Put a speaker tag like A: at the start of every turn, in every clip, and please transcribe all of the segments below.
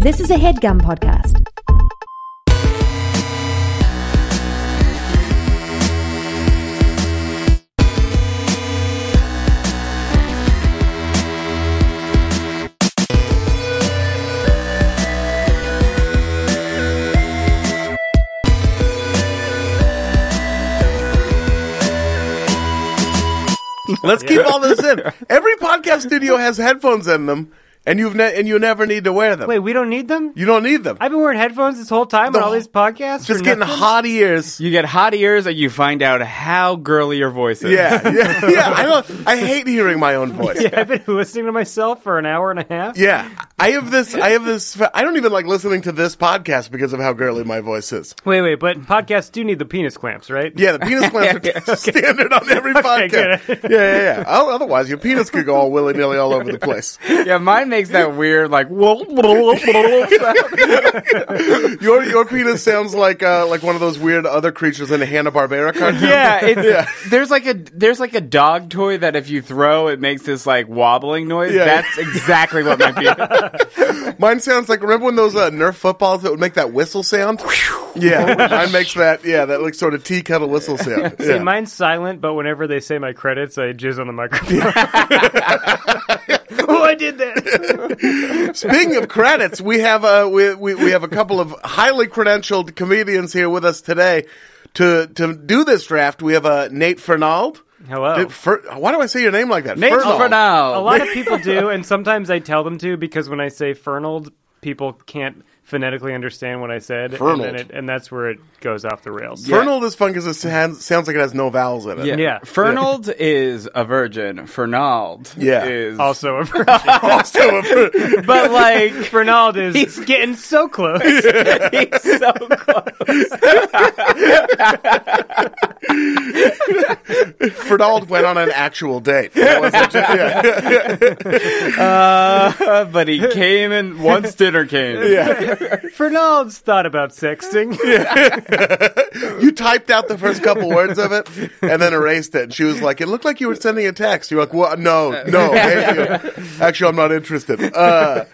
A: This is a headgum podcast.
B: Let's keep all this in. Every podcast studio has headphones in them, and you've ne- and you never need to wear them.
C: Wait, we don't need them?
B: you don't need them.
C: I've been wearing headphones this whole time
B: The
C: on all
B: whole-
C: these podcasts.
B: Just
C: for
B: getting
C: nothing?
B: hot ears.
D: You get hot ears and you find out how girly your voice is.
B: Yeah, yeah, yeah. I don't. I hate hearing my own voice.
C: Yeah, I've been listening to myself for an hour and a half.
B: Yeah, I have this. I have this. I don't even like listening to this podcast because of how girly my voice is.
C: Wait, wait, but podcasts do need the penis clamps, right?
B: Yeah, the penis clamps are standard on every podcast.
C: good.
B: yeah, yeah, yeah. Oh, Otherwise, your penis could go all willy nilly all over the place.
D: Yeah, mine makes that weird like whoop, whoop, whoop, whoop.
B: Your your penis sounds like uh, like one of those weird other creatures in a Hanna Barbera cartoon.
D: Yeah, it's, there's like a there's like a dog toy that if you throw it makes this like wobbling noise.
B: Yeah.
D: That's exactly what my penis.
B: Mine sounds like remember when those uh, Nerf footballs that would make that whistle sound? yeah, mine makes that. Yeah, that like sort of tea kettle whistle sound.
C: See,
B: Yeah.
C: mine's silent, but whenever they say my credits, I jizz on the microphone. oh, I did that.
B: Speaking of credits, we have a we, we, we have a couple of highly credentialed comedians here with us today to to do this draft. We have uh, Nate Fernald.
C: Hello.
B: Did- Fer- why do I say your name like that?
D: Nate Fernald.
C: A lot of people do, and sometimes I tell them to because when I say Fernald, people can't phonetically understand what I said, and, then
B: Fernald.
C: it, and that's where it goes off the rails.
B: Fernald is fun because it sounds, sounds like it has no vowels in it.
C: Yeah.
D: Fernald is a virgin. Fernald
B: Yeah.
D: is
C: Also, a virgin.
B: also, uh, a Fer-
D: but like
C: Fernald is
D: He's-
C: getting so close.
D: he's so close.
B: Fernald went on an actual date. That wasn't- yeah.
D: Uh, but he came and once dinner came.
C: Fernald's thought about sexting.
B: You typed out the first couple words of it and then erased it. And she was like, "It looked like you were sending a text." You're like, "What? No, no. thank you. Actually, I'm not interested." Uh,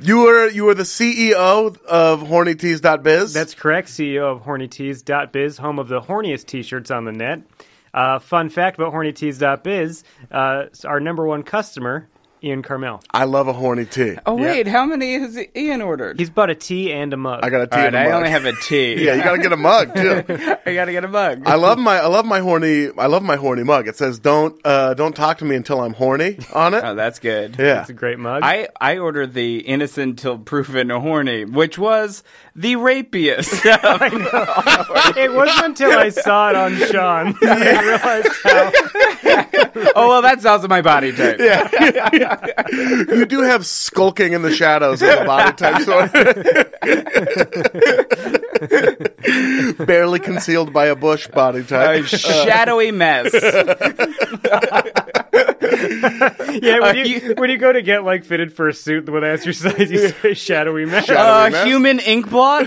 B: you were you were the CEO of HornyTees.biz.
C: That's correct. CEO of HornyTees.biz, home of the horniest T-shirts on the net. Uh, fun fact about HornyTees.biz: uh, our number one customer, Ian Carmel.
B: I love a horny tea.
D: Oh wait, how many has Ian ordered?
C: He's bought a tea and a mug.
B: I got a tea.
D: All right,
B: and a
D: I
B: mug.
D: only have a T.
B: yeah, you gotta get a mug too.
D: I gotta get a mug.
B: I love my I love my horny I love my horny mug. It says don't uh, don't talk to me until I'm horny on it.
D: oh, that's good.
B: Yeah,
C: It's a great mug.
D: I, I ordered the innocent till proven horny, which was the rapiest.
C: it wasn't until I saw it on Sean that I realized how.
D: oh well, that's also my body type. Yeah.
B: you do have skulking in the shadows of the body type, so barely concealed by a bush body type.
D: shadowy mess.
C: Yeah, when
D: Are
C: you,
D: Uh, you-
C: when you go to get like fitted for a suit with exercise, you say shadowy man.
B: Shadowy.
D: Uh,
B: mess?
D: human ink blot.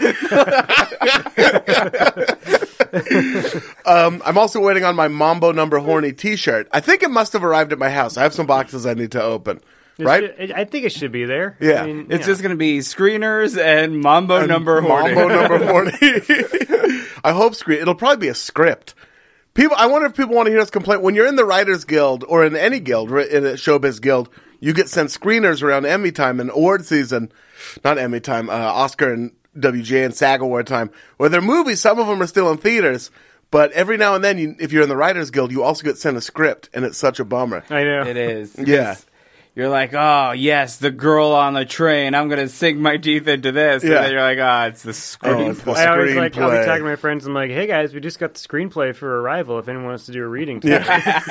B: Um, I'm also waiting on my Mambo number horny T-shirt. I think it must have arrived at my house. I have some boxes I need to open.
C: It
B: Right?
C: should- I think it should be there.
B: Yeah.
C: I mean,
D: It's
C: yeah.
D: just gonna be screeners and mambo number horny.
B: Mambo number horny. I hope screen. It'll probably be a script. People, I wonder if people want to hear us complain. When you're in the Writers Guild or in any guild, ri- in a Showbiz Guild, you get sent screeners around Emmy time and award season, not Emmy time, uh, Oscar and WGA and SAG award time, where their movies, some of them are still in theaters, but every now and then, you, if you're in the Writers Guild, you also get sent a script, and it's such a bummer.
C: I know.
D: It is.
B: Yeah.
D: It's- You're like, oh yes, the girl on the train. I'm gonna sink my teeth into this.
B: Yeah.
D: And then you're like, ah, it's the
B: Oh,
D: screen.
B: it's the
C: I always
B: screenplay.
C: like I'll be talking to my friends. I'm like, hey guys, we just got the screenplay for Arrival. If anyone wants to do a reading, tonight."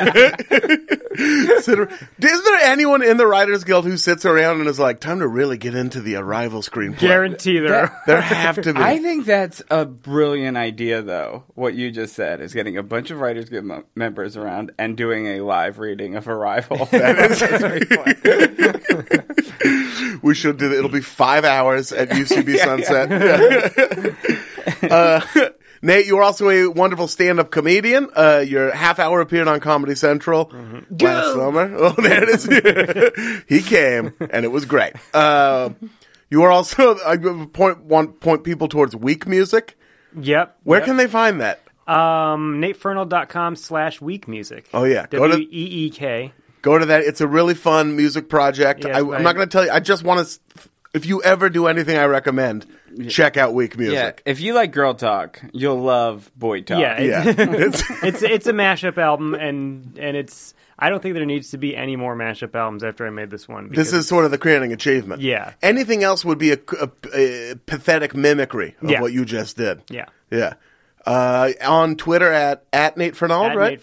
B: sit ar- Is there anyone in the Writers Guild who sits around and is like, time to really get into the arrival screenplay?
C: guarantee there. are.
B: There have to be.
D: I think that's a brilliant idea, though. What you just said is getting a bunch of Writers Guild mem- members around and doing a live reading of Arrival. That's very fun.
B: we should do that. It'll be five hours at UCB Sunset. uh, Nate, you are also a wonderful stand-up comedian. Uh, your half hour appeared on Comedy Central
C: Mm-hmm.
B: last summer. Oh, there it is. he came, and it was great. Uh, You are also I point want point people towards weak music.
C: Yep.
B: Where can they find that?
C: Um, NateFernal.com slash weak music.
B: Oh, yeah. Go to-
C: W E E K.
B: Go to that. It's a really fun music project.
C: Yes,
B: I,
C: I-
B: I'm not going to tell you. I just want to. If you ever do anything I recommend, check out Weak
D: Yeah,
B: Music.
D: if you like girl talk, you'll love boy talk.
C: Yeah. it-
B: Yeah. It's-
C: it's it's a mashup album, and and it's I don't think there needs to be any more mashup albums after I made this one.
B: this
C: because-
B: is sort of the creating achievement.
C: Yeah.
B: Anything else would be a, a- a pathetic mimicry of
C: Yeah.
B: what you just did.
C: Yeah.
B: Yeah. Uh, on Twitter at, at Nate Fernald,
C: at
B: right?
C: Nate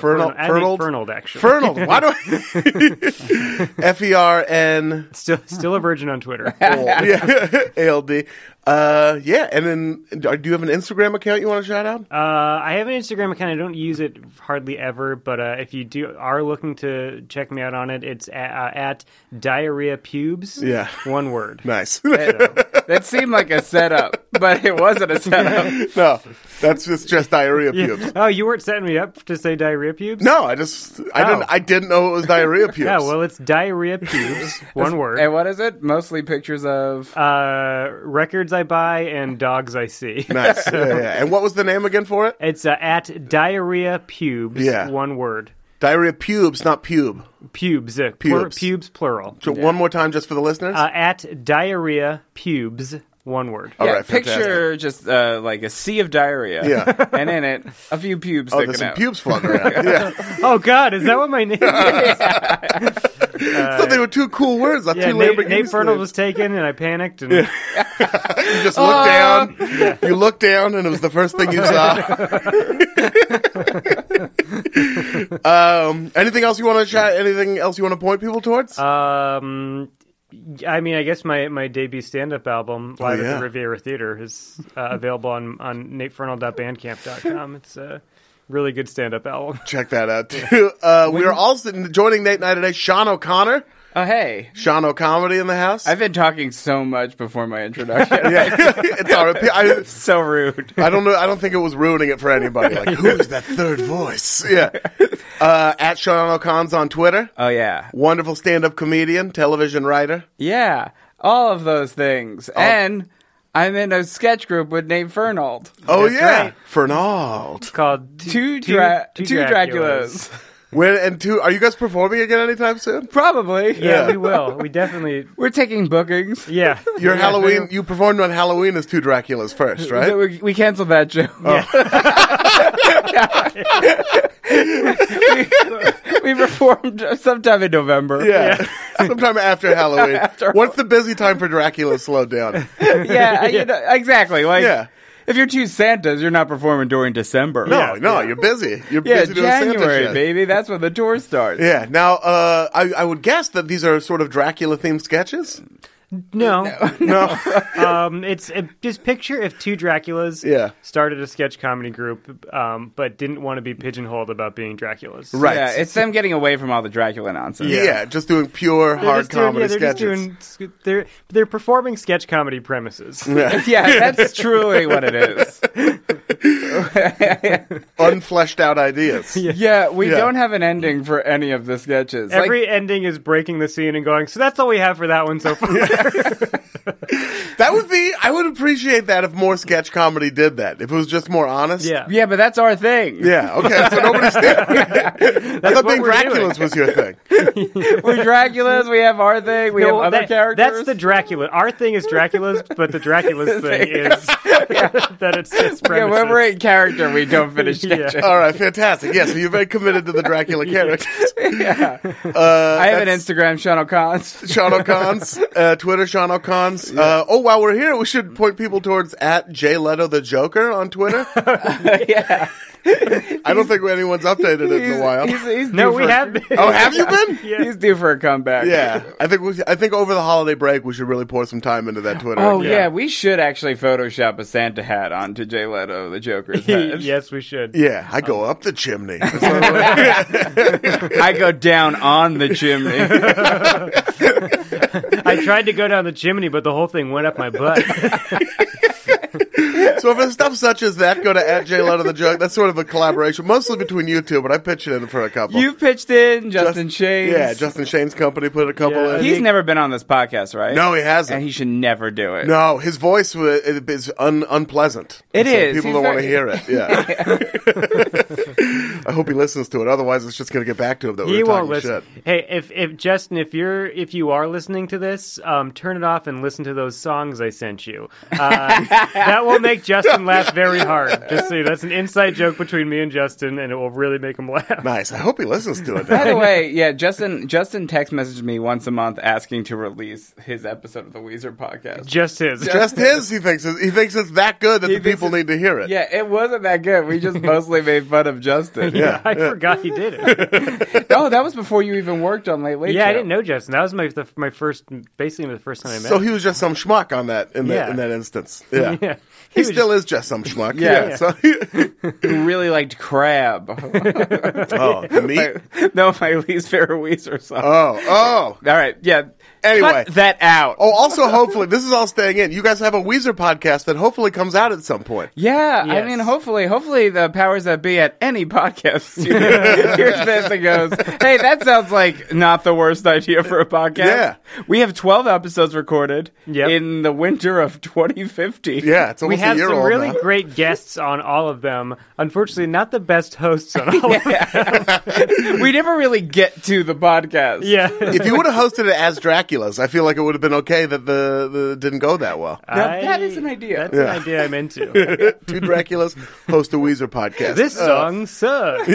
B: Fernald,
C: Fernald, at Nate
B: Fernald?
C: Fernald, actually.
B: Fernald. Why do I? F E R N
C: Still, still a virgin on Twitter.
B: yeah, A L D. Uh, yeah, and then uh, do you have an Instagram account you want to shout out?
C: Uh, I have an Instagram account. I don't use it hardly ever, but uh, if you do are looking to check me out on it, it's at, uh, at diarrhea pubes.
B: Yeah.
C: one word.
B: nice.
D: that seemed like a setup, but it wasn't a setup.
B: no, that's just just diarrhea pubes.
C: Oh, you weren't setting me up to say diarrhea pubes.
B: No, I just I
C: Oh.
B: didn't I didn't know it was diarrhea pubes.
C: Yeah, well, it's diarrhea pubes. one
D: And
C: word.
D: what is it? Mostly pictures of
C: Uh, records I buy and dogs I see.
B: nice. Yeah, yeah. And what was the name again for it?
C: It's uh, at diarrhea pubes.
B: Yeah.
C: one word.
B: Diarrhea pubes, not pube.
C: Pubes. Uh, plur-
B: Pubes.
C: pubes plural.
B: So one more time, just for the listeners.
C: Uh, at diarrhea pubes. One word.
B: All
D: yeah,
B: right,
D: picture just uh, like a sea of diarrhea.
B: Yeah.
D: and in it a few pubes
B: oh,
D: sticking
B: there's some
D: out.
B: pubes floating around. yeah,
C: Oh God, is that what my name? is?
B: I thought they were two cool words. I
C: Yeah,
B: two
C: Nate,
B: Lamborghini
C: Nate Fernald
B: sleeves.
C: was taken, and I panicked. And
B: You just looked down. You looked down, and it was the first thing you saw. um, anything else you want to chat? Anything else you want to point people towards?
C: Uh, um, I mean, I guess my, my debut stand up album, Live at
B: yeah.
C: the Riviera Theater, is uh, available on on natefernald.bandcamp.com. It's a really good stand up album.
B: Check that out too. Uh, we are also joining Nate and I today. Sean O'Connor,
D: Oh hey,
B: Sean O'Comedy in the house.
D: I've been talking so much before my introduction.
B: yeah, it's our. I,
D: so rude.
B: I don't know. I don't think it was ruining it for anybody. Like, who is that third voice? Yeah. Uh, at Sean O'Conn's on Twitter.
D: Oh yeah,
B: Wonderful stand-up comedian, television writer.
D: yeah, all of those things, and I'm in a sketch group with Nate Fernald.
B: Oh yeah,
C: right.
B: Fernald.
C: It's called
D: Two, dra- two, Draculas.
B: When and two, are you guys performing again anytime soon?
D: Probably.
C: Yeah,
B: Yeah.
C: we will. We definitely.
D: We're taking bookings.
C: Yeah.
B: Your Halloween, you performed on Halloween as two Draculas first, right? Oh.
D: We, we canceled that show. we performed sometime in November.
B: Yeah, sometime after Halloween.
D: After-
B: What's the busy time for Dracula? Slow down.
D: Yeah, you know, exactly. Like,
B: Yeah.
D: if you're two Santas, you're not performing during December.
B: No,
C: Yeah,
B: no, you're busy. You're
D: Yeah,
B: busy doing Santa
D: January,
B: shit.
D: baby. That's when the tour starts.
B: Yeah. Now, uh, I, I would guess that these are sort of Dracula themed sketches.
C: No.
B: No,
C: um, it's it, just picture if two Draculas
B: Yeah.
C: started a sketch comedy group, um, but didn't want to be pigeonholed about being Draculas.
B: right?
D: Yeah,
B: Yeah,
D: it's them getting away from all the Dracula nonsense.
B: just doing pure
C: They're
B: hard
C: just doing-
B: comedy
C: yeah, they're
B: sketches.
C: Just doing, sc- they're they're performing sketch comedy premises.
B: yeah.
D: Yeah, that's truly what it is.
B: Unfleshed out ideas.
D: Yeah, we
B: Yeah.
D: don't have an ending for any of the sketches. Like,
C: Every ending is breaking the scene and going. So that's all we have for that one so far.
B: That would be. I would appreciate that if more sketch comedy did that. If it was just more honest.
C: yeah.
D: yeah, but that's our thing.
B: Yeah, okay, so nobody's there. I thought
C: what
B: being
C: we're
B: Dracula's
C: doing.
B: was your thing.
D: We're Draculas. We have our thing. We
C: No,
D: have other
C: that-
D: characters.
C: That's the Dracula. Our thing is Dracula's, but the Dracula's thing is that it's, it's
D: yeah,
C: premises.
D: when we're in character, we don't finish
C: Yeah.
D: sketches.
B: All right, fantastic. Yes, you're very committed to the Dracula character. Uh,
D: I have an Instagram, Sean O'Conn's.
B: Sean O'Conn's, uh, Twitter, Sean O'Conn's. Uh, oh, while we're here, we should point people towards at Jay Leto the Joker on Twitter.
D: yeah.
B: I don't think anyone's updated it in a while.
D: He's, he's
C: no,
D: due
C: we
D: for-
C: have. Been.
B: Oh, have you been?
C: Yeah.
D: He's due for a comeback.
B: Yeah, I think we, I think over the holiday break we should really pour some time into that Twitter.
D: Oh yeah.
C: Yeah.
D: we should actually Photoshop a Santa hat onto Jay Leto, the Joker's head.
C: yes, we should.
B: yeah. I go up the chimney.
D: I go down on the chimney.
C: I tried to go down the chimney, but the whole thing went up my butt.
B: So for stuff such as that, go to at JLo to the joke. That's sort of a collaboration, mostly between you two, but I pitched it in for a couple.
D: You pitched in Justin
B: Just-
D: Shades.
B: Yeah, Justin Shane's company put a couple
C: Yeah.
B: in.
D: He's never been on this podcast, right?
B: No, he hasn't.
D: And he should never do it.
B: no, his voice wa- is un- unpleasant. It
D: It
B: is.
D: is.
B: People
D: He's
B: don't want to
D: very-
B: hear it. Yeah. I hope he listens to it. Otherwise, it's just going to get back to him that we
C: He
B: were
C: won't
B: talking
C: listen.
B: shit.
C: Hey, if if Justin, if you're if you are listening to this, um, turn it off and listen to those songs I sent you. Uh, that will make Justin laugh very hard. Just so you know, that's an inside joke between me and Justin, and it will really make him laugh.
B: Nice. I hope he listens to it.
D: By
B: now.
D: the way, yeah, Justin Justin text messaged me once a month asking to release his episode of the Weezer podcast.
C: Just his.
B: Just his. He thinks it- he thinks it's that good that
D: He
B: the
D: thinks
B: people
D: it's-
B: need to hear it.
D: yeah, it wasn't that good. We just mostly made fun of Justin.
B: Yeah.
C: I forgot he did it.
D: Oh, that was before you even worked on Late Late
C: Yeah,
D: Show.
C: I didn't know Justin. That was my the, my first, basically the first time I met.
B: So
C: him.
B: he was just some schmuck on that in that
C: Yeah.
B: in that instance. Yeah.
C: Yeah.
B: He,
C: He was
B: still is just some schmuck.
D: Yeah.
B: Yeah. So-
D: You really liked Crab.
B: oh, the meat.
D: no, my least favorite Weezer song.
B: Oh, oh.
D: All right, yeah.
B: Anyway.
D: Cut that out.
B: Oh, also, hopefully, this is all staying in. You guys have a Weezer podcast that hopefully comes out at some point.
D: Yeah, I
C: Yes.
D: mean, hopefully, hopefully the powers that be at any podcast studio hears this and goes, "Hey, that sounds like not the worst idea for a podcast."
B: Yeah.
D: we have twelve episodes recorded
C: Yep.
D: in the winter of 2050.
B: Yeah, it's
C: we
B: almost a
C: have
B: year
C: some
B: old.
C: really
B: now.
C: great guests on all of them. Unfortunately, not the best hosts on all of them.
D: we never really get to the podcast.
C: Yeah.
B: if you would have hosted it as Dracula's, I feel like it would have been okay that the, the didn't go that well.
D: Now, that is an idea.
C: That's an idea I'm into.
B: Two Draculas host a Weezer podcast.
C: This song sucks.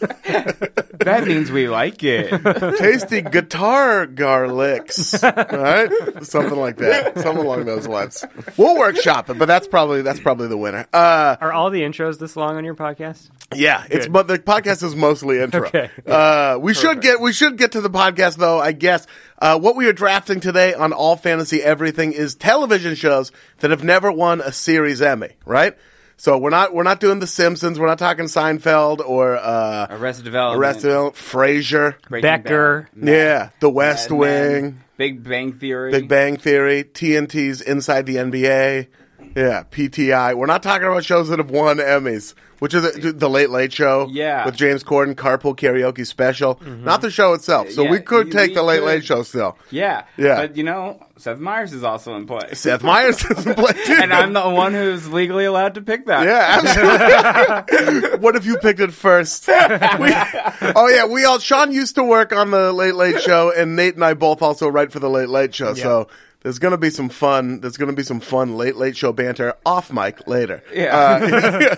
D: that means we like it.
B: tasty guitar garlics, right? Something like that, something along those lines. We'll workshop it, but that's probably that's probably the winner. Uh,
C: Are all the intros this long on your podcast?
B: yeah, it's but the podcast is mostly intro.
C: Okay.
B: Uh, we should get we should get to the podcast though. I guess uh, what we are drafting today on All Fantasy Everything is television shows that have never won a series Emmy, right? So we're not we're not doing The Simpsons. We're not talking Seinfeld or uh,
D: Arrested Development.
B: Arrested Development, Frasier.
D: Breaking Bad,
C: Becker.
B: Yeah, The West
D: Mad Men,
B: Wing.
D: Big Bang Theory.
B: Big Bang Theory, TNT's Inside the NBA, yeah, PTI. We're not talking about shows that have won Emmys, which is a, the Late Late Show,
D: Yeah. Mm-hmm.
B: with James Corden, Carpool Karaoke Special, not the show itself. So
D: Yeah,
B: we could
D: we-
B: take
D: we
B: the Late
D: could.
B: Late Show still.
D: Yeah,
B: Yeah.
D: But you know, Seth Meyers is also in play.
B: Seth Meyers doesn't play too.
D: and I'm the one who's legally allowed to pick that.
B: yeah, absolutely. what if you picked it first? We- oh yeah, we all. Sean used to work on the Late Late Show, and Nate and I both also write for the Late Late Show. So there's going to be some fun. There's going to be some fun Late Late Show banter off mic later.
D: Yeah.
B: Uh,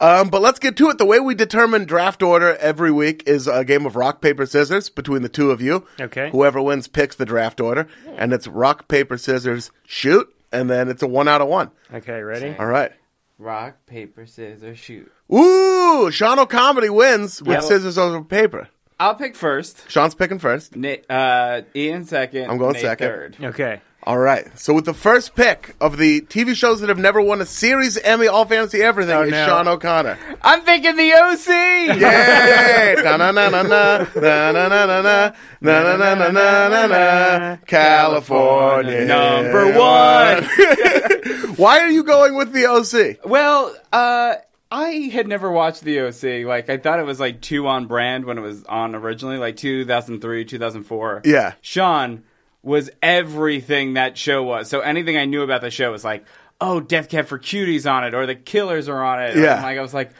B: Um, but let's get to it. The way we determine draft order every week is a game of rock paper scissors between the two of you.
C: Okay.
B: Whoever wins picks the draft order, and it's rock paper scissors shoot, and then it's a one out of one.
C: Okay, ready?
B: All right.
D: Rock, paper, scissors, shoot.
B: Ooh, Sean O'Comedy wins with
D: Yep.
B: scissors over paper.
D: I'll pick first.
B: Sean's picking first.
D: Nate, uh, Ian second.
B: I'm going
D: Nate
B: second.
D: Third.
C: Okay.
B: All right. So with the first pick of the TV shows that have never won a series Emmy, All Fantasy Everything
D: Oh,
B: is
C: no.
B: Sean O'Connor.
D: I'm thinking the OC.
B: Yay! Na na na na na na na na na na na na na na na na California
D: Number one.
B: Why are you going with the OC?
D: well, uh, I had never watched the OC. Like I thought it was like too on brand when it was on originally, like 2003, 2004.
B: Yeah.
D: Sean was everything that show was. So anything I knew about the show was like, oh, Death Cab for Cutie's on it, or The Killers are on it.
B: Yeah.
D: And, like I was like,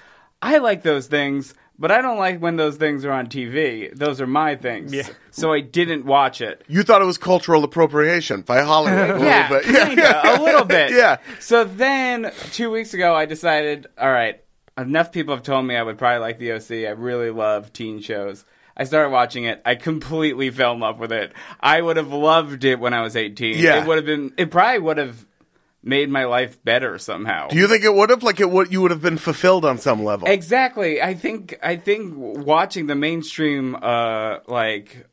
D: I like those things, but I don't like when those things are on TV. Those are my things.
C: Yeah.
D: So I didn't watch it.
B: You thought it was cultural appropriation by Hollywood. a
D: Yeah,
B: little bit. Yeah,
D: kinda,
B: yeah.
D: a little bit.
B: Yeah.
D: So then two weeks ago, I decided, all right, enough people have told me I would probably like the OC. I really love teen shows. I started watching it. I completely fell in love with it. I would have loved it when I was eighteen.
B: Yeah.
D: it would have been. It probably would have made my life better somehow.
B: Do you think it would have like it would you would have been fulfilled on some level?
D: Exactly. I think I think watching the mainstream uh like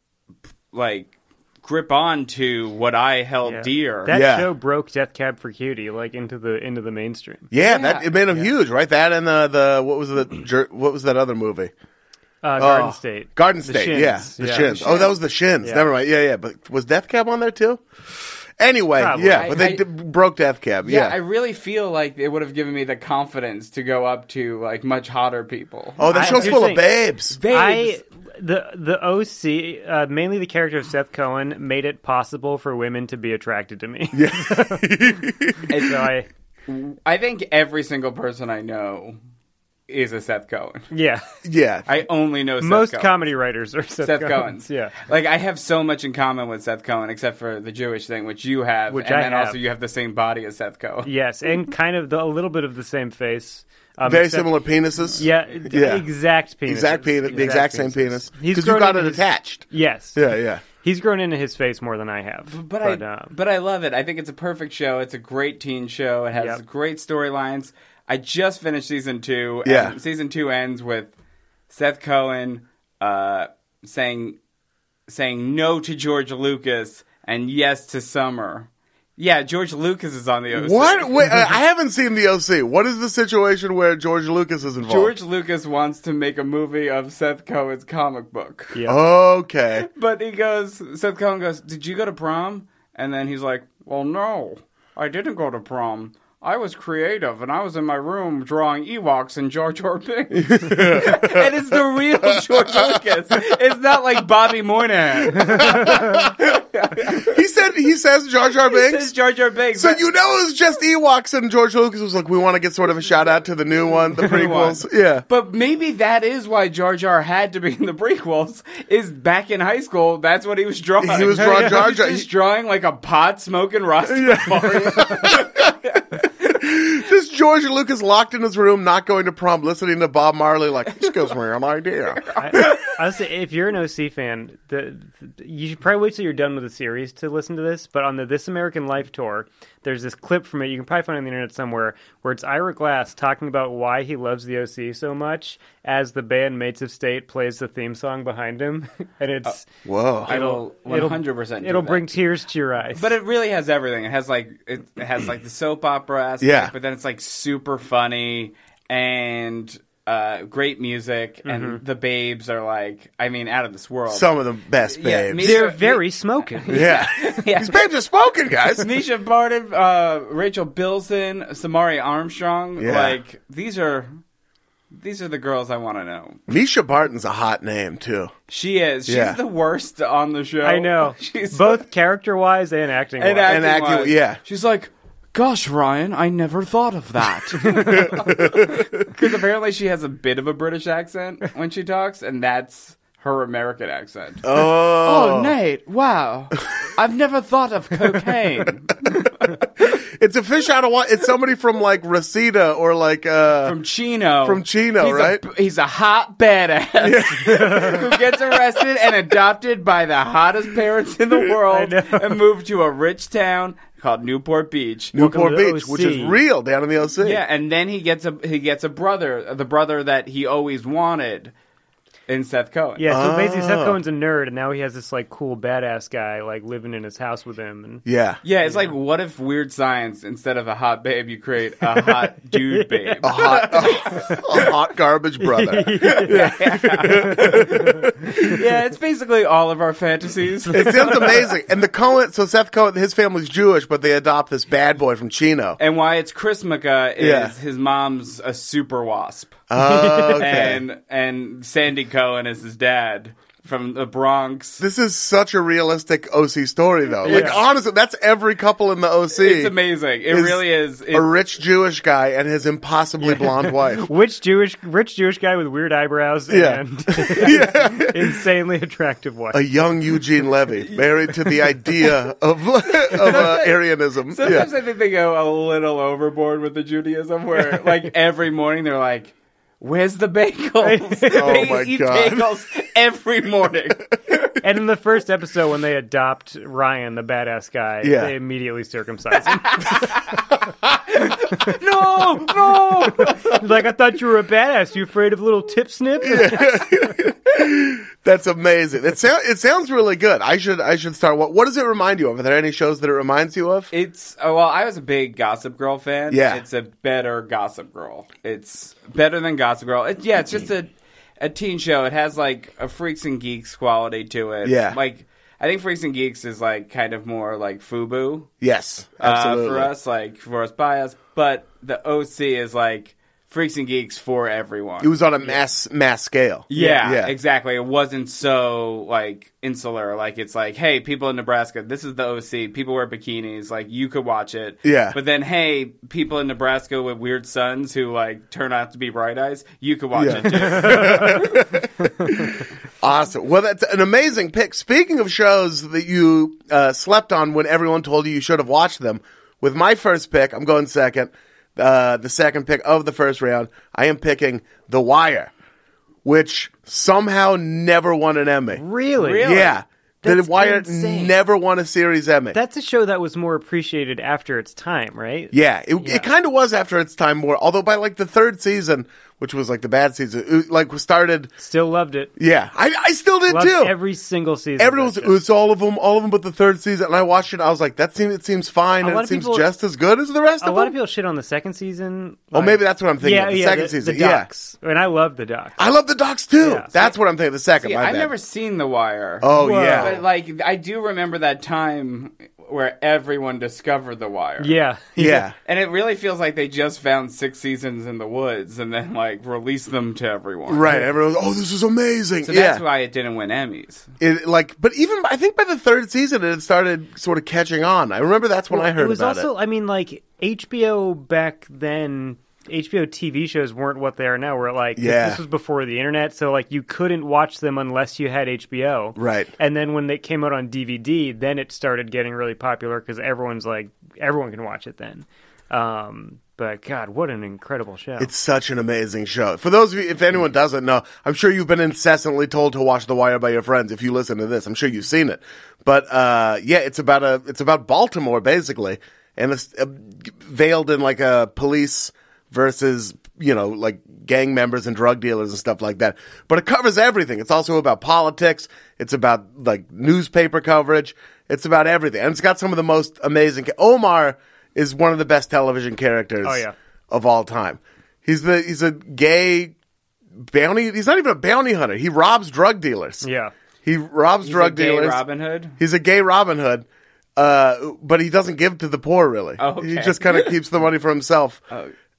D: like grip on to what I held
C: Yeah.
D: dear.
C: That
B: Yeah.
C: show broke Death Cab for Cutie like into the into the mainstream.
B: Yeah, that it made him huge, right? That and the the what was the jer- what was that other movie?
C: Uh, Garden
B: Oh,
C: State.
B: Garden
C: The
B: State.
C: Shins,
B: yeah, the shins. Oh, that was the shins. Never mind. Yeah, yeah. But was Death Cab on there too? Anyway,
C: Probably.
B: yeah,
D: I-
B: but they
D: I-
B: d- broke Death Cab.
D: Yeah,
B: Yeah.
D: I really feel like it would have given me the confidence to go up to like much hotter people.
B: oh, the
C: I-
B: show's
C: here's
B: full
C: the
B: of
C: thing.
B: babes.
C: I
D: Babes.
C: the the OC uh, mainly the character of Seth Cohen made it possible for women to be attracted to me. Yeah. so I
D: I think every single person I know is a Seth Cohen.
C: yeah.
B: yeah.
D: I only know Seth
C: Most
D: Cohen.
C: comedy writers are Seth,
D: Seth
C: Cohen's.
D: Cohen's.
C: Yeah.
D: Like I have so much in common with Seth Cohen except for the Jewish thing which you have
C: Which
D: and
C: I
D: then
C: have.
D: also you have the same body as Seth Cohen.
C: Yes, and kind of the, a little bit of the same face. Um,
B: Very
C: except-
B: similar penises.
C: Yeah, d-
B: Yeah.
C: exact penis.
B: Exact penis. The exact same penis.
C: He's
B: Because you
C: grown
B: got
C: into
B: it
C: his-
B: attached.
C: Yes.
B: Yeah, yeah.
C: He's grown into his face more than I have.
D: But, I
C: um,
D: but I love it. I think it's a perfect show. It's a great teen show. It has
C: Yep.
D: great storylines. I just finished season 2
B: Yeah.
D: and season 2 ends with Seth Cohen uh, saying saying no to George Lucas and yes to Summer. Yeah, George Lucas is on the OC.
B: What? Wait, uh, I I haven't seen the OC. What is the situation where George Lucas is involved?
D: George Lucas wants to make a movie of Seth Cohen's comic book.
C: Yeah.
B: Okay.
D: But he goes, Seth Cohen goes, Did you go to prom? And then he's like, Well, no, I didn't go to prom. I was creative and I was in my room drawing Ewoks and Jar Jar Binks. and it's the real George Lucas. It's not like Bobby Moynihan.
B: He said he says Jar Jar
D: It's
B: Binks.
D: Jar Jar Binks.
B: So
D: but-
B: you know it was just Ewoks and George Lucas was like, we want to get sort of a shout out to the new one, the prequels.
D: one.
B: Yeah.
D: But maybe that is why Jar Jar had to be in the prequels. Is back in high school, that's what he was drawing.
B: He was drawing Jar
D: He was
B: Jar.
D: just drawing like a pot smoking Rastafari.
B: Just George Lucas locked in his room, not going to prom, listening to Bob Marley, like, this gives me an idea.
C: I, I'll say, if you're an OC fan, the, the- you should probably wait till you're done with the series to listen to this. But on the This American Life tour, there's this clip from it. You can probably find it on the internet somewhere where it's Ira Glass talking about why he loves the OC so much as the band Mates of State plays the theme song behind him, and
B: Uh,
C: it's
B: Whoa.
D: I will 100% do
C: it'll
D: that.
C: bring tears to your eyes.
D: But it really has everything. It has like it it has like the soap opera aspect,
B: Yeah.
D: but then it's like super funny and uh, great music,
C: Mm-hmm.
D: and the babes are like, I mean, out of this world.
B: Some of the best
D: Yeah,
B: babes.
D: me-
C: they're very smoking.
B: Yeah. These babes are smoking, guys.
D: Misha Barton, uh, Rachel Bilson, Samari Armstrong,
B: Yeah.
D: like these are these are the girls I want to know.
B: Misha Barton's a hot name, too.
D: She is. She's
B: Yeah.
D: the worst on the show.
C: I know,
D: She's
C: both character wise and acting.
D: and
C: wise.
D: acting,
B: acting-
D: wise.
B: yeah.
D: She's like, "Gosh, Ryan, I never thought of that." Because apparently she has a bit of a British accent when she talks, and that's her American accent.
B: Oh.
D: oh, Nate, wow, I've never thought of cocaine
B: It's a fish out of water. It's somebody from like Reseda or like uh
D: from Chino.
B: From Chino,
D: He's a-
B: right?
D: he's a hot badass who gets arrested and adopted by the hottest parents in the world
C: know.
D: and moved to a rich town called Newport Beach.
B: Newport
C: Welcome to the
B: Beach, which is
C: OC.
B: real down in the OC.
D: Yeah, and then he gets a he gets a brother, the brother that he always wanted in Seth Cohen.
C: Yeah, so basically
B: Ah.
C: Seth Cohen's a nerd, and now he has this like cool badass guy like living in his house with him. And
B: Yeah.
D: Yeah, it's like what if weird science instead of a hot babe you create a hot dude babe.
B: A hot, a hot garbage brother.
D: yeah, it's basically all of our fantasies.
B: It sounds amazing. And the Cohen, so Seth Cohen, his family's Jewish, but they adopt this bad boy from Chino.
D: and why it's Chris Mika is
B: Yeah.
D: his mom's a super wasp.
B: Oh, okay.
D: And and Sandy Cohen is his dad from the Bronx.
B: this is such a realistic OC story, though. Like,
C: Yeah.
B: honestly, that's every couple in the OC.
D: It's amazing. It
B: Is
D: really is. It-
B: A rich Jewish guy and his impossibly blonde wife.
C: Which Jewish, rich Jewish guy with weird eyebrows
B: Yeah.
C: and insanely attractive wife.
B: A young Eugene Levy, married to the idea of, of uh, Arianism.
D: Sometimes
B: Yeah.
D: I think they go a little overboard with the Judaism, where like every morning they're like, "Where's the bagels?" they
B: Oh my
D: eat
B: God.
D: bagels every morning.
C: And in the first episode, when they adopt Ryan, the badass guy,
B: Yeah.
C: they immediately circumcise him.
D: no, no.
C: like, I thought you were a badass. You afraid of little tip snips?
B: That's amazing. It, sound, it sounds really good. I should I should start. What, what does it remind you of? Are there any shows that it reminds you of?
D: It's oh, well, I was a big Gossip Girl fan.
B: Yeah.
D: it's a better Gossip Girl. It's better than Gossip Girl. It, yeah, it's just a a teen show. It has like a freaks and geeks quality to it.
B: Yeah.
D: like I think Freaks and Geeks is like kind of more like FUBU
B: Yes,
D: uh,
B: absolutely.
D: for us, like for us by us. But the OC is like Freaks and Geeks for everyone.
B: it was on a mass mass scale.
D: Yeah,
B: yeah.
D: exactly. It wasn't so like insular. Like it's like, hey, people in Nebraska, this is the OC. People wear bikinis. Like you could watch it.
B: Yeah.
D: But then, hey, people in Nebraska with weird sons who like turn out to be bright eyes, you could watch
B: Yeah.
D: it too.
B: Awesome. Well, that's an amazing pick. Speaking of shows that you uh, slept on when everyone told you you should have watched them, with my first pick, I'm going second. Uh, the second pick of the first round, I am picking The Wire, which somehow never won an Emmy.
C: Really?
D: Really?
B: Yeah.
C: That's
B: the Wire
C: insane.
B: never won a series Emmy.
C: That's a show that was more appreciated after its time, right?
B: Yeah, it, it kind of was after its time more. Although by like the third season, which was like the bad season, it, like started.
C: Still loved it.
B: Yeah, I, I still did
C: Loved
B: too.
C: every single season.
B: Everyone was
C: of that show.
B: it's all of them, all of them, but the third season. And I watched it. I was like, that seems it seems fine, and
C: lot
B: it
C: of
B: seems
C: people-
B: just as good as the rest
C: a
B: of
C: lot
B: them.
C: of people shit on the second season.
B: Oh, maybe that's what I'm thinking
C: Yeah,
B: of, the
C: yeah,
B: second
C: the,
B: season,
C: The
B: yeah.
C: docs, and I love the docs.
B: I love the docs too.
C: Yeah.
B: That's what I'm thinking. The second,
D: See,
B: my
D: I've
B: bad.
D: never seen The Wire.
B: oh
C: Whoa.
D: But
B: yeah,
D: like, I do remember that time where everyone discovered The Wire.
C: yeah,
B: yeah.
D: And it really feels like they just found six seasons in the woods and then like released them to everyone.
B: Right, everyone's oh, this is amazing.
D: So
B: yeah,
D: that's why it didn't win Emmys.
B: It, like, but even I think by the third season, it had started sort of catching on. I remember that's when I heard
C: it was
B: about
C: also.
B: it.
C: I mean, like HBO back then. HBO TV shows weren't what they are now. Where like this-
B: Yeah.
C: this was before the internet, so like you couldn't watch them unless you had HBO.
B: Right.
C: And then when they came out on DVD, then it started getting really popular because everyone's like everyone can watch it then. Um, but God, what an incredible show!
B: It's such an amazing show. For those of you, if anyone doesn't know, I'm sure you've been incessantly told to watch The Wire by your friends. If you listen to this, I'm sure you've seen it. But uh, yeah, it's about a it's about Baltimore basically, and it's uh, veiled in like a police versus you know like gang members and drug dealers and stuff like that. But it covers everything. It's also about politics. It's about like newspaper coverage. It's about everything, and it's got some of the most amazing. Ca- Omar is one of the best television characters
C: Oh, yeah.
B: of all time. He's the he's a gay bounty. He's not even a bounty hunter. He robs drug dealers.
C: Yeah.
B: he robs
D: He's
B: drug
D: a gay
B: dealers.
D: Robin Hood.
B: He's a gay Robin Hood, uh, but he doesn't give to the poor really.
D: Oh, okay. Oh,
B: He just kind of keeps the money for himself.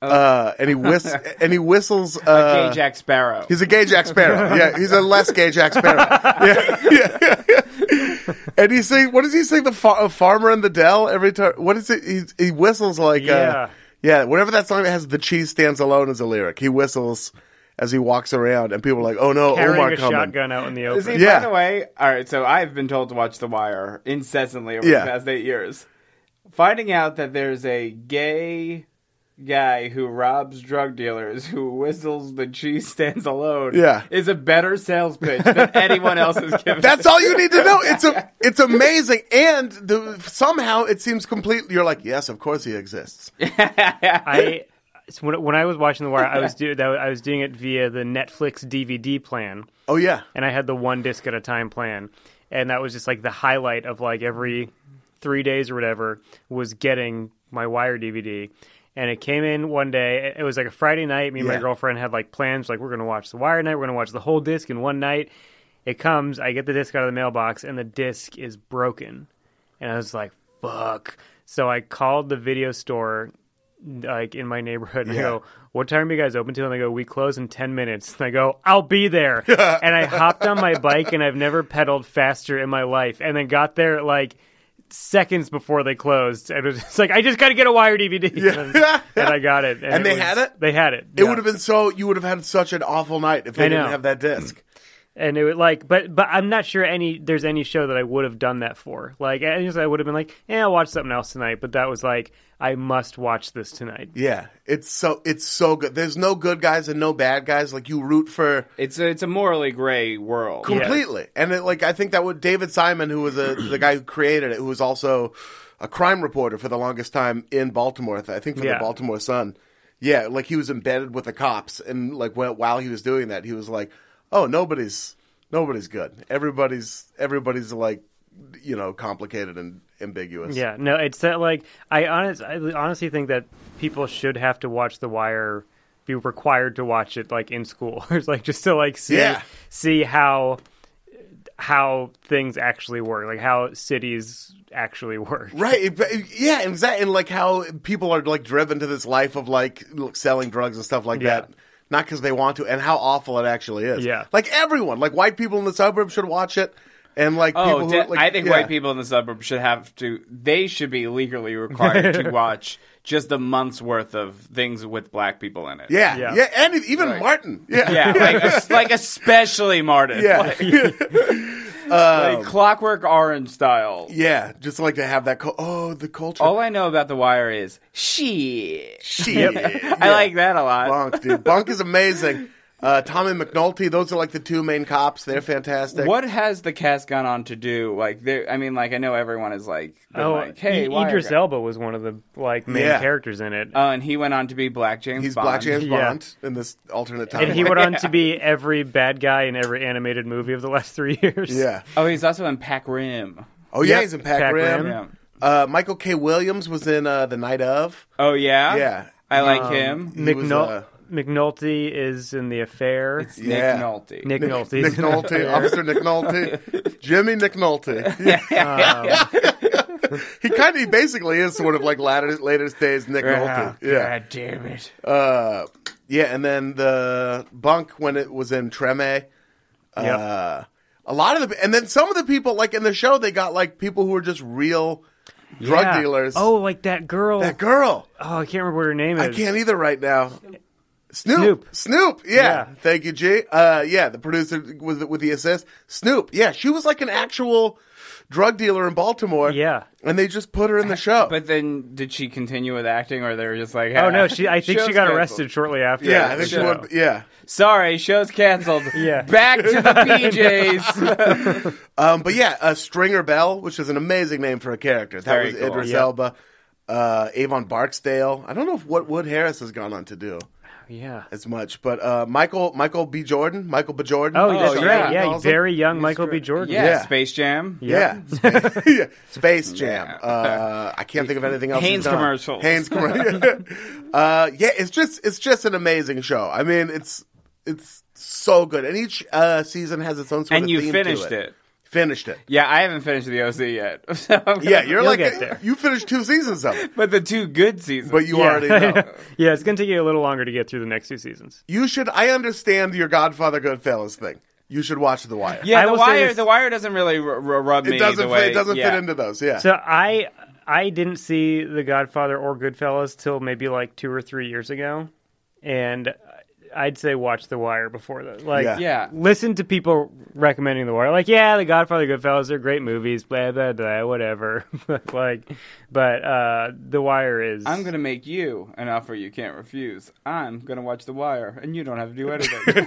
B: Uh, and he whist- and he whistles.
D: Gay
B: Uh,
D: Jack Sparrow.
B: He's a gay Jack Sparrow. Yeah, he's a less gay Jack Sparrow. Yeah, yeah, yeah. And he sing. What does he sing? The far- farmer in the dell every time. What is it? He, he whistles like.
C: Yeah.
B: Uh, yeah. Whatever that song that has "The Cheese Stands Alone" as a lyric, he whistles as he walks around, and people are like, "Oh no,
C: Carrying
B: Omar
C: a
B: coming."
C: shotgun out in the
D: See,
C: open.
B: Yeah.
D: by the way, all right. So I've been told to watch The Wire incessantly over
B: Yeah.
D: the past eight years. Finding out that there's a gay guy who robs drug dealers who whistles "The Cheese Stands Alone"
B: Yeah.
D: is a better sales pitch than anyone else has given.
B: That's all you need to know. It's a, it's amazing, and the, somehow it seems complete. You're like, yes, of course he exists.
C: I so when, when I was watching The Wire, I was do that I was doing it via the Netflix DVD plan,
B: Oh yeah,
C: and I had the one disc at a time plan, and that was just like the highlight of like every three days or whatever was getting my Wire DVD. And it came in one day. It was like a Friday night. Me and
B: Yeah.
C: my girlfriend had like plans, like we're going to watch The Wire night. We're going to watch the whole disc in one night. It comes. I get the disc out of the mailbox, and the disc is broken. And I was like, "Fuck!" So I called the video store like in my neighborhood. And
B: Yeah.
C: I go, "What time are you guys open till?" And they go, "We close in ten minutes." And I go, "I'll be there." and I hopped on my bike, and I've never pedaled faster in my life. And then got there like seconds before they closed. And it was just like, "I just got to get a wire DVD." And,
B: Yeah.
C: and I got it.
B: And they
C: was-
B: had it?
C: They had it.
B: it
C: yeah.
B: would have been so. You would have had such an awful night if they
C: I know.
B: didn't have that disc.
C: and it would like, but but I'm not sure any there's any show that I would have done that for. Like, I just I would have been like, "Yeah, I'll watch something else tonight." But that was like, I must watch this tonight.
B: Yeah, it's so it's so good. There's no good guys and no bad guys. Like you root for
D: it's a, it's a morally gray world.
B: completely, and it, like I think that would David Simon, who was a, the guy who created it, who was also a crime reporter for the longest time in Baltimore. I think for the
C: Yeah.
B: Baltimore Sun. Yeah, like he was embedded with the cops, and like wh- while he was doing that, he was like, "Oh, nobody's nobody's good. Everybody's everybody's like, you know, complicated and ambiguous."
C: Yeah, no, it's that like I honest I honestly think that people should have to watch The Wire, be required to watch it like in school, It's like just to like see
B: Yeah.
C: see how how things actually work, like how cities actually work.
B: Right. it- but- Yeah, and that and like how people are like driven to this life of like selling drugs and stuff like
C: Yeah.
B: that. Not because they want to, and how awful it actually is.
C: Yeah.
B: Like everyone, like white people in the suburbs should watch it, and like
D: Oh,
B: people
D: de-
B: who, like,
D: I think
B: yeah.
D: white people in the suburbs should have to. They should be legally required to watch just a month's worth of things with black people in it.
B: Yeah, yeah,
C: Yeah.
B: and even Martin. Yeah,
D: yeah, like, es- like especially Martin.
B: yeah, Um,
D: Like, like Clockwork Orange style.
B: yeah. Just like to have that. Co- oh, the culture.
D: All I know about The Wire is shit.
B: Shit.
D: I like that a lot.
B: Bunk, dude. Bunk is amazing. Uh, Tom and McNulty. Those are like the two main cops. They're fantastic.
D: What has the cast gone on to do? Like, there. I mean, like, I know everyone is like, been
C: Oh,
D: like, hey,
C: I-
D: Wire
C: Idris
D: guy.
C: Elba was one of the like main
B: Yeah.
C: characters in it,
D: Oh, and he went on to be Black James
B: He's
D: Bond.
B: Black James
C: Yeah.
B: Bond in this alternate time.
C: and he went on to be every bad guy in every animated movie of the last three years.
B: Yeah.
D: Oh, he's also in Pac Rim.
B: Oh yeah,
C: Yep.
B: he's in Pac,
C: Pac
B: Rim.
C: Rim.
D: Yeah.
B: Uh, Michael K. Williams was in uh, The Night of.
D: Oh yeah,
B: Yeah.
D: I like
C: Um,
D: him.
B: He was,
C: McNul-
B: uh,
C: McNulty is in the affair.
D: It's Nick
B: yeah.
D: Nolte.
C: Nick Nolte.
B: Nick Nolte, Officer Nick Nolte, Jimmy Nick Nolte. Yeah. um, he kind of, he basically is sort of like latter, latest days Nick
D: Oh,
B: Nolte. Yeah.
D: God damn it.
B: Uh, yeah, and then the bunk when it was in Treme. Uh, A lot of the, and then some of the people like in the show, they got like people who were just real drug
C: Yeah.
B: dealers.
C: Oh, like that girl.
B: that girl.
C: Oh, I can't remember what her name is.
B: I can't either right now. Snoop, Snoop, yeah.
C: Yeah.
B: Thank you, G. Uh, yeah, the producer with with the assist. Snoop, yeah, she was like an actual drug dealer in Baltimore.
C: Yeah.
B: and they just put her in the show.
D: But then, did she continue with acting, or they were just like,
C: Oh
D: "Ah,
C: no, she. I think she
D: show's
C: got
D: canceled."
C: arrested shortly after.
B: yeah,
C: that
B: I think she
C: show.
B: would. Yeah,
D: Sorry, show's canceled.
C: Yeah.
D: back to the PJs.
B: um, but yeah, uh, Stringer Bell, which is an amazing name for a character. That
D: Very
B: was
D: cool.
B: Idris
C: Yeah.
B: Elba, uh, Avon Barksdale. I don't know if what Wood Harris has gone on to do
C: Yeah.
B: as much, but uh, Michael Michael B. Jordan, Michael B. Jordan.
C: Oh,
B: I
C: that's
B: think
D: yeah.
C: right. Yeah,
B: calls him.
C: very young Michael B. Jordan.
D: yeah,
B: Yeah.
D: Space Jam.
B: Yeah. Spa- yeah. Space Jam.
D: Yeah.
B: Uh, I can't think of anything else.
D: Haynes
B: he's done.
D: commercials.
B: Haynes commercials. uh, yeah, it's just it's just an amazing show. I mean, it's it's so good, and each uh, season has its own sort
D: And
B: of
D: you
B: theme to
D: finished it.
B: Finished it.
D: Yeah, I haven't finished the OC yet. So I'm
B: Yeah,
D: gonna-
B: you're like
C: get there.
B: you finished two seasons of it,
D: But the two good seasons.
B: but you
C: Yeah.
B: already know.
C: yeah, it's gonna take you a little longer to get through the next two seasons.
B: You should. I understand your Godfather Goodfellas thing. You should watch The Wire.
D: yeah,
C: I
D: the
C: will say
D: wire.
C: this-
D: The wire doesn't really r- r- rub me
B: it doesn't.
D: the
B: fit-
D: way.
B: it doesn't
D: yeah.
B: fit into those. Yeah.
C: So I I didn't see The Godfather or Goodfellas till maybe like two or three years ago, and I'd say watch The Wire before that. Like,
B: Yeah.
D: Yeah.
C: listen to people recommending The Wire. Like, yeah, The Godfather, Goodfellas, they're great movies. Blah blah blah, whatever. But like, but uh, The Wire is.
D: I'm gonna make you an offer you can't refuse. I'm gonna watch The Wire, and you don't have to do anything.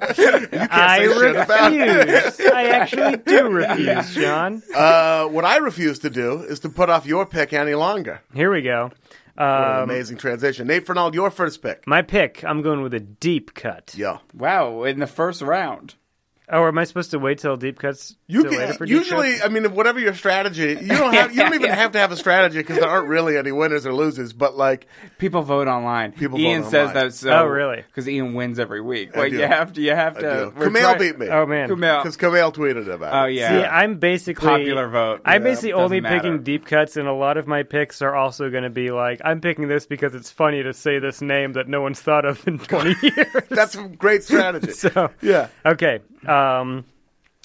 C: I
B: say shit about it.
C: refuse. I actually do refuse, Sean.
B: Uh, what I refuse to do is to put off your pick any longer.
C: Here we go.
B: What an
C: Um,
B: amazing transition. Nate Fernald, your first pick.
C: my pick. I'm going with a deep cut.
B: Yo.
D: wow! In the first round,
C: Oh, am I supposed to wait till deep cuts?
B: You
C: till later
B: can
C: for deep
B: usually,
C: cuts?
B: I mean, whatever your strategy, you don't have, you don't even have to have a strategy because there aren't really any winners or losers. But like,
D: people vote online.
B: People
D: Ian
B: vote
D: says
B: online.
D: that. So,
C: Oh, really?
D: Because Ian wins every week. Like
B: do.
D: you have to. You have
B: I
D: to.
B: do.
D: we're
B: Kumail
D: trying-
B: beat me
C: Oh man.
D: Kumail.
B: because Kumail tweeted about.
D: Oh
B: it.
D: yeah.
C: See, I'm basically
D: Popular vote.
C: I'm
D: Yeah,
C: basically
D: doesn't
C: only
D: matter.
C: picking deep cuts, and a lot of my picks are also going to be like, I'm picking this because it's funny to say this name that no one's thought of in 20 years.
B: that's a great strategy.
C: so
B: yeah,
C: okay, um,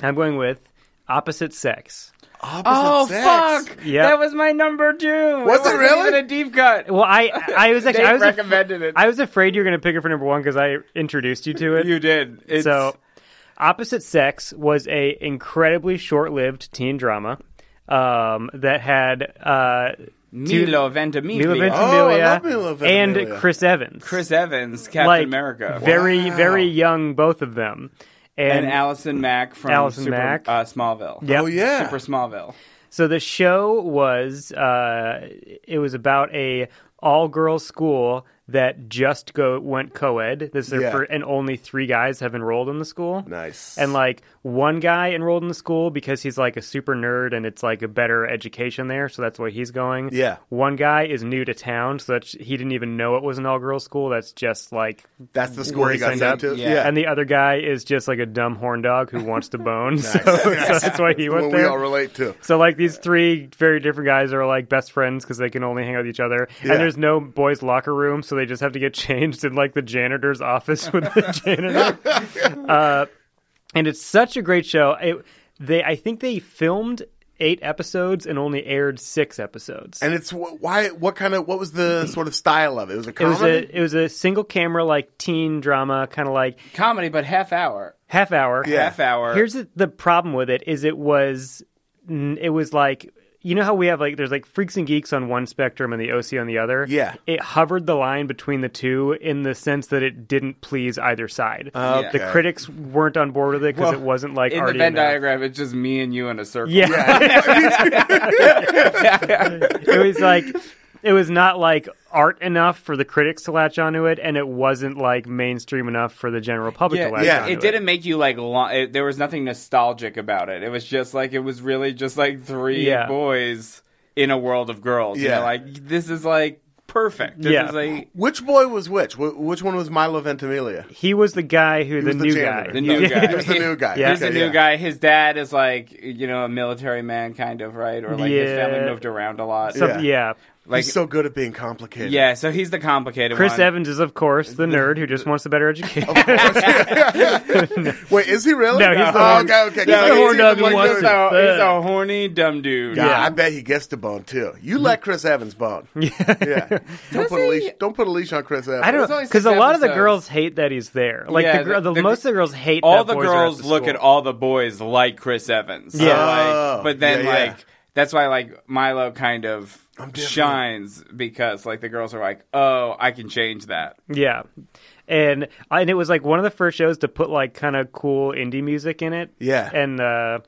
C: I'm going with opposite sex.
B: Opposite
D: Oh
B: sex.
D: fuck!
C: Yeah.
D: That was my number two.
B: Was it
D: wasn't
B: really?
D: even a deep cut?
C: Well, I I was actually
D: Nate
C: I was af-
D: recommended it.
C: I was afraid you were going to pick it for number one because I introduced you to it.
D: You did. It's,
C: So, Opposite Sex was a incredibly short-lived teen drama um, that had uh, two-
D: Milo Ventimiglia, Oh,
C: Mila
B: Oh, I
C: Ventimiglia,
B: love Mila Ventimiglia.
C: and Chris Evans.
D: Chris Evans, Captain
C: like
D: America,
C: very
B: Wow.
C: very young, both of them. And,
D: and Allison Mack from
C: Allison
D: Super,
C: Mack.
D: Uh, Smallville.
C: Yep.
B: Oh yeah.
D: Super Smallville.
C: so the show was uh, it was about a all-girls school that just go went co-ed. This is their
B: Yeah.
C: fir- and only three guys have enrolled in the school.
B: Nice.
C: And like one guy enrolled in the school because he's like a super nerd and it's like a better education there, so that's why he's going.
B: Yeah.
C: One guy is new to town, so that's, he didn't even know it was an all girls school. That's just like
B: That's the school
C: where
B: he
C: he
B: got
C: signed
B: sent to.
C: up.
D: Yeah.
C: and the other guy is just like a dumb horn dog who wants to bone. so, so that's why he
B: The
C: went
B: one we
C: there.
B: all relate to.
C: so like these three very different guys are like best friends because they can only hang out with each other,
B: Yeah.
C: and there's no boys' locker room, so they just have to get changed in like the janitor's office with the janitor. uh, and it's such a great show. It, they, I think they filmed eight episodes and only aired six episodes.
B: And it's wh- why? What kind of? What was the sort of style of it? It was a
C: it was
B: comedy.
C: a it was a single camera like teen drama kind of like
D: Comedy, but half hour.
C: half hour
B: Yeah.
D: Half hour.
C: Here's the, the problem with it is it was n- it was like you know how we have like there's like freaks and geeks on one spectrum and the OC on the other.
B: Yeah.
C: it hovered the line between the two in the sense that it didn't please either side.
B: Okay.
C: The critics weren't on board with it because
D: Oh, Well,
C: it wasn't like
D: in the
C: already
D: Venn
C: enough.
D: diagram, it's just me and you in a circle.
C: Yeah, it was like it was not like art enough for the critics to latch onto it, and it wasn't like mainstream enough for the general public
D: Yeah,
C: to latch
B: yeah.
C: onto
D: it didn't make you like. Lo- it, there was nothing nostalgic about it. It was just like it was really just like three
C: Yeah.
D: boys in a world of girls. You
B: Yeah.
D: know, like this is like perfect. This
C: Yeah.
D: is like
B: which boy was which? Wh- which one was Milo Ventimiglia?
C: He was the guy who the
B: was the
C: new
B: janitor.
C: guy.
D: the new
B: Yeah.
D: guy.
B: He was the new guy.
C: Yeah.
D: He's
B: Okay,
D: the new
B: yeah.
D: guy. His dad is like you know a military man, kind of right, or like his
C: Yeah.
D: family moved around a lot.
C: Some-
B: Yeah.
C: yeah.
D: Like
B: He's so good at being complicated.
D: yeah, so he's the complicated
C: Chris
D: one.
C: Evans is, of course, the nerd who just wants a better education.
B: Wait, is he really?
C: No, he's the
B: oh,
C: horn-
B: okay, okay.
C: he's the
B: He's
C: horn
B: the
C: dog who
B: one
C: wants
B: doing-
D: He's a,
C: Yeah.
D: he's a horny dumb dude.
B: God,
C: Yeah.
B: I bet he gets to bone too. You let Chris Evans bone. Mm-hmm. Yeah, Don't
D: Does
B: put a
D: he?
B: leash. Don't put a leash on Chris Evans.
C: I don't
D: There's
C: know
D: only
C: because a
D: six
C: lot of the
D: episodes.
C: girls hate that he's there. Like
D: Yeah,
C: the, gr- the,
D: the-
C: most of the girls hate.
D: all
C: that
D: the
C: boys are at
D: girls
C: the
D: look
C: school.
D: at all the boys like Chris Evans. So,
C: Yeah.
D: like-
B: Oh,
D: but
B: yeah,
D: then
B: yeah.
D: like that's why like Milo kind of
B: different.
D: shines because like the girls are like, oh, I can change that.
C: Yeah, and and it was like one of the first shows to put like kind of cool indie music in it.
B: Yeah.
C: and uh,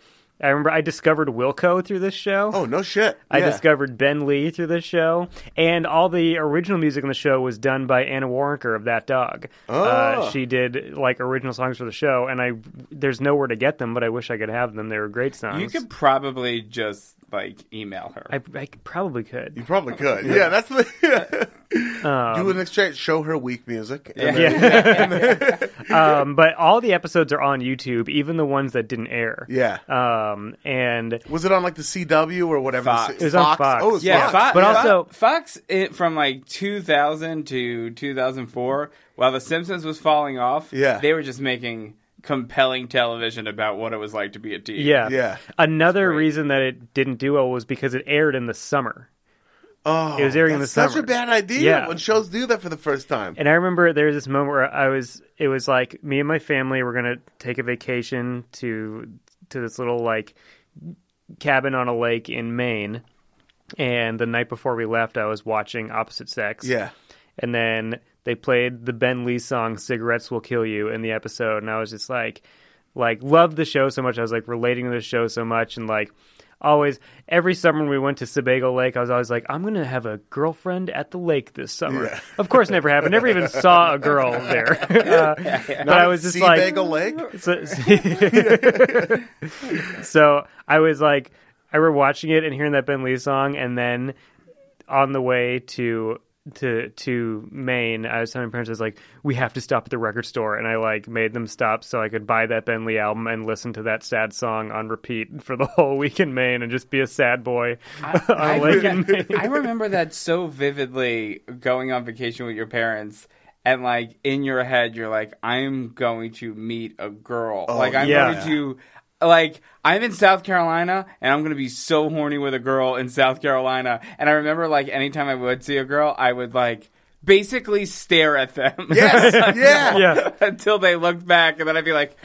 C: I remember I discovered Wilco through this show.
B: Oh no shit.
C: I
B: Yeah.
C: discovered Ben Lee through this show, and all the original music in the show was done by Anna Warrenker of That Dog.
B: Oh.
C: Uh, she did like original songs for the show, and I there's nowhere to get them, but I wish I could have them. They were great songs.
D: You could probably just like email her.
C: I, I probably could.
B: You probably could. Yeah, that's the. Do an exchange. Show her weak music. and then-
C: um, but all the episodes are on YouTube, even the ones that didn't air.
B: yeah.
C: Um, and
B: Was it on like the CW or whatever?
D: Fox.
B: The-
D: It
C: was on Fox.
B: Oh, it was
D: yeah,
B: Fox.
D: Fox,
C: But
D: Fo-
C: also-
D: Fox it, from like 2000 to 2004, while The Simpsons was falling off,
B: Yeah.
D: they were just making compelling television about what it was like to be a teen.
C: yeah,
B: Yeah.
C: Another reason that it didn't do well was because it aired in the summer.
B: Oh,
C: It was airing in
B: that's
C: the
B: such
C: summer.
B: a bad idea
C: Yeah.
B: when shows do that for the first time.
C: And I remember there was this moment where I was, it was like me and my family were going to take a vacation to, to this little like cabin on a lake in Maine. And the night before we left, I was watching Opposite Sex.
B: yeah.
C: And then they played the Ben Lee song "Cigarettes Will Kill You" in the episode, and I was just like, like loved the show so much. I was like relating to the show so much, and like always every summer when we went to Sebago Lake, I was always like, I'm gonna have a girlfriend at the lake this summer.
B: Yeah.
C: Of course, never happened. Never even saw a girl there. Uh, But I was just
B: Sea
C: like,
B: Bagel Lake.
C: so, so I was like, I were watching it and hearing that Ben Lee song, and then on the way to to to Maine, I was telling my parents, I was like, we have to stop at the record store, and I like made them stop so I could buy that Ben Lee album and listen to that sad song on repeat for the whole week in Maine and just be a sad boy on a lake in Maine.
D: I remember that so vividly going on vacation with your parents and like in your head you're like I'm going to meet a girl. like I'm
C: yeah.
D: going to like I'm in South Carolina and I'm going to be so horny with a girl in South Carolina and I remember like anytime I would see a girl I would like basically stare at them.
B: Yes. Yeah.
C: yeah.
D: Until they looked back, and then I'd be like,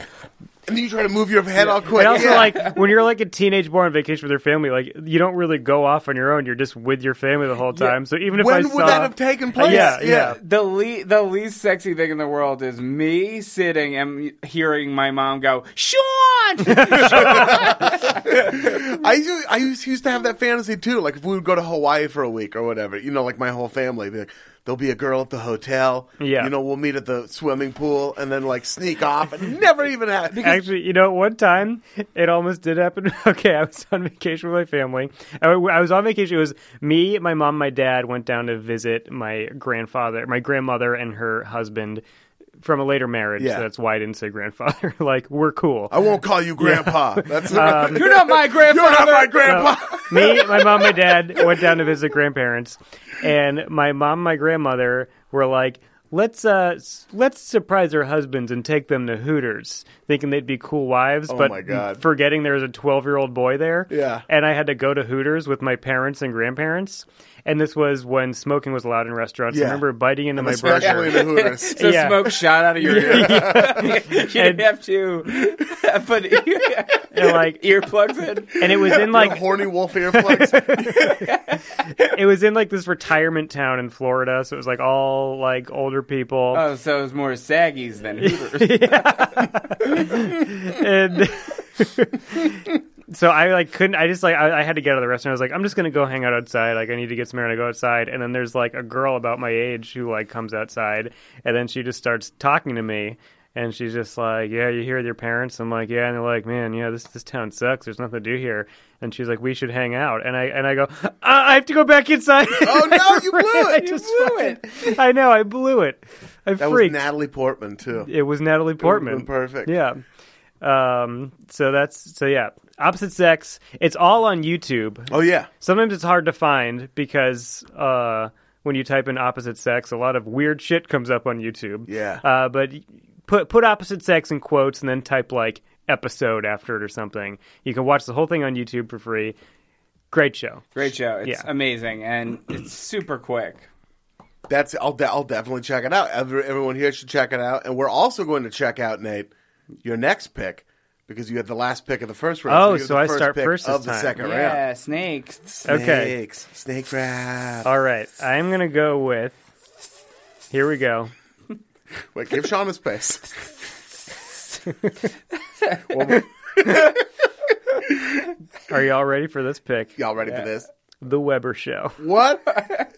B: And then you try to move your head all quick.
C: And also,
B: Yeah.
C: like when you're like a teenage boy on vacation with your family, like you don't really go off on your own. You're just with your family the whole time. So even if I
B: when
C: saw,
B: would that have taken place?
C: yeah, yeah.
D: the le- the least sexy thing in the world is me sitting and hearing my mom go, Sean!
B: I used, I used, used to have that fantasy too. Like if we would go to Hawaii for a week or whatever, you know, like my whole family, be like, there'll be a girl at the hotel.
C: Yeah.
B: You know, we'll meet at the swimming pool and then like sneak off and never even have.
C: Actually, you know, one time it almost did happen. Okay, I was on vacation with my family. I, w- I was on vacation. It was me, my mom, my dad went down to visit my grandfather, my grandmother, and her husband from a later marriage.
B: Yeah.
C: So that's why I didn't say grandfather. like, we're cool.
B: I won't call you grandpa. That's
C: Um,
D: You're not my grandfather.
B: You're not my grandpa.
C: me, my mom, my dad went down to visit grandparents, and my mom, and my grandmother were like, "Let's uh, s- let's surprise our husbands and take them to Hooters, thinking they'd be cool wives, but
B: Oh my God.
C: forgetting there was a twelve year old boy there."
B: Yeah.
C: and I had to go to Hooters with my parents and grandparents, and this was when smoking was allowed in restaurants.
B: Yeah.
C: I remember biting into my burger.
B: Especially the Hooters.
D: So
C: Yeah.
D: smoke shot out of your ear. you didn't
C: And-
D: have to put
C: And like,
D: earplugs in.
C: and it was in like
B: Like horny wolf earplugs.
C: it was in like this retirement town in Florida, so it was like all like older people.
D: Oh, so it was more saggies than Hooters.
C: and so I like couldn't. I just like I, I had to get out of the restaurant. I was like, I'm just gonna go hang out outside. Like I need to get some air and I go outside. And then there's like a girl about my age who like comes outside, and then she just starts talking to me. And she's just like, "Yeah, you here with your parents?" I'm like, "Yeah," and they're like, "Man, yeah, this this town sucks. There's nothing to do here." And she's like, "We should hang out." And I and I go, uh, "I have to go back inside."
B: Oh, no, you blew
C: I
B: it. You
C: just
D: blew it.
C: fucking- I know, I blew it. I
B: That was
C: freaked.
B: Natalie Portman too.
C: it was Natalie Portman.
B: Perfect.
C: Yeah. Um, so that's so yeah. Opposite sex. It's all on YouTube.
B: Oh yeah.
C: Sometimes it's hard to find because uh, when you type in opposite sex, a lot of weird shit comes up on YouTube.
B: Yeah.
C: Uh, but put put opposite sex in quotes and then type like episode after it or something. You can watch the whole thing on YouTube for free. Great show.
D: Great show. It's
C: Yeah.
D: amazing and it's super quick.
B: That's I'll de- I'll definitely check it out. Every, everyone here should check it out, and we're also going to check out Nate your next pick because you had the last pick of the first round.
C: Oh,
B: you get
C: so
B: the
C: I
B: first
C: start
B: pick
C: first this
B: of the
C: time.
B: second round.
D: Yeah, snakes.
C: Okay. Oh.
B: Snakes, snake round.
C: All right. I'm gonna go with. Here we go.
B: Wait, give Sean his space.
C: Are y'all ready for this pick?
B: Y'all ready for this?
C: The Weber Show.
B: What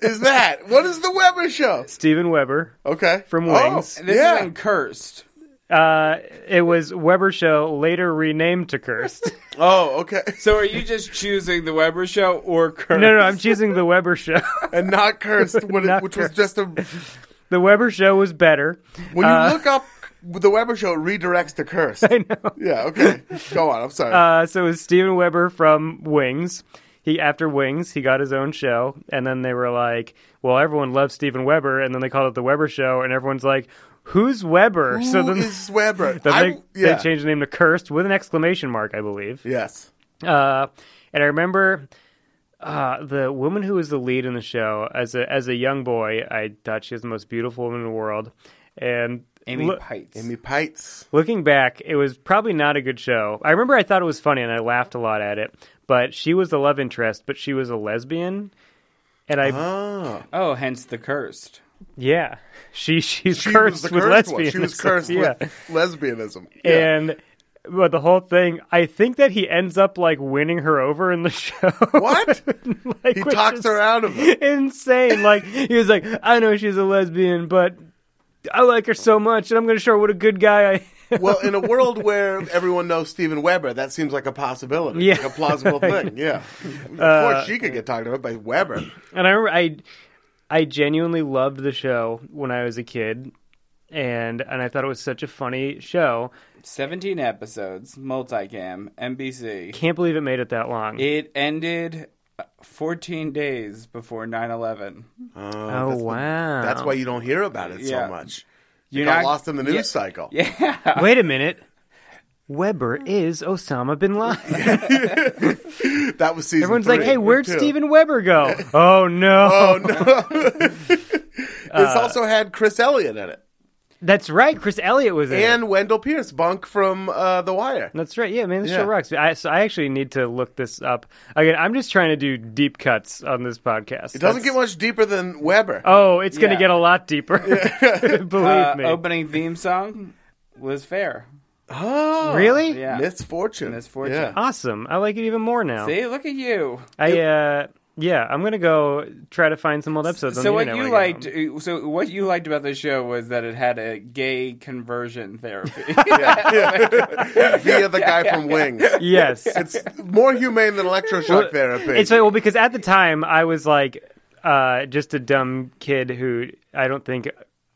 B: is that? What is the Weber show?
C: Steven Weber.
B: Okay,
C: From
B: Oh,
C: Wings.
D: This
B: yeah.
D: is uncursed.
C: Uh, it was Weber Show, later renamed to Cursed.
B: oh, okay,
D: So are you just choosing the Weber show or cursed?
C: no, no, I'm choosing the Weber Show.
B: and not cursed, when it,
C: Not
B: which
C: cursed.
B: was just a.
C: The Weber Show was better.
B: When you look up the Weber show, it redirects to cursed.
C: Uh. I know.
B: Yeah, okay, go on. I'm sorry.
C: Uh, so it was Steven Weber from Wings. He after Wings, he got his own show, and then they were like, "Well, everyone loves Steven Weber," and then they called it the Weber Show, and everyone's like, "Who's Weber?" so
B: Who
C: then,
B: is Weber?
C: then
B: I-
C: they, they changed the name to Cursed with an exclamation mark, I believe.
B: Yes.
C: Uh, and I remember uh, the woman who was the lead in the show as a as a young boy. I thought she was the most beautiful woman in the world. And
D: Amy
C: loo-
D: Pites.
B: Amy Pites.
C: looking back, it was probably not a good show. I remember I thought it was funny and I laughed a lot at it. But she was the love interest, but she was a lesbian. And I,
B: Oh.
D: Oh, hence the cursed.
C: yeah, she she's
B: She was
C: cursed
B: the
C: with
B: cursed
C: lesbian.
B: one. She was cursed
C: yeah.
B: with lesbianism. Yeah.
C: And but the whole thing, I think that he ends up like winning her over in the show.
B: What?
C: like,
B: he
C: which
B: talks
C: is-
B: her out of it.
C: insane. Like he was like, I know she's a lesbian, but I like her so much, and I'm going to show her what a good guy I. am.
B: Well, in a world where everyone knows Steven Weber, that seems like a possibility.
C: Yeah. Uh,
B: Like a plausible thing. Yeah. Of course, she could get talked about by Weber.
C: And I remember I, I genuinely loved the show when I was a kid, and and I thought it was such a funny show.
D: 17 episodes, multicam, NBC.
C: Can't believe it made it that long.
D: It ended uh, 14 days before 9 11.
C: oh wow!
B: Uh, That's why you don't hear about it
D: Yeah.
B: so much.
D: You
B: You got lost in the news cycle.
C: Wait a minute. Weber is Osama bin Laden.
B: That was season
C: Everyone's
B: three.
C: like, "Hey, where'd
B: Two.
C: Steven Weber go?" oh no!
B: Oh, no.
C: Uh,
B: it's also had Chris Elliott in it
C: That's right. Chris Elliott was in. it.
B: and Wendell Pierce, Bunk from uh, The Wire.
C: That's right. Yeah, man, this
B: Yeah.
C: show rocks. I, so I actually need to look this up again. I'm just trying to do deep cuts on this podcast.
B: It doesn't get much deeper than Weber.
C: Oh, it's going to
D: Yeah.
C: get a lot deeper. Believe
D: Uh,
C: me.
D: opening theme song was fair.
B: Oh,
C: really?
D: Yeah.
B: Misfortune.
D: Misfortune.
B: Yeah.
C: Awesome. I like it even more now.
D: See, look at you.
C: I uh, yeah, I'm gonna go try to find some old episodes. on
D: So
C: the
D: what
C: internet
D: you
C: when I get
D: liked? uh,
C: home.
D: So what you liked about this show was that it had a gay conversion therapy.
B: via the guy from Wings.
C: Yes,
B: It's more humane than electroshock
C: Well,
B: therapy.
C: It's like, well because at the time I was like uh, just a dumb kid who I don't think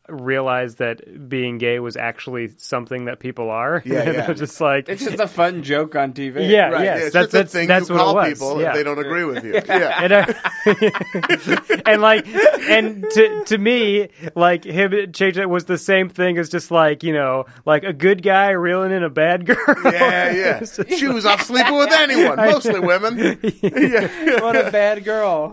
C: realized that being gay was actually something that people are.
B: Yeah,
C: And
B: yeah.
C: I was just like
D: it's just a fun joke on TV.
C: Yeah,
B: Right,
C: yes,
B: yeah, it's
C: that's-
B: just a
C: that's-
B: thing
C: that's
B: you
C: what it
B: call
C: was,
B: people
C: yeah.
B: if they don't agree with you. Yeah.
C: and, I- and like and to to me like him changing it was the same thing as just like you know like a good guy reeling in a bad girl
B: Yeah, yeah. She was off sleeping with anyone, mostly women. Yeah.
D: what a bad girl.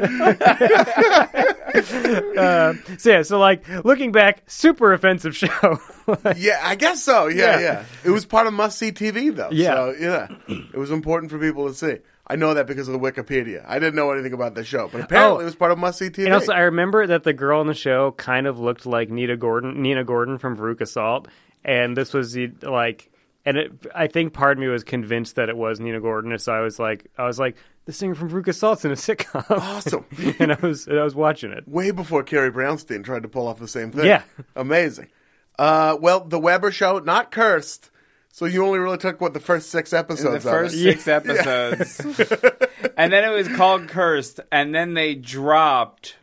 C: Uh, so yeah so like looking back super offensive show
B: Yeah, I guess so. Yeah, yeah.
C: Yeah.
B: It was part of must see TV though.
C: Yeah.
B: So yeah. It was important for people to see. I know that because of the Wikipedia. I didn't know anything about the show, but apparently
C: Oh.
B: it was part of must see TV.
C: And also, I remember that the girl on the show kind of looked like Nita Gordon, Nina Gordon from Veruca Salt, and this was the like, and it, I think part of me was convinced that it was Nina Gordon, and so I was like, I was like, the singer from Veruca Salt's in a sitcom,
B: Awesome.
C: and I was and I was watching it.
B: Way before Carrie Brownstein tried to pull off the same thing.
C: Yeah.
B: Amazing. Uh, well, the Weber show, not cursed. So you only really took what the first six
D: the
B: episodes
D: first
B: of it.
D: six episodes, and then it was called Cursed, and then they dropped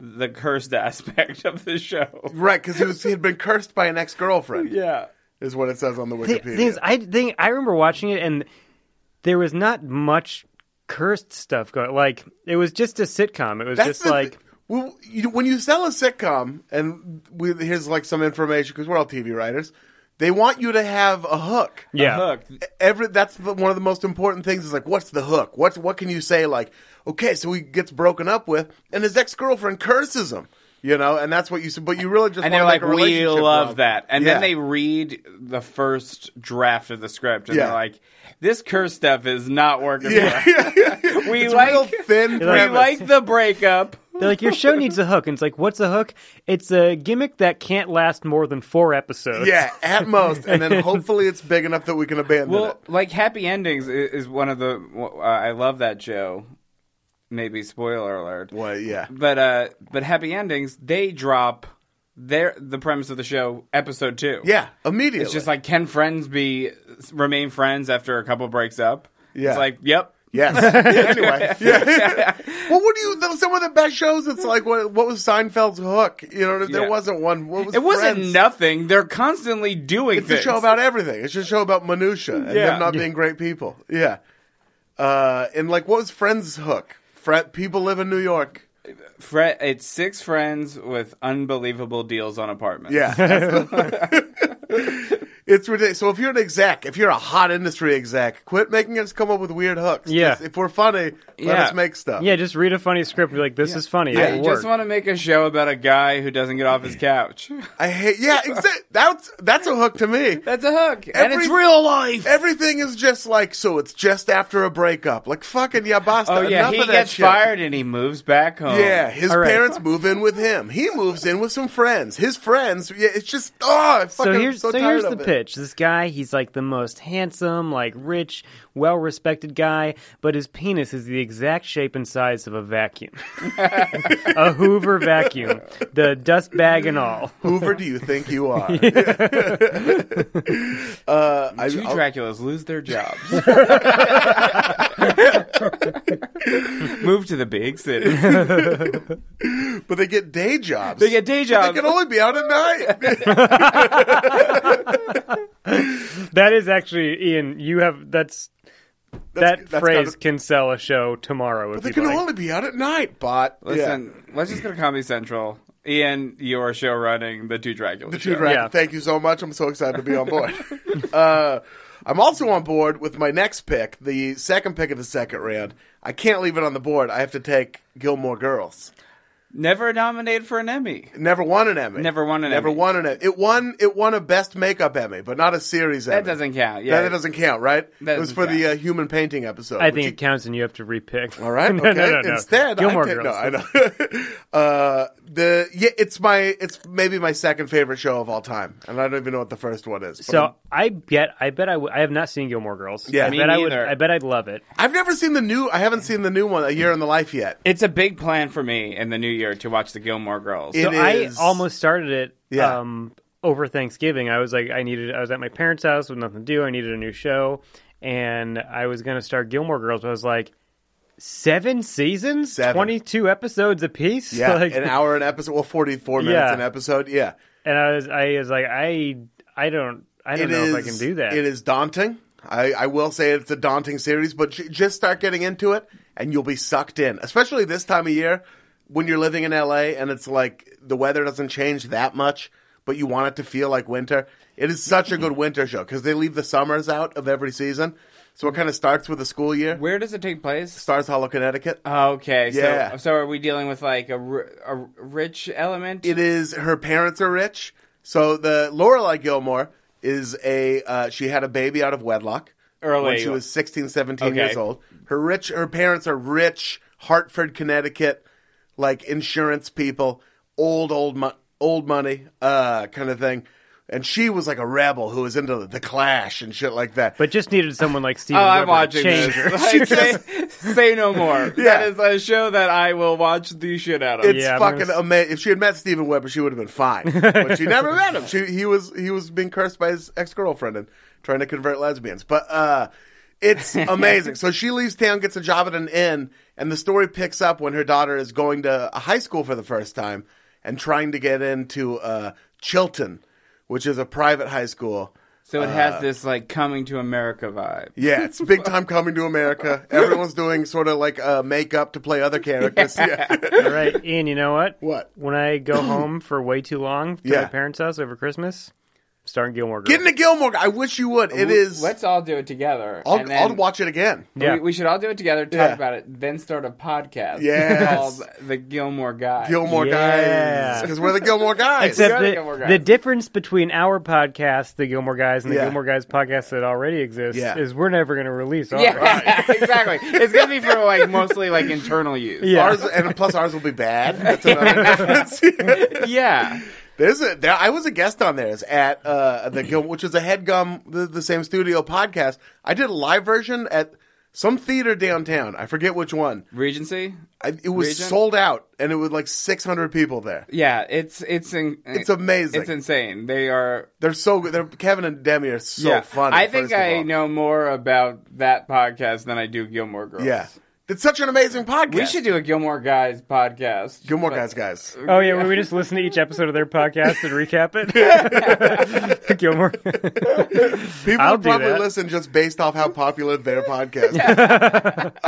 D: the cursed aspect of the show.
B: Right, because he was he had been cursed by an ex girlfriend.
D: Yeah.
B: Is what it says on the
C: Thi-
B: Wikipedia.
C: Things I think I remember watching it, and there was not much cursed stuff going. Like it was just a sitcom. It was just
B: the-
C: like.
B: well, you, when you sell a sitcom, and we, here's like some information because we're all TV writers. They want you to have a hook.
C: Yeah.
D: Hook.
B: Every that's the, one of the most important things is like, what's the hook? What's what can you say? Like, okay, so he gets broken up with, and his ex girlfriend curses him. You know, and that's what you said. But you really just
D: And
B: wanna
D: they're
B: make
D: like,
B: a
D: we
B: relationship
D: love
B: love."
D: that. And
B: Yeah.
D: then they read the first draft of the script, and
B: Yeah.
D: they're like, this curse stuff is not working. for
B: Yeah,
D: us.
B: yeah, yeah.
D: We
B: It's
D: like,
B: real thin.
D: we
B: premise.
D: like the breakup.
C: They're like, your show needs a hook. And it's like, what's a hook? It's a gimmick that can't last more than four episodes.
B: yeah, at most, and then hopefully it's big enough that we can abandon
D: Well,
B: it.
D: like Happy Endings i- is one of the. Uh, I love that show. Maybe spoiler alert.
B: Well, yeah,
D: But uh, but Happy Endings they drop their the premise of the show episode two.
B: yeah, immediately.
D: it's just like can friends be remain friends after a couple breaks up?
B: Yeah.
D: it's like yep.
B: Yes. anyway. Yeah. well, what do you? those- Some of the best shows. It's like what? What was Seinfeld's hook? You know, there
D: Yeah.
B: wasn't one. What was
D: It wasn't
B: Friends?
D: nothing. They're constantly doing
B: It's
D: things.
B: a show about everything. It's a show about minutia and
D: Yeah.
B: them not being great people. Yeah. Uh, and like, what was Friends' hook? Fre- people live in New York.
D: Fre- it's six friends with unbelievable deals on apartments.
B: Yeah. it's ridiculous. So if you're an exec, if you're a hot industry exec, quit making us come up with weird hooks.
C: Yeah.
B: Just- If we're funny, let
D: Yeah.
B: us make stuff.
C: Yeah, just read a funny script. and Be like, this is funny.
D: I
C: It will
D: just
C: work.
D: want to make a show about a guy who doesn't get off his couch.
B: I hate. Yeah. Exa- that's that's a hook to me.
D: That's a hook, and
B: Every-
D: it's real life.
B: Everything is just like so. It's just after a breakup. Like fucking yeah, basta.
D: Oh yeah,
B: enough
D: he
B: of that
D: gets
B: shit.
D: fired and he moves back home.
B: Yeah, his
C: Oh, All right.
B: parents move in with him. He moves in with some friends. His friends. Yeah, it's just oh, I
C: So
B: fucking
C: here's
B: so,
C: so,
B: tired
C: here's the
B: of it.
C: pitch. This guy, he's like the most handsome, like rich, well respected guy, but his penis is the exact shape and size of a vacuum, a Hoover vacuum, the dust bag and all.
B: Hoover, do you think you are? uh, I,
D: two
B: I'll-
D: Draculas lose their jobs. Move to the big city.
B: but they get day jobs.
D: They get day
B: They
D: jobs.
B: can only be out at night.
C: That is actually Ian. You have
B: That's-
C: that's. that
B: that's
C: phrase
B: gotta-
C: can sell a show tomorrow. If
B: they
C: you
B: can
C: like.
B: only be out at night. But
D: Listen, let's just go to Comedy Central. Ian, your show running the two Draculas.
B: The
D: show.
B: Two Dragon.
C: Yeah.
B: Thank you so much. I'm so excited to be on board. uh, I'm also on board with my next pick, the second pick of the second round. I can't leave it on the board. I have to take Gilmore Girls.
D: Never nominated for an Emmy.
B: Never won an Emmy.
D: Never won an
B: Never
D: Emmy.
B: won an Emmy. It won. It won a Best Makeup Emmy, but not a series Emmy.
D: That doesn't count.
B: That,
D: Yeah,
B: that doesn't count, right?
D: That
B: it was
D: doesn't
B: for the uh,
D: count.
B: human painting episode.
C: I
B: which
C: think
B: you-
C: it counts, and you have to repick.
B: All right.
C: no,
B: Okay.
C: no, no, no.
B: Instead, I
C: Gilmore
B: pick-
C: Girls.
B: No, I know. uh, the yeah, it's my it's maybe my second favorite show of all time, and I don't even know what the first one is. but I'm-
C: So I bet I bet I, w- I have not seen Gilmore Girls.
B: Yeah.
C: I
B: Me
C: bet I would.
D: neither.
C: I bet I'd love it.
B: I've never seen the new. I haven't seen the new one, A Year in the Life, yet.
D: It's a big plan for me in the new year to watch the Gilmore Girls.
B: It
C: So I
B: is-
C: almost started it.
B: Yeah.
C: Um, over Thanksgiving, I was like, I needed. I was at my parents' house with nothing to do. I needed a new show, and I was going to start Gilmore Girls. But I was like, seven seasons,
B: Seven.
C: twenty-two episodes apiece.
B: Yeah,
C: Like-
B: an hour an episode. Well, forty-four minutes
C: Yeah.
B: an episode. Yeah,
C: And I was, I was like, I, I don't, I don't
B: It
C: know
B: is-
C: if I can do that.
B: It is daunting. I, I will say it's a daunting series, but j- just start getting into it, and you'll be sucked in. Especially this time of year when you're living in LA, and it's like the weather doesn't change that much, but you want it to feel like winter. It is such a good winter show because they leave the summers out of every season, so it kind of starts with the school year.
D: Where does it take place?
B: Starts Hollow, Connecticut.
D: Okay,
B: Yeah.
D: so so are we dealing with like a, r- a rich element?
B: It is her parents are rich. So the Lorelai Gilmore is a uh, she had a baby out of wedlock
D: Early.
B: when she was 16, 17
D: Okay.
B: years old. Her rich her parents are rich Hartford, Connecticut, like insurance people, old old mo- old money uh, kind of thing. And she was like a rebel who was into the, the Clash and shit like that.
C: but just needed someone like Steven
D: Oh,
C: Weber
D: I'm watching
C: to change
D: this.
C: her.
D: Like, say, say no more.
B: Yeah.
D: That is a show that I will watch the shit out of.
B: It's
C: Yeah, I'm gonna
B: fucking
C: s-
B: amazing. If she had met Steven Weber, she would have been fine. but she never met him. She he was he was being cursed by his ex girlfriend and trying to convert lesbians. But uh, it's amazing. so she leaves town, gets a job at an inn, and the story picks up when her daughter is going to a high school for the first time and trying to get into uh, Chilton, which is a private high school.
D: so it
B: uh,
D: has this like coming to America vibe.
B: Yeah, it's big time coming to America. Everyone's doing sort of like uh, makeup to play other characters. Yeah.
C: All right, Ian, you know what?
B: What?
C: When I go home for way too long to
B: Yeah.
C: my parents' house over Christmas, starting Gilmore Girls.
B: Get into Gilmore. I wish you would. It is.
D: Let's all do it together.
B: I'll,
D: and then
B: I'll watch it again.
C: Yeah.
D: We, we should all do it together, talk
B: Yeah.
D: about it, then start a podcast
B: Yes.
D: called The Gilmore Guy.
B: Gilmore
C: Yeah.
B: Guys, because we're the Gilmore Guys.
C: Except
D: We are the Gilmore
C: the,
D: Guys.
C: the difference between our podcast, the Gilmore Guys, and the
B: Yeah.
C: Gilmore Guys podcast that already exists
B: Yeah.
C: is we're never going to release. All
D: Yeah,
C: right.
D: exactly. It's gonna be for like mostly like internal use.
C: Yeah.
B: ours, and plus ours will be bad. That's another difference.
D: yeah.
B: There's a there, I was a guest on theirs at uh, the Gil- which is a headgum the, the same studio podcast. I did a live version at some theater downtown. I forget which one.
D: Regency.
B: I, it was
D: Regent?
B: sold out, and it was like 600 people there.
D: Yeah, it's it's in, uh,
B: It's amazing.
D: It's insane. They are
B: They're so good. They're, Kevin and Demi are so
D: yeah.
B: funny.
D: I think
B: first of
D: I
B: all.
D: know more about that podcast than I do Gilmore Girls.
B: Yeah, it's such an amazing podcast.
D: we should do a Gilmore Guys podcast.
B: Gilmore Guys, guys.
C: Oh yeah, where we just listen to each episode of their podcast and recap it. Gilmore.
B: People
C: I'll
B: would
C: do
B: probably
C: that.
B: listen just based off how popular their podcast. is.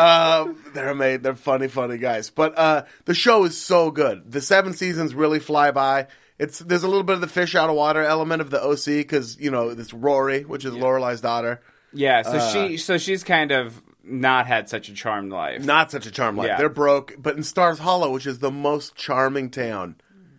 B: um, they're amazing. They're funny, funny guys. But uh, the show is so good. The seven seasons really fly by. It's there's a little bit of the fish out of water element of the OC because you know it's Rory, which is Lorelai's daughter.
D: Yeah, so
B: Uh,
D: she so she's kind of not had such a charmed life.
B: Not such a charm life.
D: Yeah.
B: They're broke, but in Stars Hollow, which is the most charming town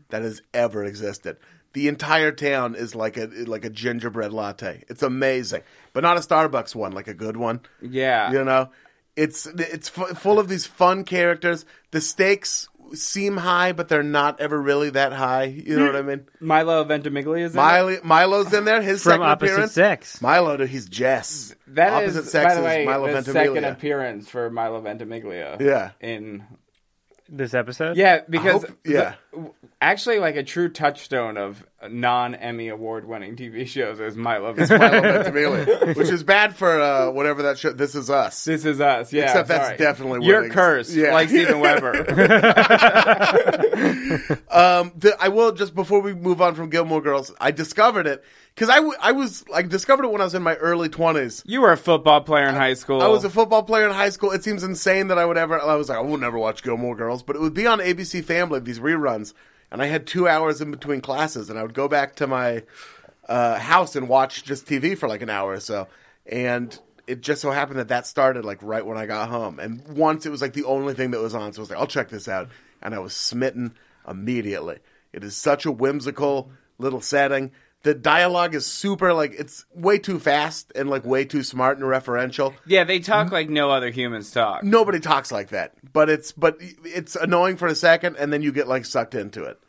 B: that has ever existed. The entire town is like a like a gingerbread latte. It's amazing, but not a Starbucks one, like a good one.
D: Yeah.
B: you know, it's it's f- full of these fun characters. The stakes seem high, but they're not ever really that high. You
D: Hmm.
B: know what I mean?
D: Milo Ventimiglia is in it?
B: Milo, Milo's in there. His
C: From
B: second
C: opposite
B: appearance.
C: sex.
B: Milo, dude, he's Jess.
D: That is,
B: opposite sex
D: by the
B: is
D: way,
B: Milo
D: the second
B: Ventimiglia.
D: appearance for Milo Ventimiglia.
B: Yeah.
D: In
C: This episode.
D: yeah, because
B: hope- yeah.
D: the- actually, like a true touchstone of non Emmy award winning TV shows is Milo. Ventimiglia.
B: Milo Ventimiglia, which is bad for uh, whatever that show. This is us.
D: this is us. Yeah,
B: Except
D: I'm
B: that's
D: sorry.
B: definitely
D: you're
B: winning.
D: cursed,
B: Yeah.
D: like Steven Weber.
B: Um, the, I will just before we move on from Gilmore Girls. I discovered it because I, w- I was like discovered it when I was in my early twenties.
D: you were a football player in high school.
B: I was a football player in high school. It seems insane that I would ever. I was like, I will never watch Gilmore Girls, but it would be on ABC Family these reruns, and I had two hours in between classes, and I would go back to my uh, house and watch just TV for like an hour or so, and it just so happened that that started like right when I got home, and once it was like the only thing that was on, so I was like, I'll check this out. and I was smitten immediately. It is such a whimsical little setting. The dialogue is super like it's way too fast and like way too smart and referential.
D: Yeah, they talk like no other humans talk.
B: Nobody talks like that, but it's but it's annoying for a second, and then you get like sucked into it.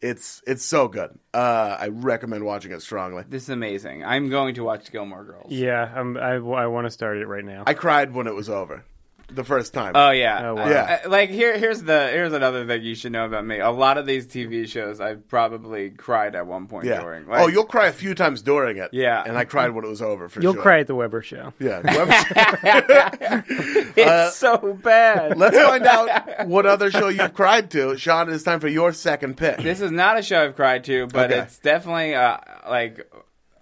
B: It's it's so good. Uh, I recommend watching it strongly.
D: This is amazing. I'm going to watch Gilmore Girls.
C: Yeah, I'm, I, I want to start it right now.
B: I cried when it was over, the first time.
D: Oh yeah,
C: Oh, wow.
B: Yeah.
D: Uh, like here, here's the here's another thing you should know about me. A lot of these TV shows, I've probably cried at one point
B: yeah.
D: during. Like,
B: oh, you'll cry a few times during it.
D: Yeah.
B: and I cried when it was over for
C: You'll
B: sure.
C: cry at the Weber show.
B: Yeah. Well,
D: it's
B: uh,
D: so bad.
B: Let's find out what other show you've cried to, Sean. It's time for your second pick.
D: this is not a show I've cried to, but
B: Okay.
D: it's definitely uh, like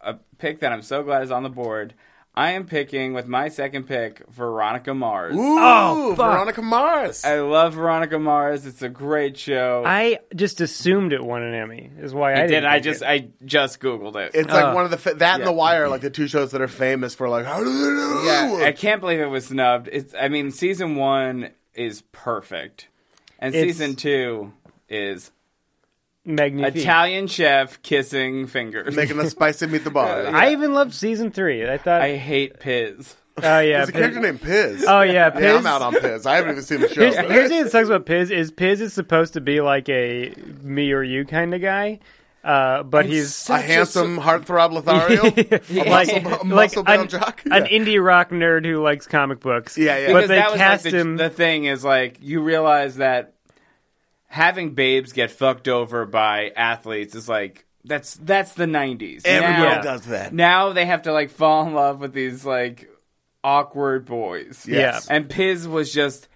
D: a pick that I'm so glad is on the board. I am picking with my second pick Veronica Mars.
B: Ooh,
C: Oh, fuck.
B: Veronica Mars.
D: I love Veronica Mars. It's a great show.
C: I just assumed it won an Emmy. Is why I,
D: I
C: didn't
D: did. I
C: like
D: just
C: it.
D: I just googled it.
B: it's like
C: uh,
B: one of the fa- that and
D: yeah.
B: The Wire, are like the two shows that are famous for like how do they do?
D: Yeah, I can't believe it was snubbed. It's I mean, season one is perfect, and
C: It's-
D: season two is
C: magnificent.
D: Italian chef kissing fingers.
B: making a spicy meatball.
C: I even loved season three. I thought.
D: I hate Piz.
C: Oh yeah.
B: There's a character
C: Piz-
B: named Piz.
C: Oh yeah. Piz.
B: Yeah, I'm out on Piz. I haven't even seen the show.
C: Here's, here's the thing that sucks about Piz is Piz is supposed to be like a me or you kind of guy, uh, but he's
B: a handsome heartthrob Lothario, a
C: like,
B: muscle,
C: like
B: muscle
C: an,
B: bound jock.
C: an indie rock nerd who likes comic books.
B: Yeah, yeah.
C: But
D: Because
C: they
D: that was
C: cast
D: like the,
C: him.
D: the thing is like you realize that having babes get fucked over by athletes is like that's that's the nineties.
B: Everybody
D: now,
B: does that.
D: Now they have to like fall in love with these like awkward boys.
B: Yes.
D: And Piz was just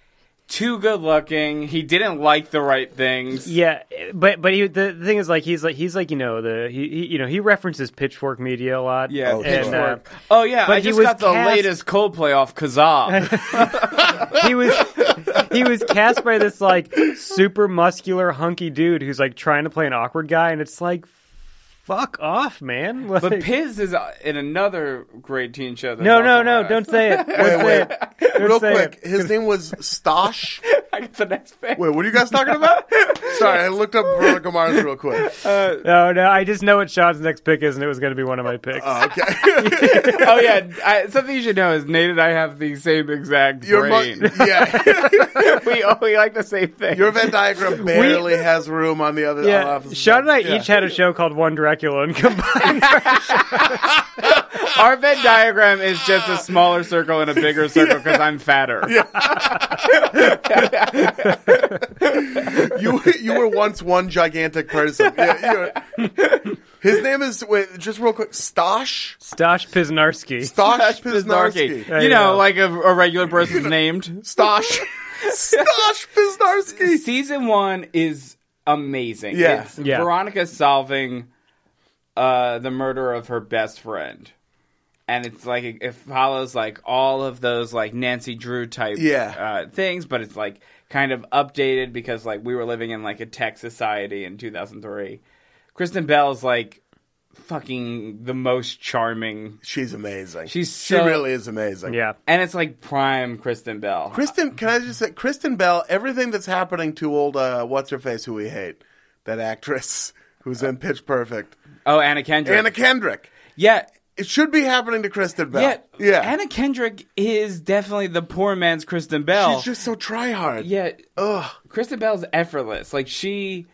D: too good looking. He didn't like the right things.
C: Yeah, but but he, the, the thing is like he's like he's like you know the he, he you know he references Pitchfork Media a lot.
D: Yeah,
B: Oh,
D: Pitchfork.
C: and,
D: oh yeah,
C: but
D: I
C: he
D: just
C: was
D: got the
C: cast-
D: latest Coldplay off Kazaa.
C: uh, he was he was cast by this like super muscular hunky dude who's like trying to play an awkward guy, and it's like, fuck off, man. Like,
D: but Piz is uh, in another great teen show. that's
C: no,
D: off
C: no,
D: the
C: no,
D: rack.
C: don't say it. Don't
B: Wait,
C: say
B: wait.
C: it. Don't
B: Real
C: say
B: quick,
C: it.
B: his name was Stosh.
D: I got the next pick.
B: Wait, what are you guys talking about? Sorry, I looked up Veronica Mars real quick.
C: Uh,
D: Uh,
C: No, no, I just know what Sean's next pick is, and it was going to be one of my picks.
B: Oh, okay.
D: oh yeah, I, something you should know is Nate and I have the same exact
B: Your mo-
D: brain.
B: yeah,
D: we all- we like the same thing.
B: your Venn diagram barely has room on the other. on the
C: yeah,
B: opposite
C: Sean and I
B: side. Yeah.
C: each had a show called One Dracula and combined.
D: Our Venn diagram is just a smaller circle and a bigger circle because I'm fatter.
B: you you were once one gigantic person. Yeah, you were- his name is wait, just real quick. Stosh
C: Stosh Piznarski.
B: Stosh
D: Piznarski.
B: Piznarski.
C: There
D: You
C: you
D: know,
C: go.
D: like a, a regular person's named.
B: Stosh Stosh Piznarski.
D: Season one is amazing.
B: Yeah.
D: It's
C: Yeah.
D: Veronica solving uh, the murder of her best friend. And it's like it, it follows like all of those like Nancy Drew type
B: Yeah.
D: uh, things, but it's like kind of updated because like we were living in like a tech society in 2003. Kristen Bell's like fucking the most charming,
B: She's amazing.
D: She's
B: she
D: so-
B: really is amazing.
C: Yeah.
D: and it's like prime Kristen Bell.
B: Kristen, can I just say, Kristen Bell, everything that's happening to old, uh, what's her face, who we hate, that actress who's in Pitch Perfect,
D: oh, Anna Kendrick.
B: Anna Kendrick.
D: yeah,
B: It should be happening to Kristen Bell.
D: Yeah,
B: yeah.
D: Anna Kendrick is definitely the poor man's Kristen Bell.
B: She's just so try hard.
D: yeah,
B: Ugh.
D: Kristen Bell's effortless. Like she,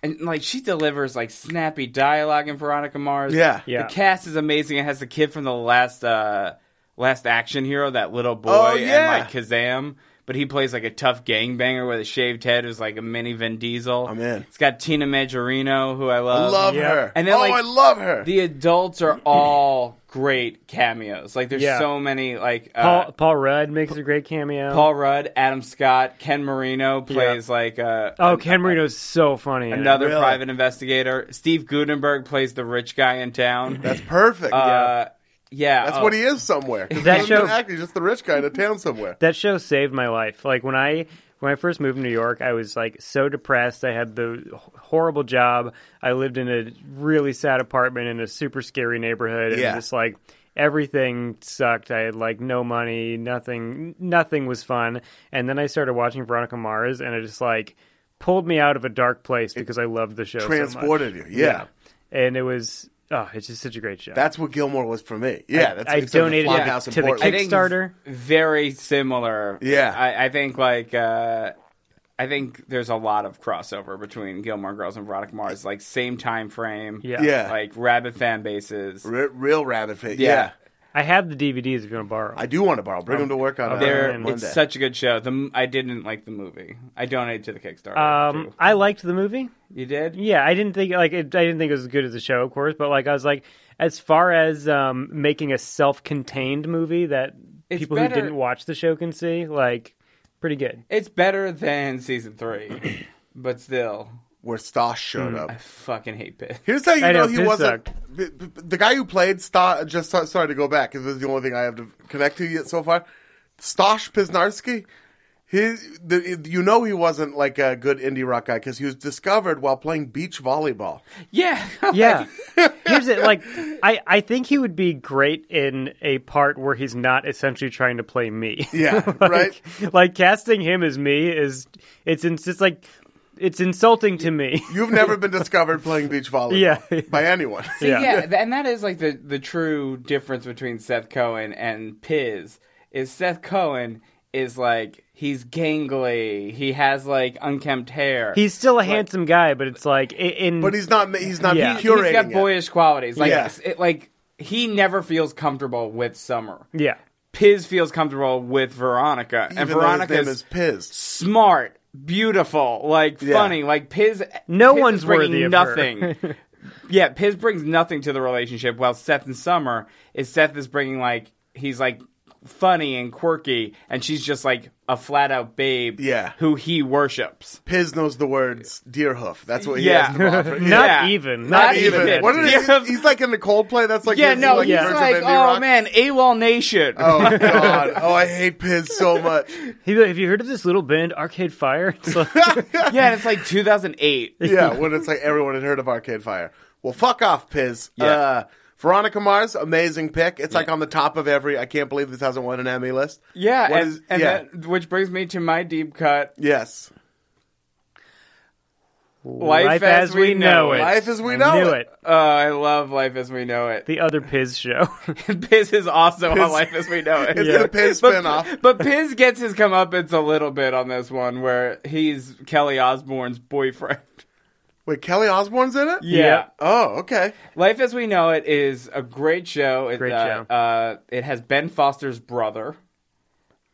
D: and like she delivers like snappy dialogue in Veronica Mars.
B: Yeah.
C: Yeah.
D: The cast is amazing. It has the kid from the last uh last action hero, that little boy,
B: Oh, yeah.
D: and like Kazam. But he plays like a tough gangbanger with a shaved head who's like a mini Vin Diesel.
B: I'm in.
D: It's got Tina Majorino, who I love.
B: Love
C: yeah.
B: her.
D: And then,
B: oh,
D: like,
B: I love her.
D: The adults are all great cameos. Like there's
C: Yeah.
D: so many like uh,
C: Paul, Paul Rudd makes a great cameo.
D: Paul Rudd, Adam Scott, Ken Marino plays like uh,
C: oh, Ken Marino's so funny. in it.
D: another
B: Really?
D: private investigator. Steve Gutenberg plays the rich guy in town.
B: That's perfect.
D: uh, yeah,
B: That's
D: oh,
B: what he is somewhere. 'Cause
C: That
B: he doesn't
C: show-
B: act, he's just the rich guy in a town somewhere.
C: that show saved my life. Like when I when I first moved to New York, I was like so depressed. I had the h- horrible job. I lived in a really sad apartment in a super scary neighborhood, and
B: Yeah.
C: just like everything sucked. I had like no money, nothing, nothing was fun. And then I started watching Veronica Mars, and I just like pulled me out of a dark place because I loved the show. so much.
B: transported you. Yeah.
C: and it was oh, it's just such a great show.
B: that's what Gilmore was for me. Yeah, that's
C: I
B: except the
C: donated it
B: Flophouse in
C: to the
B: Portland.
C: kids. Kickstarter?
D: I think very similar.
B: Yeah.
D: I, I think like uh, I think there's a lot of crossover between Gilmore Girls and Veronica Mars, like same time frame.
C: Yeah.
B: Yeah.
D: like rabid fan bases.
B: Re- real rabbit fit. Yeah.
D: Yeah.
C: I have the DVDs if you want to borrow.
B: I do want to borrow. Bring him to work on uh,
D: They're-
B: Monday.
D: oh, it's such a good show. The m- I didn't like the movie. I donated to the Kickstarter.
C: um,
D: too.
C: I liked the movie.
D: you did?
C: Yeah, I didn't think like it, I didn't think it was as good as the show, of course, but like I was like, as far as um, making a self-contained movie that
D: It's
C: people
D: better-
C: who didn't watch the show can see, like, pretty good.
D: It's better than season three, but still,
B: where Stosh showed up.
D: I fucking hate Pitt.
B: Here's how you
C: I
B: know,
C: know,
B: he
C: Pitt
B: wasn't. b- b- The guy who played Stosh, just so- sorry to go back, 'cause this is the only thing I have to connect to yet so far. Stosh Pisnarski, he, the, you know he wasn't like a good indie rock guy because he was discovered while playing beach volleyball.
D: Yeah,
C: Yeah. Here's it like I, I think he would be great in a part where he's not essentially trying to play me.
B: Yeah,
C: Like-
B: right?
C: Like casting him as me is it's in, it's like it's insulting to me.
B: You've never been discovered playing beach volleyball
C: Yeah.
B: by anyone.
D: yeah. th- and that is like the the true difference between Seth Cohen and Piz is Seth Cohen is like he's gangly, he has like unkempt hair,
C: He's still a handsome guy, but it's like i- in
B: But he's not. He's not
C: Yeah.
B: curating.
C: He's
D: he's got
B: it.
D: boyish qualities, like
B: Yeah.
D: it, like he never feels comfortable with Summer.
C: yeah.
D: Piz feels comfortable with Veronica, and
B: Even though his
D: Veronica
B: name is Piz.
D: smart, beautiful, like funny, like Piz.
C: No
D: Piz
C: one's
D: is bringing
C: worthy of her.
D: nothing. yeah, Piz brings nothing to the relationship. While Seth and Summer is Seth is bringing like he's like funny and quirky, and she's just like a flat out babe.
B: Yeah.
D: who he worships.
B: Piz knows the words deer hoof. That's what he
D: Yeah.
B: has to offer.
C: Not
D: Yeah.
C: even.
D: Not
C: Not,
D: even.
C: even.
B: What
D: Deer
B: is he's-
D: hoof.
B: He's like in the Coldplay. That's like
D: Yeah,
B: his,
D: no,
B: like,
D: he's
B: version of
D: like, oh
B: indie rock.
D: man, AWOL Nation.
B: Oh god. Oh, I hate Piz so much.
C: He'd be like, Have you heard of this little band, Arcade Fire? It's like,
D: Yeah, and it's like 2008.
B: Yeah, when it's like everyone had heard of Arcade Fire. Well, fuck off, Piz.
D: Yeah.
B: Uh, Veronica Mars, amazing pick. It's like on the top of every. I can't believe this hasn't won an Emmy list.
D: Yeah,
B: What
D: and,
B: is-
D: and
B: yeah.
D: That, which brings me to my deep cut.
B: Yes.
D: Life, as, we, know it.
B: Life as we
C: I
B: know
C: knew
B: it.
C: it.
D: Oh, I love Life as we know it.
C: The other Piz show.
D: Piz is also
B: Piz-
D: on Life as We Know It.
B: It's
C: Yeah.
B: the Piz
D: But-
B: spinoff.
D: But Piz gets his comeuppance a little bit on this one, where he's Kelly Osbourne's boyfriend.
B: Wait, Kelly Osbourne's in it.
C: Yeah.
B: Oh, okay.
D: Life as We Know It is a great show. It,
C: Great
D: uh,
C: show.
D: Uh, it has Ben Foster's brother,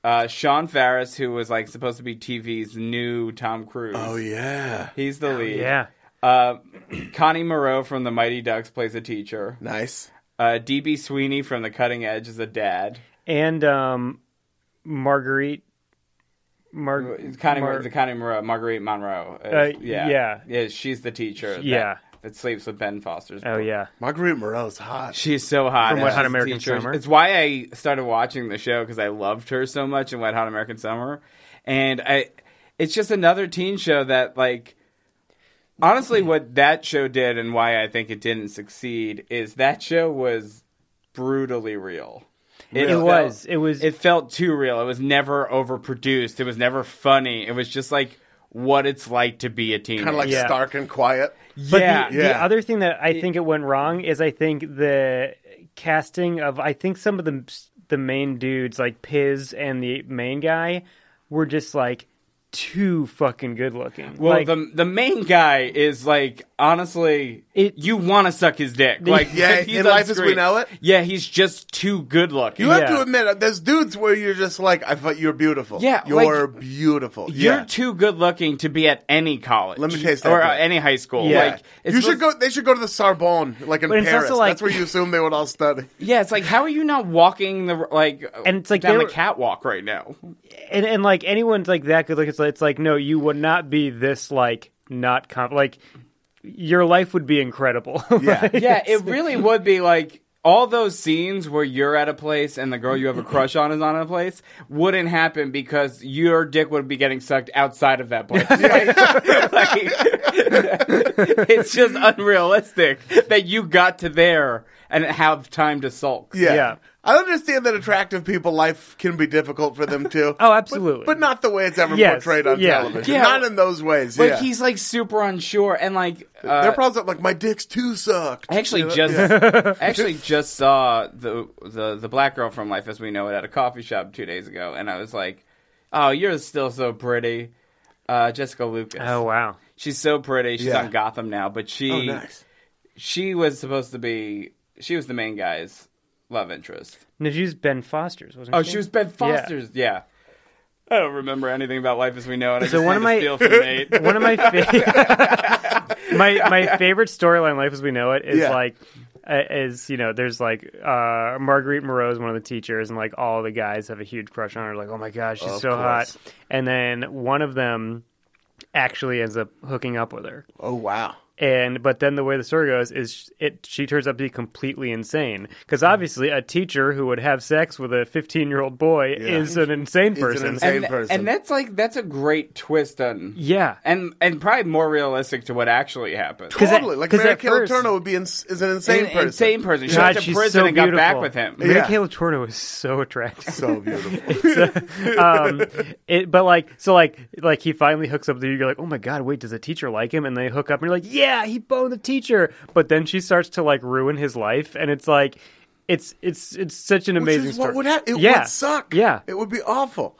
D: uh, Sean Farris, who was like supposed to be TV's new Tom Cruise.
B: Oh yeah.
D: He's the lead.
C: yeah.
D: Uh, Connie Moreau from The Mighty Ducks plays a teacher.
B: Nice.
D: Uh, DB Sweeney from The Cutting Edge is a dad.
C: And um Marguerite Mar-
D: Connie,
C: Mar-
D: the Connie Monroe, Marguerite Monroe. is-
C: Uh,
D: yeah.
C: yeah.
D: Yeah, she's the teacher. that-
C: Yeah.
D: That, sleeps with Ben Foster's.
C: Oh
D: brother.
C: yeah.
B: Marguerite Moreau's hot.
D: She's so hot.
C: From Wet
D: She's
C: Hot
D: a
C: American
D: teacher.
C: Summer.
D: It's why I started watching the show because I loved her so much in Wet Hot American Summer. And I, it's just another teen show that, like, honestly,
C: Mm-hmm.
D: what that show did and why I think it didn't succeed is that show was brutally real.
C: It
D: felt-
C: was. It was-
D: It felt too real. It was never overproduced. It was never funny. It was just like what it's like to be a teenager.
B: Kind of like
C: Yeah.
B: stark and quiet.
C: But
D: yeah,
C: the,
B: yeah.
C: the other thing that I think it went wrong is I think the casting of I think some of the the main dudes like Piz and the main guy were just like too fucking good looking.
D: Well,
C: like,
D: the the main guy is like honestly,
C: It-
D: you want to suck his dick. Like
B: Yeah,
D: he's
B: in
D: on
B: Life as We
D: screen.
B: Know It?
D: Yeah, he's just too good looking.
B: You have
C: Yeah.
B: to admit, uh, there's dudes where you're just like, I thought you're beautiful.
D: Yeah,
B: you're beautiful.
D: You're
B: yeah.
D: too good looking to be at any college.
B: Let me taste that
D: or uh,
B: dick.
D: any high school.
C: Yeah.
D: Like it's
B: you should go.
D: supposed-
B: They should go to the Sorbonne, like in
C: But it's
B: Paris.
C: also like-
B: That's where you assume they would all study.
D: Yeah, it's like how are you not walking the like
C: And it's like
D: down
C: they
D: the
C: were-
D: catwalk right now?
C: and and like anyone's like that good looking, it's like, it's like no, you would not be this like not comp like your life would be incredible.
B: Yeah.
D: Yeah, it really would be like all those scenes where you're at a place and the girl you have a crush on is on a place wouldn't happen because your dick would be getting sucked outside of that place. Like- like, it's just unrealistic that you got to there and have time to sulk.
B: Yeah.
C: Yeah.
B: I understand that attractive people life can be difficult for them too.
C: Oh, absolutely.
B: But, but not the way it's ever
C: Yes,
B: portrayed on
C: yeah.
B: television.
D: Yeah.
B: Not in those ways.
D: Like
B: yeah.
D: he's like super unsure and like uh,
B: Their problems are like my dick's too sucked.
D: I actually
B: You know?
D: just
B: Yeah.
D: I actually just saw the the the black girl from Life as We Know It at a coffee shop two days ago, and I was like, "Oh, you're still so pretty, uh, Jessica Lucas.
C: oh wow.
D: She's so pretty. She's
B: Yeah.
D: on Gotham now, but she
B: Oh, nice.
D: she was supposed to be she was the main guy's love interest.
C: Najee's Ben Foster's wasn't
D: Oh,
C: she?
D: she was Ben Foster's. Yeah. I don't remember anything about Life as We Know It. I so just
C: one
D: one
C: of
D: of
C: my-
D: steal from Nate.
C: One of my fa- my my favorite storyline, Life as We Know It, is
B: Yeah.
C: like uh, is you know there's like uh, Marguerite Moreau is one of the teachers, and like all the guys have a huge crush on her. Like, oh my gosh, she's
B: Of
C: so
B: course.
C: hot. And then one of them actually ends up hooking up with her.
B: Oh wow.
C: and but then the way the story goes is it she turns out to be completely insane because obviously a teacher who would have sex with a 15 year old boy
B: Yeah.
C: is an insane
B: an
C: person
B: insane-
D: and,
B: person.
D: and that's like that's a great twist on
C: yeah
D: and and probably more realistic to what actually happened.
C: at-
B: Totally. like
C: 'cause at
B: Mary Kay
C: first-
B: Letourneau would be ins is an insane
D: An
B: person.
D: Insane person. She
C: God,
D: went to
C: she's
D: prison
C: so
D: and got back
C: beautiful.
D: with him.
C: Mary
B: Yeah.
C: Kay Letourneau is so attractive.
B: So beautiful.
C: um, it, but like, so like, like he finally hooks up with you. You're like, oh my god, wait, does the teacher like him? And they hook up, and you're like, yeah, he boned the teacher. But then she starts to like ruin his life, and it's like, it's it's it's such an
B: Which
C: amazing
B: is
C: story.
B: what would happen. It
C: yeah,
B: would suck.
C: Yeah,
B: It would be awful.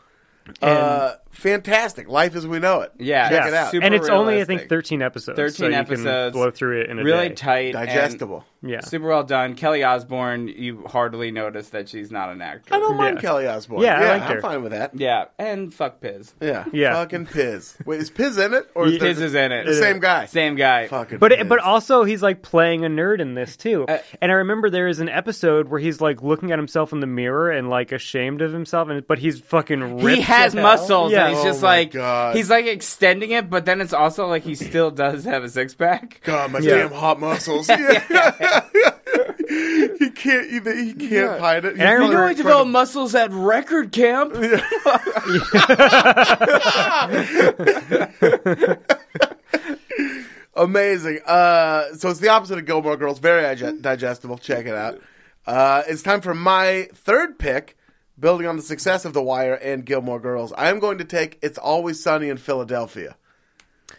B: uh, fantastic. Life as we know it.
D: Yeah.
B: Check
C: Yeah.
B: it out.
D: Super-
C: and it's only I think
D: realistic.
C: 13 episodes.
D: 13
C: so you can
D: episodes.
C: blow through it in a
D: really
C: day.
D: tight, and
B: Digestible.
C: Yeah.
D: super well done. Kelly Osbourne, you hardly notice that she's not an actor.
B: I don't mind
C: Yeah.
B: Kelly Osbourne.
C: Yeah, I liked
B: I'm
C: her.
B: fine with that.
D: Yeah, and fuck Piz.
B: Yeah.
C: Yeah.
B: Fucking Piz. Wait, is Piz in it? Or is
C: Yeah.
B: there-
D: Piz is in it.
B: The same guy.
D: Same guy.
B: Fucking
C: But
B: Piz.
C: it, but also he's like playing a nerd in this too.
D: Uh,
C: and I remember there is an episode where he's like looking at himself in the mirror and like ashamed of himself and but he's fucking ripped.
D: He has
C: to hell.
D: muscles,
C: Yeah.
D: and he's
B: Oh
D: just
B: my
D: like
B: God.
D: he's like extending it, but then it's also like he still does have a six pack.
B: God, my
C: Yeah.
B: damn hot muscles. Yeah. he can't. He, he can't hide it. He's
C: I
B: probably
C: remember-
B: right
D: I
B: in front
D: developed
B: of-
D: muscles at record camp.
B: Amazing. Uh, so it's the opposite of Gilmore Girls. Very dig- digestible. Check it out. Uh, it's time for my third pick, building on the success of The Wire and Gilmore Girls. I am going to take It's Always Sunny in Philadelphia,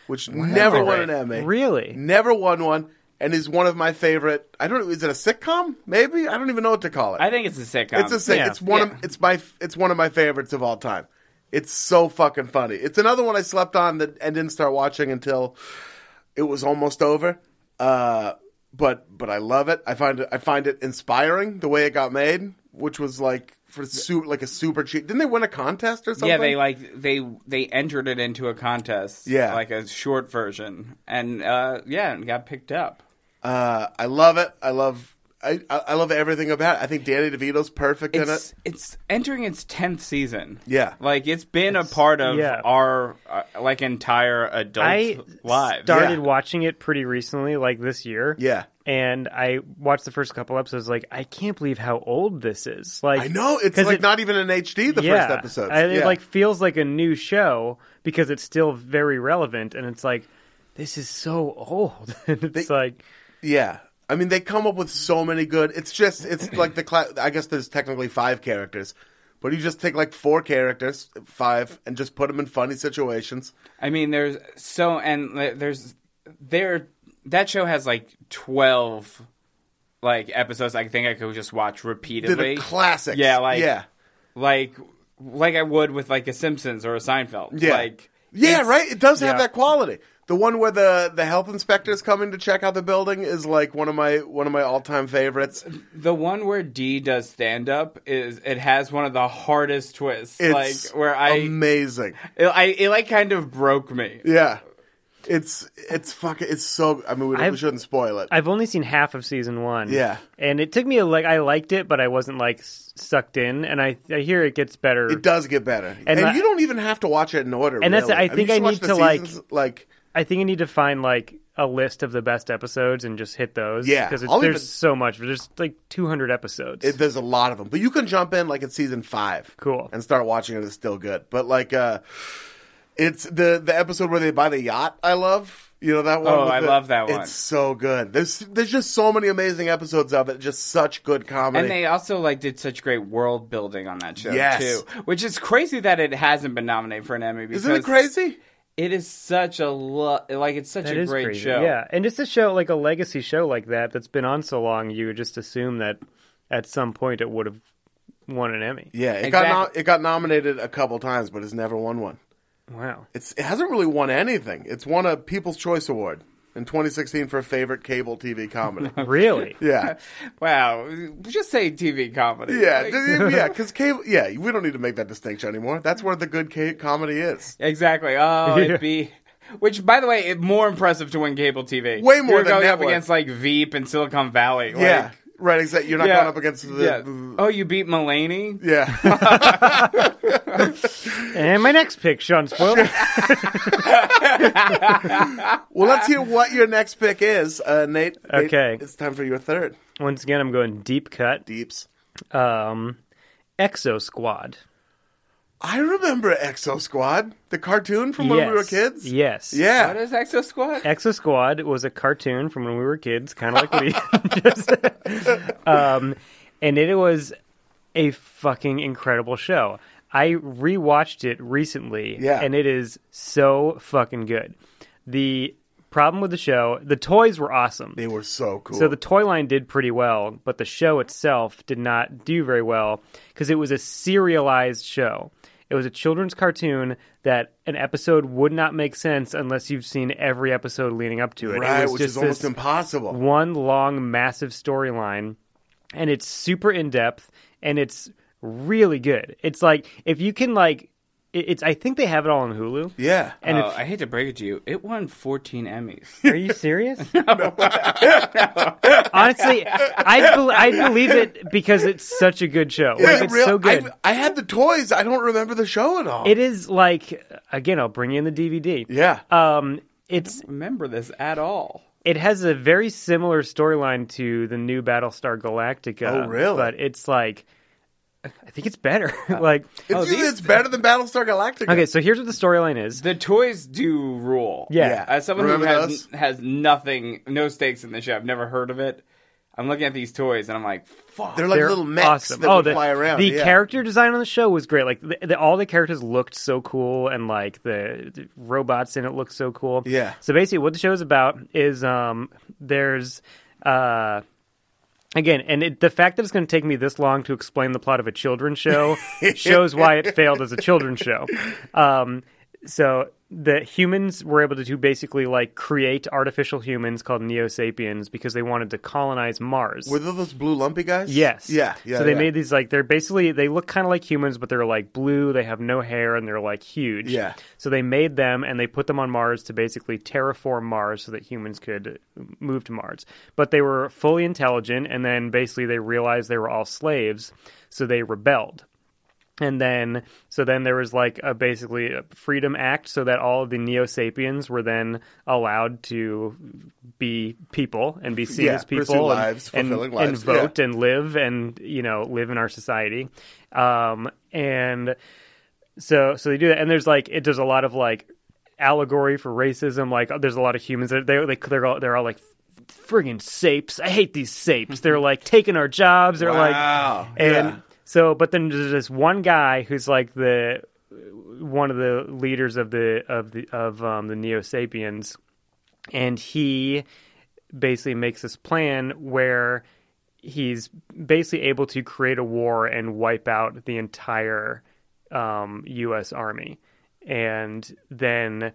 B: which never won an Emmy.
C: Really?
B: Never won one, and is one of my favorite. I don't know. Is it a sitcom? Maybe I don't even know what to call it.
D: I think it's a sitcom.
B: It's a sing.
C: Um, yeah.
B: It's one of it's my it's one of my favorites of all time. It's so fucking funny. It's another one I slept on that and didn't start watching until it was almost over. Uh, but but I love it. I find it I find it inspiring the way it got made, which was like for su- like a super cheap. Didn't they win a contest or something?
D: Yeah, they like they they entered it into a contest.
B: Yeah.
D: like a short version, and uh, yeah, and got picked up.
B: Uh, I love it. I love I I I love everything about it. I think Danny DeVito's perfect in
D: It's
B: it.
D: it's entering its tenth season.
B: Yeah.
D: like it's been a part of
C: yeah.
D: our uh, like entire adult
C: I
D: lives.
C: started
B: Yeah.
C: watching it pretty recently, like this year.
B: Yeah.
C: And I watched the first couple episodes. Like, I can't believe how old this is. Like,
B: I know it's
C: 'cause
B: like
C: it-
B: not even in HD the
C: yeah,
B: first episode.
C: I- It
B: yeah.
C: like feels like a new show because it's still very relevant, and it's like this is so old, and it's like
B: Yeah. I mean, they come up with so many good. It's just, it's like the class. I guess there's technically five characters, but you just take like four characters, five, and just put them in funny situations.
D: I mean, there's so and th- there's there that show has like twelve like episodes. I think I could just watch
B: Did
D: repeatedly.
B: a classic.
D: Yeah, like
B: yeah,
D: like like I would with like a Simpsons or a Seinfeld.
B: yeah,
D: like
B: yeah.
D: it's-
B: Right. It does have
C: yeah.
B: that quality. The one where the the health inspector is coming to check out the building is like one of my one of my all time favorites.
D: The one where D does stand up is it has one of the hardest twists.
B: It's
D: like where I
B: amazing.
D: it, I it like kind of broke me.
B: Yeah, it's it's fucking it's so. I mean, we, we
C: I've-
B: shouldn't spoil it.
C: I've only seen half of season one.
B: Yeah.
C: and it took me a, like I liked it, but I wasn't like s- sucked in, and I I hear it gets better.
B: It does get better, and,
C: And I-
B: you don't even have to watch it in order.
C: And that's-
B: really.
C: I
B: mean,
C: think
B: you
C: I
B: should watch
C: need
B: the
C: to, like-
B: seasons, like
C: I think I need to find like a list of the best episodes and just hit those.
B: Yeah,
C: because
B: I'll
C: there's
B: even-
C: so much. There's like 200 episodes.
B: it, there's a lot of them, but you can jump in like at season five,
C: Cool.
B: and start watching it. It's still good, but like uh, it's the the episode where they buy the yacht. I love. You know that one.
D: Oh,
B: with
D: I
B: the-
D: love that one.
B: It's so good. There's there's just so many amazing episodes of it. Just such good comedy.
D: And they also like did such great world building on that show
B: Yes.
D: too, which is crazy that it hasn't been nominated for an Emmy. Because
B: Isn't it crazy?
D: It is such a lo- like it's such
C: That
D: a
C: is
D: great
C: crazy.
D: show.
C: Yeah, and just a show like a legacy show like that that's been on so long, you would just assume that at some point it would have won an Emmy.
B: Yeah, it got no-
D: Exactly.
B: it got nominated a couple times, but it's never won one.
C: Wow.
B: It's it hasn't really won anything. It's won a People's Choice Award in 2016 for favorite cable TV comedy.
C: Really?
B: yeah,
D: Wow, just say TV comedy.
B: yeah,
D: Like-
B: d- yeah. Because cable, yeah, we don't need to make that distinction anymore. That's where the good ca- comedy is.
D: exactly. Oh,
C: Yeah.
D: it'd be. Which, by the way, it, more impressive to win cable TV.
B: Way more
D: You're
B: than network.
D: going up against like Veep and Silicon Valley. Like,
B: yeah, right. Exactly. You're not
D: yeah,
B: going up against the.
D: yeah.
B: the-
D: Oh, you beat Mulaney.
B: yeah.
C: And my next pick, Sean Spoiler.
B: well, let's hear what your next pick is, uh, Nate. Nate,
C: Okay.
B: it's time for your third
C: Once again, I'm going deep cut.
B: deeps.
C: Um, Exo Squad.
B: I remember Exo Squad, the cartoon from when we were
C: Yes.
B: kids.
C: Yes.
B: Yeah.
D: What is Exo Squad?
C: Exo Squad was a cartoon from when we were kids, kind of like we just. um, and it was a fucking incredible show. I rewatched it recently,
B: Yeah.
C: and it is so fucking good. The problem with the show, the toys were awesome.
B: They were so cool.
C: So the toy line did pretty well, but the show itself did not do very well because it was a serialized show. It was a children's cartoon that an episode would not make sense unless you've seen every episode leading up to it. it
B: right,
C: was
B: which
C: just
B: is almost
C: this
B: impossible.
C: one long, massive storyline, and it's super in depth and it's really good. It's like if you can like, it- it's. I think they have it all on Hulu.
B: Yeah. Uh,
C: And
D: oh,
C: if,
D: I hate to break it to you, it won 14 Emmys.
C: Are you serious? Honestly, I bel I believe it because it's such a good show. Like,
B: Yeah,
C: it's
B: real-
C: so good.
B: I, I had the toys. I don't remember the show at all.
C: It is like again, I'll bring you in the DVD.
B: yeah.
C: Um, it's
D: Remember this at all?
C: it has a very similar storyline to the new Battlestar Galactica.
B: Oh, really? Uh,
C: But it's like I think it's better. like
B: it's,
D: oh, these-
B: it's better than Battlestar Galactica.
C: okay, so here's what the storyline is.
D: The toys do rule.
C: Yeah.
B: Yeah.
D: As someone
B: Remember
D: who has,
B: those?
D: has nothing, no stakes in the show, I've never heard of it. I'm looking at these toys and I'm like, fuck.
B: They're like
C: They're
B: little mechs
C: awesome.
B: that
C: oh,
B: would
C: the,
B: fly around.
C: The
B: yeah.
C: character design on the show was great. Like the, the, all the characters looked so cool, and like the, the robots in it looked so cool.
B: Yeah.
C: So basically, what the show is about is um, there's uh, again, and it, the fact that it's going to take me this long to explain the plot of a children's show shows why it failed as a children's show. Um, so the humans were able to do basically like create artificial humans called Neo Sapiens because they wanted to colonize Mars.
B: Were those those blue lumpy guys?
C: Yes.
B: Yeah. yeah
C: so they
B: yeah.
C: made these like they're basically they look kind of like humans, but they're like blue. They have no hair and they're like huge.
B: Yeah.
C: So they made them and they put them on Mars to basically terraform Mars so that humans could move to Mars. But they were fully intelligent, and then basically they realized they were all slaves, so they rebelled. And then, so then there was like a basically a freedom act, so that all of the Neo Sapiens were then allowed to be people and be seen
B: Yeah,
C: as people
B: pursue
C: and,
B: lives,
C: and-
B: fulfilling
C: and
B: lives, yeah.
C: vote and live and you know live in our society. Um, and so so they do that, and there's like it does a lot of like allegory for racism. Like uh, there's a lot of humans that they they they're all, they're all like friggin' sapes. I hate these sapes. they're like taking our jobs. They're
B: Wow,
C: like and
B: yeah.
C: so but then there's this one guy who's like the one of the leaders of the of the of um, the Neo Sapiens, and he basically makes this plan where he's basically able to create a war and wipe out the entire um, U.S. Army, and then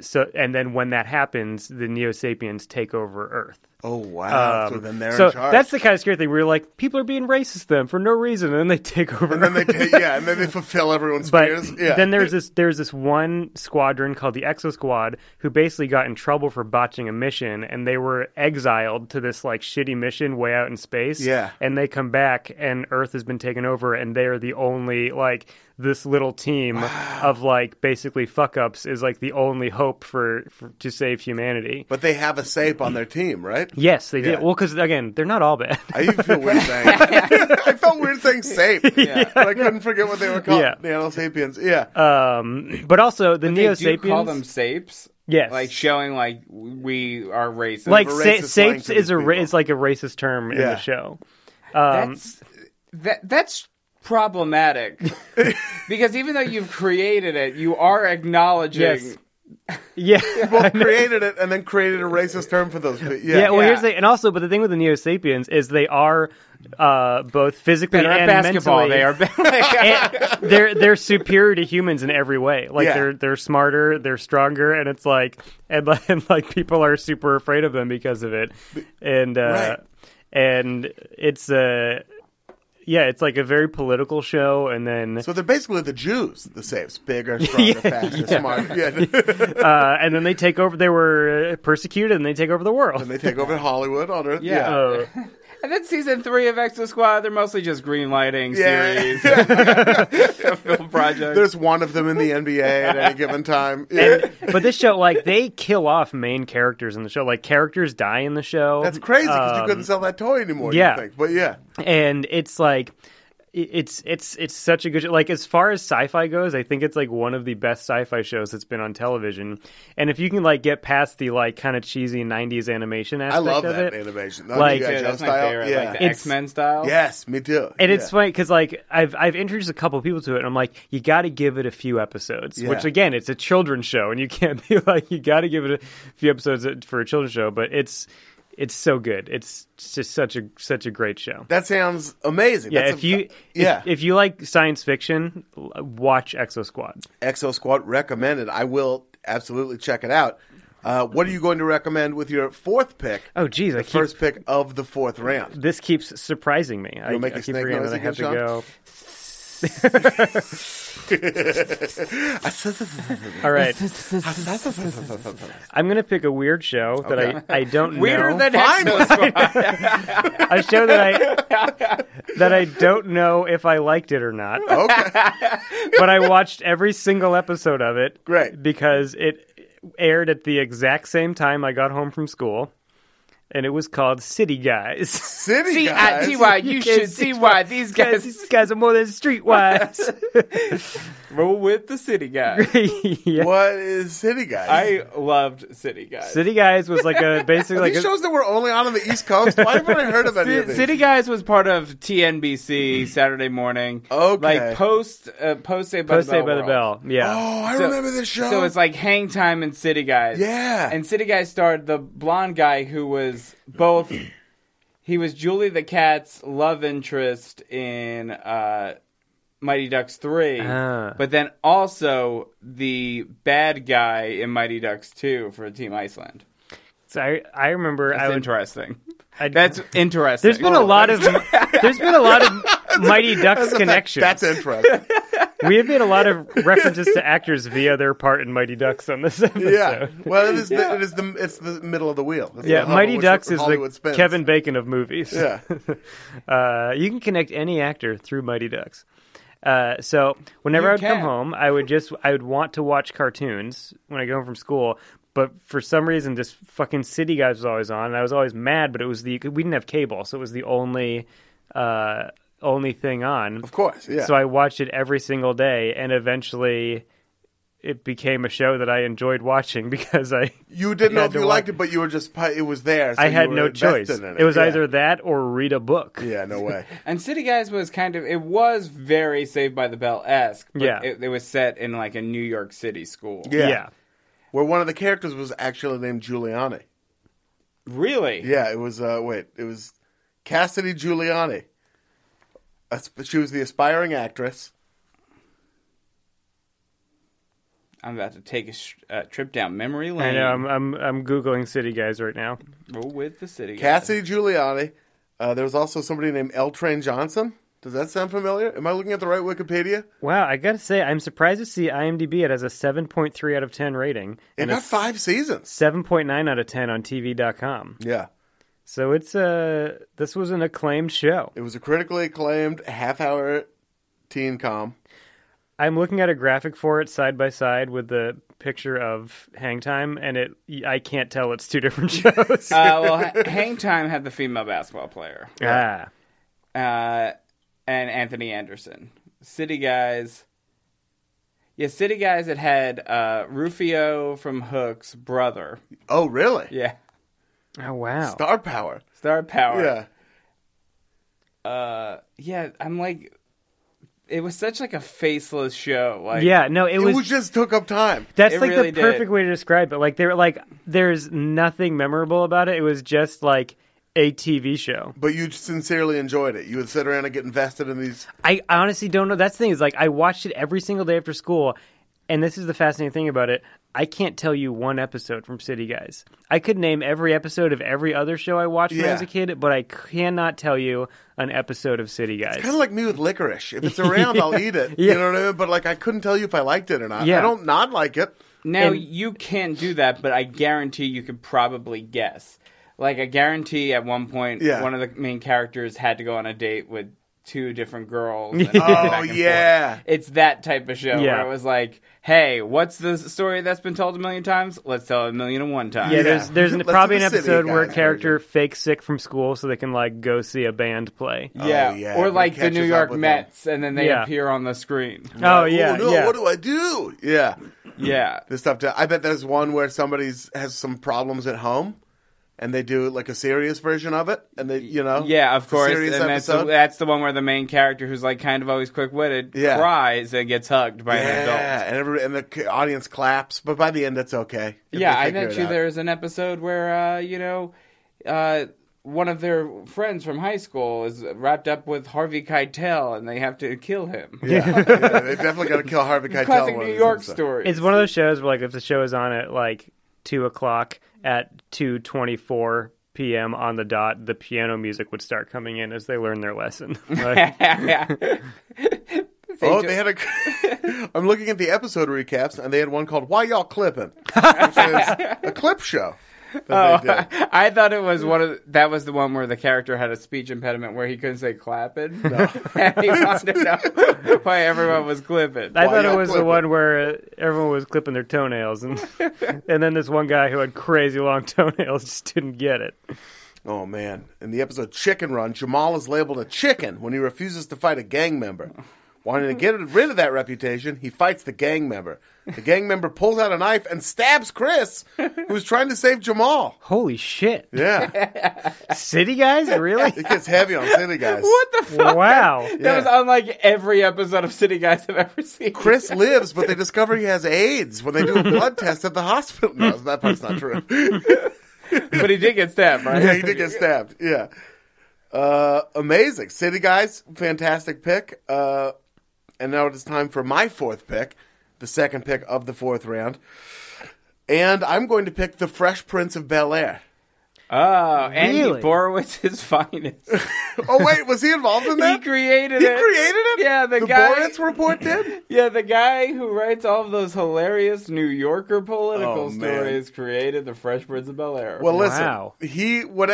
C: so and then when that happens, the Neo Sapiens take over Earth.
B: Oh wow! so
C: Um,
B: then they're
C: so
B: in charge.
C: that's the kind of scary thing where you're like, people are being racist to them for no reason, and then they take over.
B: and then they
C: Earth.
B: take, yeah, and then they fulfill everyone's
C: But
B: fears. Yeah.
C: then there's this there's this one squadron called the Exo Squad who basically got in trouble for botching a mission and they were exiled to this like shitty mission way out in space.
B: Yeah.
C: And they come back and Earth has been taken over and they are the only like this little team of like basically fuck ups is like the only hope for, for to save humanity.
B: but they have a sape on their team, right?
C: Yes, they
B: Yeah.
C: did. Well, because again, they're not all bad.
B: I even feel weird saying. I felt weird saying sape. Yeah. But I couldn't forget what they were called.
C: Yeah. Uh,
B: Nano sapiens. Yeah.
C: Um, but also the Neo
D: they do
C: Sapiens
D: call them sapes.
C: Yes.
D: like showing like we are racist.
C: like
B: a
C: sa-
B: racist slang
C: "sapes"
B: to
C: is
B: these
C: a ra-
B: people.
C: is like a racist term in
B: Yeah.
C: the show. um,
D: that's that that's problematic because even though you've created it, you are acknowledging.
C: Yes. Yeah.
B: Well, created it and then created a racist term for those. But yeah,
C: Yeah, well,
D: Yeah.
C: here's the and also, but the thing with the Neo Sapiens is they are uh, both physically
D: They're
C: and
D: at basketball.
C: mentally.
D: They are.
C: and they're they're superior to humans in every way. Like
B: Yeah.
C: they're they're smarter, they're stronger, and it's like and, like- and like people are super afraid of them because of it. And uh,
B: Right.
C: and it's uh yeah, it's like a very political show, and then
B: So they're basically the Jews, the safes. Bigger, stronger, faster, smarter. Yeah.
C: uh, and then they take over. They were uh, persecuted, and they take over the world.
B: and they take over Hollywood on Earth.
D: Yeah.
C: Uh,
D: and then season three of Exo Squad, they're mostly just green lighting
B: Yeah.
D: series, film projects.
B: There's one of them in the NBA at any given time. Yeah.
C: but this show, like, they kill off main characters in the show. Like, characters die in the show.
B: That's crazy because you
C: Um,
B: couldn't sell that toy anymore.
C: yeah.
B: You think. But yeah.
C: and it's like it- it's it's it's such a good like as far as sci-fi goes i think it's like one of the best sci-fi shows that's been on television and if you can like get past the like kind of cheesy 90s animation
B: I
C: aspect
B: love
C: of
B: that
C: it
B: animation.
C: Like-
B: G.I.
D: yeah,
B: Joe
D: that's my
B: style.
D: favorite.
B: Yeah.
D: Like the
C: It's-
D: X Men style.
B: yes, me too.
C: and it's
B: Yeah.
C: funny because like I've I've introduced a couple people to it, and I'm like, you got to give it a few episodes. Which
B: Yeah.
C: again, it's a children's show, and you can't be like, you got to give it a few episodes for a children's show. But it's it's so good. It's just such a such a great show.
B: That sounds amazing.
C: Yeah,
B: That's
C: if
B: a-
C: you
B: yeah.
C: if, if you like science fiction, l- watch Exo Squad.
B: Exo Squad recommended. I will absolutely check it out. Uh, what are you going to recommend with your fourth pick?
C: Oh, geez, I keep,
B: First pick of the fourth round.
C: this keeps surprising me. I,
B: You'll make
C: I
B: the
C: keep
B: snake
C: forgetting
B: noise
C: that I
B: again,
C: have to
B: Sean?
C: go.
B: All
C: All right, I'm gonna pick a weird show that I, I don't
D: Weirder
C: know.
D: than Exo Squad.
C: a show that I that I don't know if I liked it or not,
B: Okay.
C: but I watched every single episode of it.
B: Great.
C: because it aired at the exact same time I got home from school, and it was called City Guys.
B: City
D: T I
B: guys.
D: T Y. You
C: You
D: should
C: can't see
D: see why these
C: Guys,
D: guys
C: these guys are more than streetwise.
D: roll with the city guys.
C: yeah.
B: What is City Guys?
D: I loved City Guys.
C: City Guys was like a basically
B: Are
C: like
B: these
C: a,
B: shows that were only on in the East Coast? Why haven't I heard of any of
D: City,
B: these?
D: City Guys was part of TNBC Saturday morning.
B: Okay.
D: like post uh, post Saved by
C: post
D: the Bell.
C: Saved by the
D: world.
C: Bell. Yeah,
B: oh, I
D: So-
B: remember this show.
D: So it's like Hang Time and City Guys.
B: Yeah.
D: and City Guys starred the blonde guy who was both. He was Julie the Cat's love interest in uh, Mighty Ducks three,
C: Ah.
D: but then also the bad guy in Mighty Ducks two for Team Iceland.
C: so I I remember I
D: That's
C: would
D: interesting.
C: I,
D: That's Oh, interesting.
C: there's been a lot of there's been a lot of Mighty Ducks connections.
B: That's interesting.
C: We have made a lot of references to actors via their part in Mighty Ducks on this episode.
B: yeah. Well, it is, The, it is the it's the middle of the wheel. It's
C: Yeah,
B: the
C: Mighty
B: Hollywood-
C: Ducks is
B: Hollywood
C: the
B: spins.
C: Kevin Bacon of movies.
B: Yeah.
C: Uh, you can connect any actor through Mighty Ducks. Uh, so whenever
D: You
C: I would
D: can.
C: come home, I would just I would want to watch cartoons when I go home from school. But for some reason, this fucking City Guys was always on, and I was always mad. But it was the we didn't have cable, so it was the only uh, only thing on.
B: Of course. Yeah.
C: So I watched it every single day, and eventually it became a show that I enjoyed watching because I
B: you didn't know
C: had
B: if
C: to
B: you
C: watch-
B: liked it, but you were just pi- it was there. so
C: I
B: you
C: had
B: were
C: no
B: invested
C: choice.
B: in it.
C: It was
B: Yeah.
C: either that or read a book.
B: Yeah. No way.
D: And City Guys was kind of it was very Saved by the Bell esque.
C: Yeah.
D: it, it was set in like a New York City school.
B: Yeah.
C: yeah.
B: Where one of the characters was actually named Giuliani.
D: really.
B: Yeah, it was. Uh, wait, it was Cassidy Giuliani. Asp- She was the aspiring actress.
D: I'm about to take a sh- uh, trip down memory lane.
C: I know. I'm I'm I'm googling city guys right now.
D: Roll with the City Guys.
B: Cassidy Giuliani. Uh, there was also somebody named L. Train Johnson. Does that sound familiar? Am I looking at the right Wikipedia?
C: Wow, I gotta say, I'm surprised to see IMDb. It has a 7.3 out of 10 rating
B: It
C: and
B: got
C: a
B: five seasons.
C: 7.9 out of 10 on TV.com.
B: Yeah,
C: So it's uh this was an acclaimed show.
B: it was a critically acclaimed half-hour teen com.
C: I'm looking at a graphic for it side by side with the picture of Hang Time, and it I can't tell it's two different shows.
D: uh, well, Ha- Hang Time had the female basketball player
C: ah,
D: uh, and Anthony Anderson. City Guys. Yeah, City Guys. It had uh, Rufio from Hook's brother.
B: Oh, really?
D: Yeah,
C: Oh wow.
B: Star power.
D: Star Power.
B: Yeah.
D: uh, yeah. I'm like, it was such like a faceless show. Like,
C: Yeah, no, it
B: It
C: was,
B: was just took up time.
C: that's
D: it
C: like
D: really
C: the
D: did.
C: perfect way to describe it. Like there like there's nothing memorable about it. It was just like a TV show.
B: But you sincerely enjoyed it. You would sit around and get invested in these.
C: I honestly don't know. That's the thing is like I watched it every single day after school, and this is the fascinating thing about it. I can't tell you one episode from City Guys. I could name every episode of every other show I watched when I was
B: Yeah.
C: a kid, but I cannot tell you an episode of City Guys.
B: Kind of like me with licorice. If it's around, I'll eat it.
C: Yeah.
B: You know what I mean? But like, I couldn't tell you if I liked it or not.
C: Yeah.
B: I don't not like it.
D: Now
C: And-
D: you can do that, but I guarantee you could probably guess. Like I guarantee at one point
B: Yeah.
D: one of the main characters had to go on a date with two different girls.
B: Oh yeah.
D: It's that type of show
C: Yeah.
D: where it was like, "Hey, what's the story that's been told a million times? Let's tell it a million and one times."
C: yeah, there's
B: Yeah.
C: there's an,
B: Let's do
C: probably an
B: the City
C: episode where a
B: Guys
C: character fakes sick from school so they can like go see a band play.
D: Yeah.
B: Oh, yeah,
D: or
B: it
D: like the
B: catches
D: New
B: up
D: York
B: with
D: Mets, and then they
C: Yeah.
D: appear on the screen.
C: Oh yeah,
B: oh, no,
C: yeah.
B: What do I do? Yeah.
D: Yeah,
B: This stuff. To, I bet there's one where somebody's has some problems at home, and they do like a serious version of it, and they, you know,
D: yeah, of
B: it's a
D: course. And
B: serious
D: that's the,
B: episode.
D: that's the one where the main character, who's like kind of always quick witted,
B: Yeah.
D: cries and gets hugged by an adult.
B: yeah, and every and the c- audience claps, but by the end, it's okay. if
D: yeah,
B: they
D: I
B: figure
D: bet
B: it
D: you
B: out.
D: there's an episode where uh, you know uh, one of their friends from high school is wrapped up with Harvey Keitel, and they have to kill him.
B: Yeah, yeah, they definitely got to kill Harvey Keitel.
D: Classic
B: one of
D: New
B: these
D: York
B: episodes.
D: story.
C: It's one of those shows where like if the show is on at like two o'clock at two twenty four p.m. on the dot, the piano music would start coming in as they learn their lesson. Like,
B: Oh, they had a. I'm looking at the episode recaps, and they had one called "Why Y'all Clipping," which is a clip show.
D: Oh.
B: That they did.
D: I thought it was one of that was the one where the character had a speech impediment where he couldn't say clapping. and he wanted to know why everyone was clipping.
C: I thought
B: y'all
C: it was the
B: clipping?
C: one where uh, everyone was clipping their toenails, and and then this one guy who had crazy long toenails just didn't get it.
B: Oh man! In the episode "Chicken Run," Jamal is labeled a chicken when he refuses to fight a gang member. Wanting to get rid of that reputation, he fights the gang member. The gang member pulls out a knife and stabs Chris, who's trying to save Jamal.
C: Holy shit!
B: Yeah,
C: City guys, really?
B: it gets heavy on city guys.
D: What the fuck?
C: wow.
B: Yeah.
D: That was unlike every episode of City Guys I've ever seen.
B: Chris lives, but they discover he has AIDS when they do a blood test at the hospital. No, that part's not true.
D: but he did get stabbed, right?
B: yeah, he did get stabbed. Yeah. Uh, amazing. City Guys, fantastic pick. Uh, and now it is time for my fourth pick, the second pick of the fourth round. And I'm going to pick The Fresh Prince of Bel Air.
D: Oh, Andy
C: Really?
D: Borowitz is finest.
B: Oh, wait, was he involved in
D: he
B: that?
D: created
B: He
D: it.
B: created it?
D: Yeah, the,
B: the
D: guy.
B: Borat's report did?
D: yeah, the guy who writes all of those hilarious New Yorker political
B: Oh, man.
D: stories created the Fresh Prince of Bel Air.
B: Well, listen,
C: Wow.
B: he what,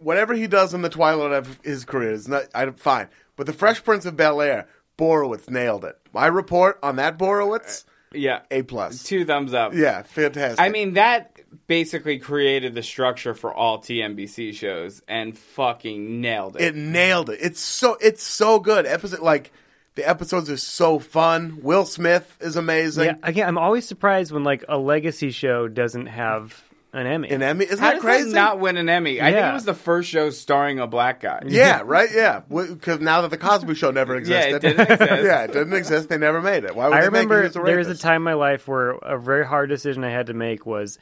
B: whatever he does in the twilight of his career is not I, fine. But The Fresh Prince of Bel Air, Borowitz nailed it. My report on that Borowitz,
D: yeah,
B: A plus.
D: two thumbs up.
B: Yeah, fantastic.
D: I mean that basically created the structure for all TNBC shows and fucking nailed it.
B: it nailed it. It's so it's so good. Episode like the episodes are so fun. Will Smith is amazing.
C: Yeah, again, I'm always surprised when like a legacy show doesn't have an Emmy.
B: And Emmy isn't
D: How
B: that
D: does
B: crazy?
D: that not win an Emmy? I think
C: Yeah.
D: it was the first show starring a black guy.
B: yeah, right. Yeah, because now that the Cosby Show never
D: Yeah,
B: existed,
D: it didn't exist.
B: yeah, it didn't exist. They never made it. Why would
C: I
B: they make
C: remember
B: it as a
C: there was a
B: rapist?
C: time in my life where a very hard decision I had to make was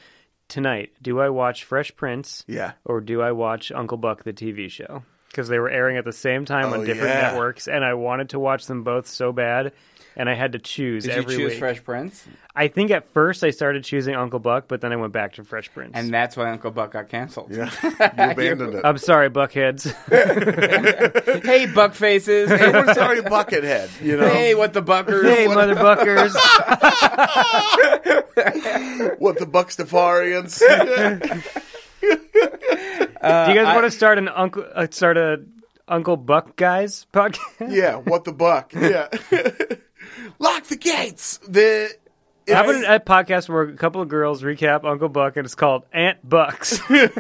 C: tonight, do I watch Fresh Prince
B: Yeah.
C: or do I watch Uncle Buck the TV show? Because they were airing at the same
B: Oh,
C: time on different
B: yeah.
C: networks, and I wanted to watch them both so bad, and I had to choose
D: Did you
C: every
D: choose
C: week.
D: Fresh Prince?
C: I think at first I started choosing Uncle Buck, but then I went back to Fresh Prince.
D: And that's why Uncle Buck got canceled.
B: Yeah, you abandoned it.
C: I'm sorry, Buckheads.
D: Hey, Buckfaces.
B: Hey,
D: Hey,
B: we're sorry, Buckethead. You know
D: Hey, what the buckers?
C: hey,
D: What-
C: mother buckers.
B: what the Buckstafarians? Uh,
C: do you guys want to start an uncle uh, start a Uncle Buck guys podcast?
B: yeah, what the buck? Yeah, lock the gates. The
C: How about an- a podcast where a couple of girls recap Uncle Buck and it's called Aunt Bucks?
B: Ant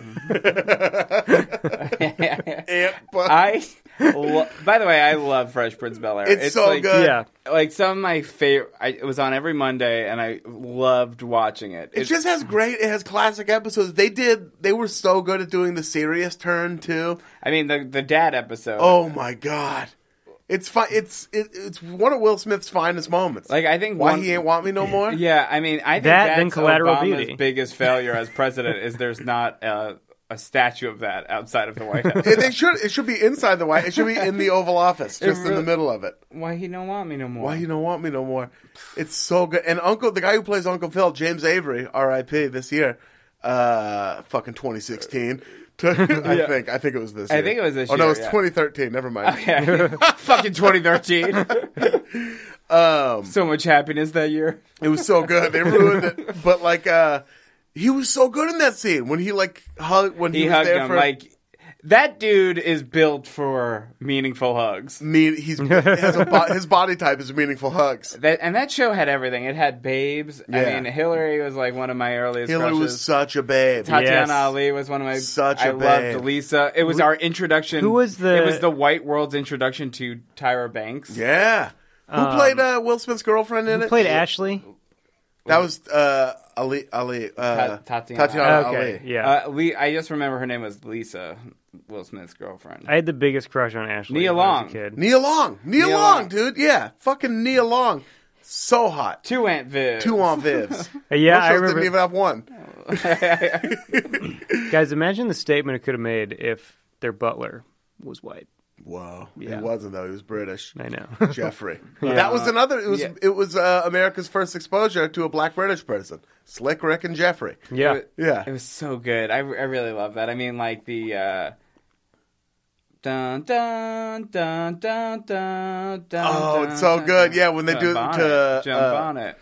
B: Buck.
D: I Lo- By the way, I love Fresh Prince of Bel Air.
B: It's so
D: like,
B: good.
C: yeah.
D: Like some of my favorite. I, it was on every Monday, and I loved watching it.
B: It just has great. It has classic episodes. They did. They were so good at doing the serious turn too.
D: I mean, the the dad episode.
B: Oh my god, it's fun. It's it, it's one of Will Smith's finest moments.
D: like I think
B: why
D: one,
B: he ain't want me no more.
D: Yeah, I mean, I think
C: That,
D: that's
C: then Collateral
D: Obama's
C: Beauty.
D: biggest failure as president is there's not a, a statue of that outside of the White House.
B: It, they should. It should be inside the White. It should be in the Oval Office, just in
D: really-
B: the middle of it.
D: Why he don't want me no more?
B: Why you don't want me no more? It's so good. And Uncle, the guy who plays Uncle Phil, James Avery, R.I.P. This year, uh, fucking 2016. I think. I think it was this.
D: I
B: year.
D: think it was this
B: Oh no,
D: year,
B: it was
D: yeah.
B: 2013. Never mind.
D: fucking 2013.
B: Um,
D: so much happiness that year.
B: It was so good. They ruined it. But like uh he was so good in that scene when he like hugged when he,
D: He,
B: was
D: hugged
B: there
D: him
B: for
D: like that dude is built for meaningful hugs.
B: mean he's has a bo- his body type is meaningful hugs.
D: That and that show had everything. It had babes.
B: Yeah.
D: I mean, Hillary was like one of my earliest.
B: Hillary
D: crushes.
B: was such a babe.
D: Tatiana
C: Yes.
D: Ali was one of my
B: Such
D: I
B: a babe.
D: loved Lisa. It was our introduction.
C: who was the-
D: It was the white world's introduction to Tyra Banks.
B: Yeah. Who played uh, Will Smith's girlfriend in
C: Um, Who
B: it?
C: played Ashley?
B: That was uh, Ali Ali uh,
D: Ta- Tatiana.
B: Tatiana
C: okay,
B: Ali.
C: yeah.
D: Uh, Lee, I just remember her name was Lisa, Will Smith's girlfriend.
C: I had the biggest crush on Ashley.
D: Nia
C: when I was
D: Long.
C: a kid.
B: Nia Long. Nia,
D: Nia
B: Long,
D: Long.
B: dude. Yeah, fucking Nia Long. So hot.
D: Two Aunt Viv.
B: Two on Vivs.
C: Uh, yeah, I
B: Most shows didn't
C: remember.
B: even have one.
C: Guys, imagine the statement it could have made if their butler was white.
B: Whoa,
C: Yeah.
B: he wasn't though. He was British.
C: I know.
B: Jeffrey. That was another. It was
D: Yeah.
B: it was uh, America's first exposure to a black British person, Slick Rick and Jeffrey.
C: yeah.
D: It was-
B: Yeah.
D: It was so good. I, I really love that. I mean, like the. Uh, Dun dun dun dun dun dun.
B: Oh, it's
D: dun,
B: so
D: dun,
B: good.
D: dun.
B: Yeah, when they
D: John
B: do it
D: Bonnet.
B: to,
D: John
B: uh,
D: Bonnet,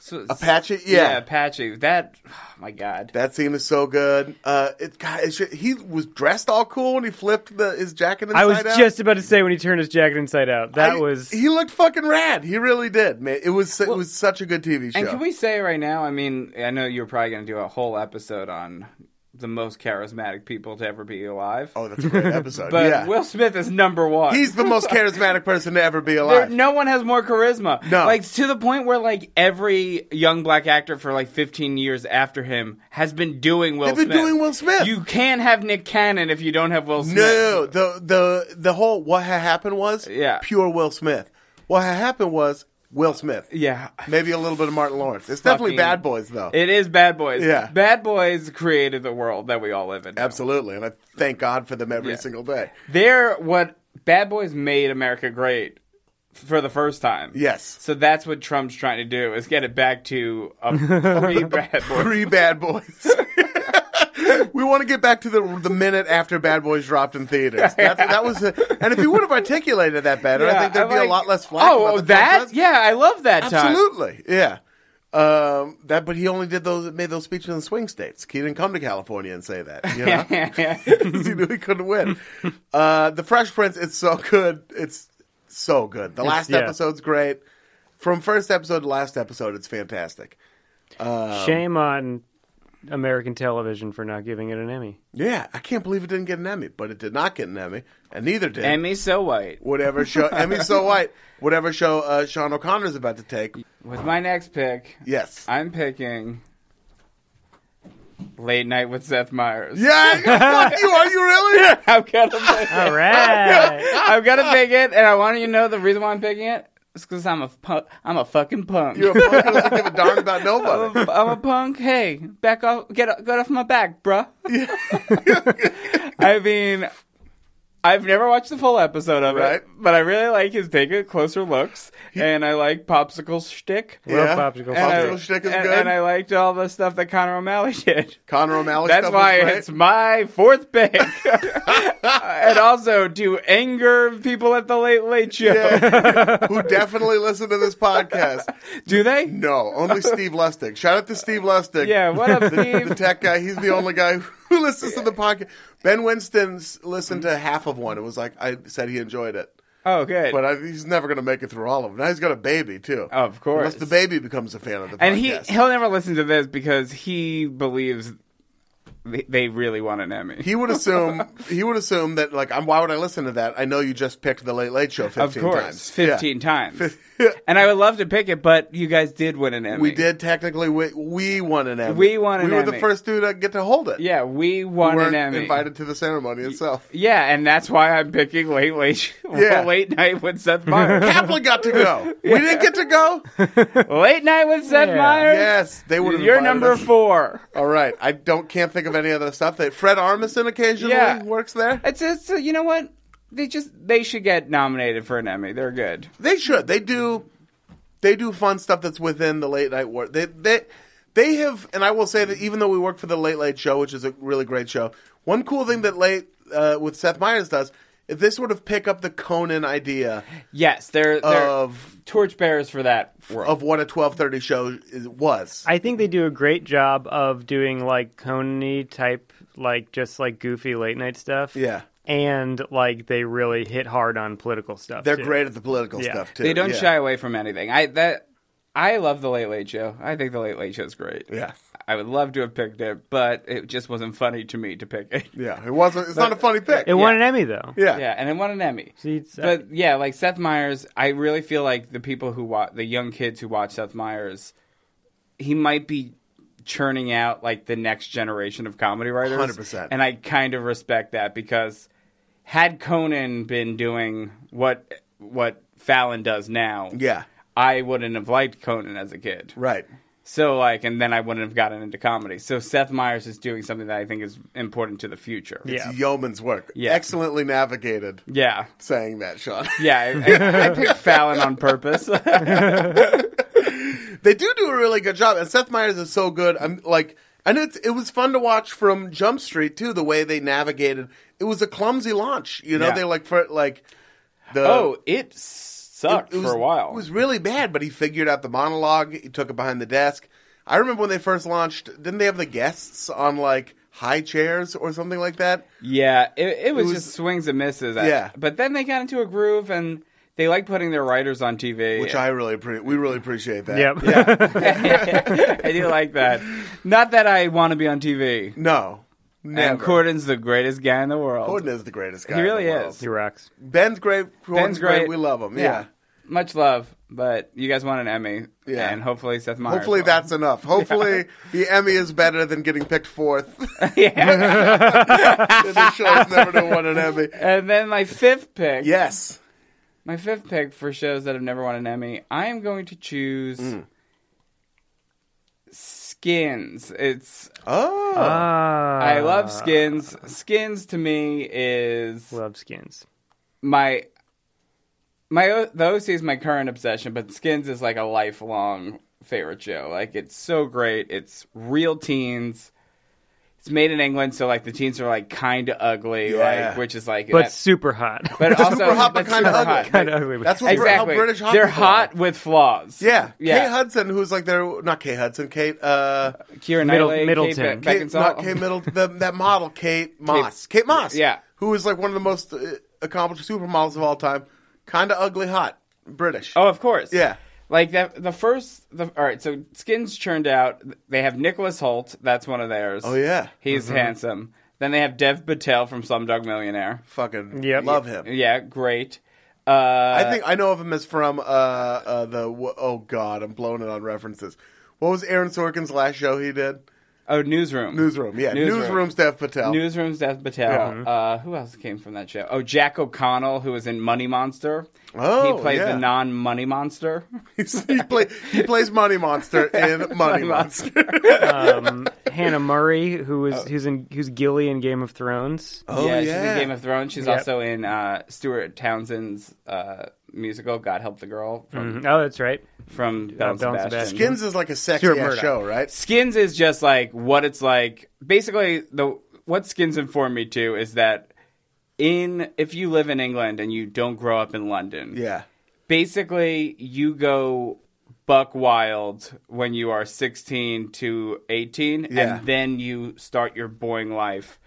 D: so,
B: Apache?
D: yeah,
B: Yeah.
D: Apache. That, oh my God,
B: That scene is so good. Uh, it, God, it should, he was dressed all cool when he flipped the his jacket inside
C: I was
B: out.
C: just about to say when he turned his jacket inside out. That
B: I-
C: was.
B: he looked fucking rad. He really did, man. It was it was such a good TV show.
D: And can we say right now? I mean, I know you're probably going to do a whole episode on the most charismatic people to ever be alive.
B: oh, that's a great episode.
D: but
B: yeah,
D: Will Smith is number one.
B: he's the most charismatic person to ever be
D: there,
B: alive.
D: no one has more charisma.
B: No.
D: like to the point where like every young black actor for like 15 years after him has been doing Will.
B: They've been
D: Smith.
B: doing Will Smith.
D: You can't have Nick Cannon if you don't have Will Smith.
B: No, the the the whole what had happened was
D: Yeah.
B: pure Will Smith. What had happened was Will Smith.
D: Yeah.
B: Maybe a little bit of Martin Lawrence. It's definitely
D: Fucking-
B: Bad Boys though.
D: It is Bad Boys.
B: Yeah.
D: Bad Boys created the world that we all live in. now.
B: Absolutely, and I thank God for them every
D: Yeah.
B: single day.
D: They're what Bad Boys made America great for the first time.
B: Yes.
D: So that's what Trump's trying to do is get it back to a pre Bad Boys.
B: Three Bad Boys. we want to get back to the the minute after Bad Boys dropped in theaters. That, that was, a, and if he would have articulated that better, I think
D: Yeah,
B: there'd
D: I'm
B: be
D: like,
B: a lot less flack.
D: Oh,
B: about
D: oh,
B: the
D: that?
B: protest.
D: Yeah, I love that time.
B: Absolutely, yeah. Um, that, but he only did those, made those speeches in the swing states. He didn't come to California and say that. You know? he knew he couldn't win. Uh, the Fresh Prince, it's so good. It's so good. The last
C: yeah.
B: episode's great. From first episode to last episode, it's fantastic.
C: Shame on American television for not giving it an Emmy.
B: Yeah, I can't believe it didn't get an Emmy, but it did not get an Emmy, and neither did
D: Emmy so white.
B: whatever show Emmy so white, whatever show uh, Sean O'Connor's about to take.
D: With my next pick,
B: Yes.
D: I'm picking Late Night with Seth Meyers.
B: yeah, fuck you. Are you really?
D: I'm gonna pick it.
C: All right.
D: I'm gonna pick it, and I want you to know the reason why I'm picking it. It's because I'm a punk. I'm a fucking punk.
B: You're a punk who doesn't give a darn about nobody.
D: I'm a- I'm a punk. Hey, back off! Get o- get off my back, bruh. I mean, I've never watched the full episode of
B: Right.
D: it, but I really like his take a closer looks, and I like popsicle shtick.
B: Yeah.
C: Love popsicle
D: And I-
B: Popsicle shtick is
D: and,
B: good.
D: and I liked all the stuff that Connor O'Malley did.
B: Conor O'Malley.
D: That's
B: stuff was
D: why
B: great.
D: it's my fourth pick. and also to anger people at the Late Late Show.
B: Yeah. who definitely listen to this podcast.
D: Do they?
B: No, only Steve Lustig. Shout out to Steve Lustig.
D: Yeah, what up,
B: The
D: Steve?
B: tech guy, he's the only guy who listens to the podcast. Ben Winston's listened to half of one. It was like I said he enjoyed it,
D: Oh, good.
B: but I, he's never going to make it through all of them. Now he's got a baby too.
D: Of
B: unless
D: course.
B: the baby becomes a fan of the
D: and he
B: podcast.
D: he'll never listen to this because he believes they, they really want an Emmy.
B: He would assume he would assume that like I'm, why would I listen to that? I know you just picked the Late Late Show 15
D: of course,
B: times. Yeah.
D: fifteen times. and I would love to pick it, but you guys did win an Emmy.
B: We did technically we, we won an Emmy.
D: We won an
B: We were the
D: Emmy.
B: first two to get to hold it.
D: Yeah,
B: we
D: we won
B: weren't
D: an Emmy.
B: invited to the ceremony itself.
D: Yeah, and that's why I'm picking late late
B: Yeah.
D: late night with Seth Meyers.
B: Kaplan got to go. We didn't get to go.
D: late night with Seth
C: Yeah.
D: Meyers.
B: Yes, they would. have
D: You're
B: invited
D: number
B: us.
D: four.
B: All right, I don't can't think of any other stuff that Fred Armisen occasionally
D: Yeah.
B: works there.
D: It's it's uh, you know what? They just they should get nominated for an Emmy. They're good.
B: They should. They do. They do fun stuff that's within the late night work. They they they have, and I will say that even though we work for the Late Late Show, which is a really great show, one cool thing that late uh, with Seth Meyers does is they sort of pick up the Conan idea
D: Yes, they're they're
B: of
D: torchbearers for that world.
B: of what a twelve thirty show is, was.
C: I think they do a great job of doing like Coney type, like just like goofy late night stuff.
B: Yeah.
C: and like they really hit hard on political stuff.
B: They're
C: too.
B: great at the political
C: Yeah.
B: stuff too.
D: they don't
B: Yeah.
D: shy away from anything. I that I love the Late Late Show. I think the Late Late Show's great.
B: Yeah.
D: I would love to have picked it, but it just wasn't funny to me to pick it.
B: Yeah, it wasn't. It's not a funny pick.
C: It won an Emmy though.
B: yeah.
D: Yeah, and it won an Emmy.
C: See, it's-
D: but yeah, like Seth Meyers, I really feel like the people who watch, the young kids who watch Seth Meyers, he might be churning out like the next generation of comedy writers.
B: 100%.
D: And I kind of respect that because had Conan been doing what what Fallon does now,
B: Yeah.
D: I wouldn't have liked Conan as a kid.
B: Right.
D: So like, and then I wouldn't have gotten into comedy. So Seth Meyers is doing something that I think is important to the future.
C: Yeah.
B: It's yeoman's work.
D: Yeah.
B: Excellently navigated
D: Yeah.
B: saying that, Sean.
D: Yeah, I, I, I picked Fallon on purpose.
B: they do do a really good job, and Seth Meyers is so good. I'm like, and it's it was fun to watch from Jump Street too. The way they navigated, it was a clumsy launch. You know,
D: Yeah.
B: they like for like the
D: oh, it
B: it-
D: sucked
B: it was-
D: for a while.
B: It was really bad, but he figured out the monologue. He took it behind the desk. I remember when they first launched. Didn't they have the guests on like high chairs or something like that?
D: yeah, it, it, was
B: was-
D: just swings and misses.
B: Yeah.
D: but then they got into a groove and they like putting their writers on TV,
B: Which I really appreciate. We really appreciate that.
C: Yep.
D: I do like that. Not that I want to be on TV.
B: No. Never.
D: And Corden's the greatest guy in the world.
B: Gordon is the greatest guy.
D: He
B: in the
D: really
B: world.
D: is.
C: he rocks.
B: Ben's great. Corden's
D: Ben's
B: great.
D: great.
B: We love him. Yeah.
D: much love, but you guys won an Emmy,
B: Yeah.
D: and hopefully Seth Meyers.
B: Hopefully
D: won.
B: that's enough. Hopefully the Emmy is better than getting picked fourth.
D: yeah.
B: the show's never to won an Emmy.
D: And then my fifth pick.
B: Yes.
D: My fifth pick for shows that have never won an Emmy, I am going to choose
B: Mm.
D: Skins. It's
B: Oh.
C: Ah,
D: I love Skins. Skins to me is
C: Love skins.
D: my my O- the OC is my current obsession, but Skins is like a lifelong favorite show. Like it's so great. It's real teens. It's made in England, so like the teens are like kind of ugly,
B: Yeah.
D: like which is like
C: But
D: that-
C: super hot.
D: but also
B: Super hot, but
D: that's
B: kinda
D: super
B: ugly.
D: hot.
C: Kinda ugly.
B: that's what Brit-
D: Exactly.
B: how British hot
D: They're
B: people
D: hot
B: are.
D: with flaws.
B: Yeah. Kate
D: Yeah.
B: Hudson, who's like their not Kate Hudson, Kate uh
D: Keira
C: Middle-
D: Knightley,
C: Middleton.
D: Kate Be-
B: Kate,
D: Beckinsale.
B: not Kate Middle the, that model Kate Moss. Kate, Moss.
D: yeah.
B: Who is like one of the most uh, accomplished supermodels of all time. Kind of ugly hot. British.
D: Oh, of course.
B: Yeah.
D: Like that. The first. The, all right. So Skins churned out. They have Nicholas Holt. That's one of theirs.
B: Oh, yeah.
D: He's handsome. Then they have Dev Patel from Slumdog Millionaire.
B: Fucking
C: Yep.
B: love him.
D: Yeah, great. Uh,
B: I think I know of him as from uh, uh, the wh- oh god, I'm blowing it on references. What was Aaron Sorkin's last show he did?
D: oh, Newsroom.
B: Newsroom, yeah, Newsroom's Dev Patel.
D: Newsroom's Dev Patel.
B: Yeah.
D: Uh, who else came from that show? Oh, Jack O'Connell, who was in Money Monster.
B: Oh,
D: he played
B: yeah.
D: the non-money monster.
B: He's- he, play, he plays Money Monster in Money Monster.
C: Um, Hannah Murray, who was who's in who's Gilly in Game of Thrones.
B: oh
D: yeah, she's in Game of Thrones. She's
C: Yep.
D: also in uh, Stuart Townsend's uh, musical "God Help the Girl" from
C: Mhm. Oh, that's right.
D: from Bell and
C: Bell and
D: Sebastian.
C: Sebastian.
B: Skins is like a sexy
C: Stuart
B: ass
C: Murdoch.
B: show, right?
D: Skins is just like what it's like. Basically, the what Skins informed me to is that in if you live in England and you don't grow up in London,
B: Yeah,
D: basically you go buck wild when you are 16 to 18
B: Yeah.
D: and then you start your boring life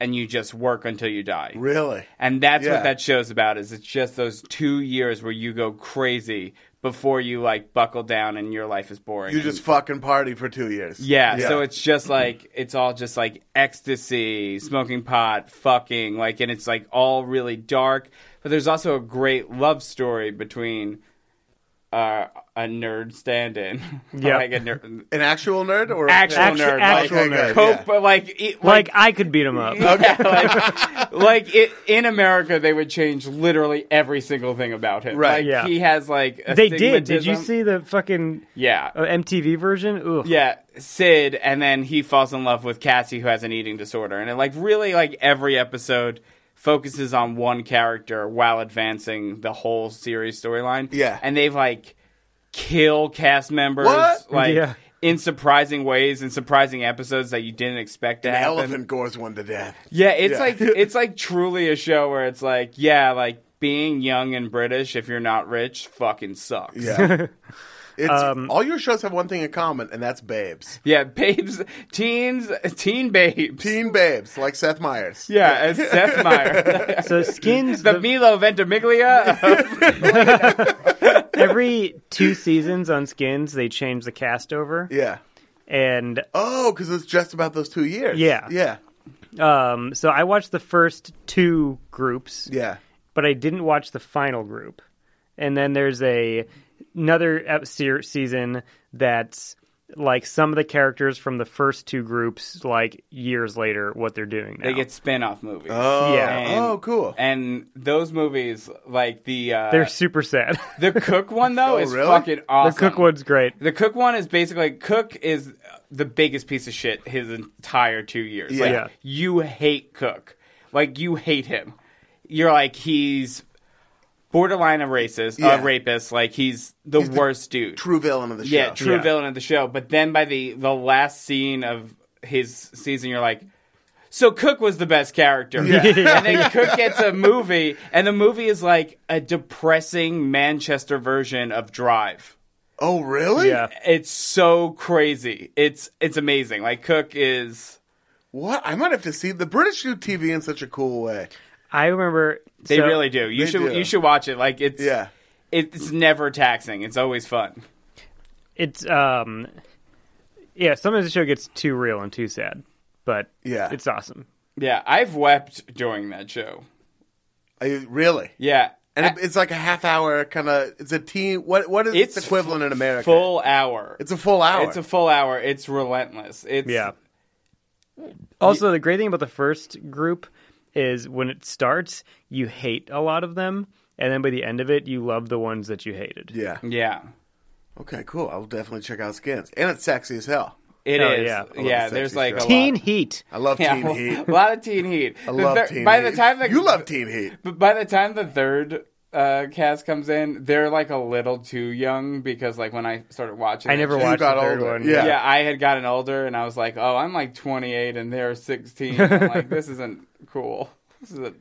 D: and you just work until you die
B: really.
D: and that's
B: Yeah.
D: what that show's about is it's just those two years where you go crazy before you like buckle down and your life is boring.
B: You
D: and-
B: just fucking party for two years.
D: yeah, so it's just like it's all just like ecstasy, smoking pot, fucking like and it's like all really dark, but there's also a great love story between uh, a nerd stand-in.
C: Yeah.
D: like a nerd
B: an actual nerd or
D: actual
C: Act-
D: nerd,
C: actual
D: like
B: nerd,
D: cope,
B: yeah.
D: but like, it,
C: Like I could beat him up.
D: Yeah, like, like it, in America, they would change literally every single thing about him.
B: Right.
D: Like,
C: Yeah.
D: He has like a
C: They did. Did you
D: stigmatism.
C: see the fucking
D: Yeah.
C: uh, MTV version? Ugh.
D: Yeah, Sid, and then he falls in love with Cassie, who has an eating disorder, and it like really like every episode focuses on one character while advancing the whole series storyline.
B: Yeah.
D: and they've like kill cast members
B: What?
D: like
C: Yeah.
D: in surprising ways in surprising episodes that you didn't expect to
B: An
D: happen.
B: elephant gores one to death.
D: Yeah, it's
B: Yeah.
D: like it's like truly a show where it's like, yeah, like being young and British if you're not rich fucking sucks.
B: Yeah. It's,
C: Um,
B: all your shows have one thing in common, and that's babes.
D: Yeah, babes, teens, teen babes.
B: Teen babes, like Seth Meyers.
D: Yeah, it's Seth Meyer.
C: So skins
D: the
C: the-
D: Milo Ventimiglia.
C: every two seasons on skins they change the cast over
B: Yeah.
C: and
B: Oh, because it's just about those two years.
C: Yeah.
B: Yeah.
C: um so I watched the first two groups
B: Yeah.
C: but I didn't watch the final group. And then there's a another ep- se- season that's like some of the characters from the first two groups, like years later, what they're doing now.
D: they get spin-off movies.
B: Oh,
C: Yeah.
D: And-
B: oh cool.
D: And those movies, like the uh,
C: they're super sad.
D: the Cook one though,
B: Oh,
D: is
B: really?
D: fucking
C: the
D: awesome.
C: Cook one's great.
D: The Cook one is basically Cook is the biggest piece of shit his entire two years. Like,
B: Yeah.
D: you hate Cook. Like you hate him. You're like he's borderline a racist,
B: Yeah.
D: a rapist. Like he's the
B: He's the
D: worst dude.
B: True villain of the show.
D: yeah, true
C: Yeah.
D: villain of the show. But then by the the last scene of his season, you're like. So Cook was the best character, and then Cook gets a movie, and the movie is like a depressing Manchester version of Drive
B: Oh, really?
C: Yeah.
D: it's so crazy. It's it's amazing. Like Cook is
B: What? I might have to see. The British do TV in such a cool way.
C: I remember
D: they
C: so-
D: really do. You
B: They
D: should
B: do.
D: you should watch it. Like it's
B: Yeah.
D: it's never taxing. It's always fun.
C: it's um yeah. Sometimes the show gets too real and too sad, but
B: Yeah.
C: it's awesome.
D: Yeah, I've wept during that show.
B: I, really?
D: Yeah.
B: And it- it's like a half hour kind of. It's a teen. What? What is
D: It's
B: its equivalent in America?
D: full hour.
B: It's a full hour.
D: It's a full hour. It's relentless. It's
C: Yeah. Also, the great thing about the first group is when it starts, you hate a lot of them, and then by the end of it, you love the ones that you hated.
B: yeah.
D: Yeah.
B: Okay. Cool. I'll definitely check out Skins, and it's sexy as hell.
D: It
C: Oh,
D: is.
C: yeah. I
D: Yeah.
B: love the
D: there's
B: sexy
D: like a
B: show.
C: Teen
D: lot.
C: heat.
B: I love
D: Yeah,
B: Teen Heat.
D: A lot of teen heat.
B: I
D: The
B: love
D: thir-
B: Teen
D: by
B: Heat.
D: the time the
B: you love Teen Heat.
D: But by the time the third uh, cast comes in, they're like a little too young because like when I started watching,
C: I
D: that
C: never
D: shit-
C: watched the
B: got
C: third
B: older.
C: one.
B: Yeah.
D: Yeah. I had gotten older and I was like, oh, I'm like 28 and they're 16. I'm like, this isn't cool. This isn't.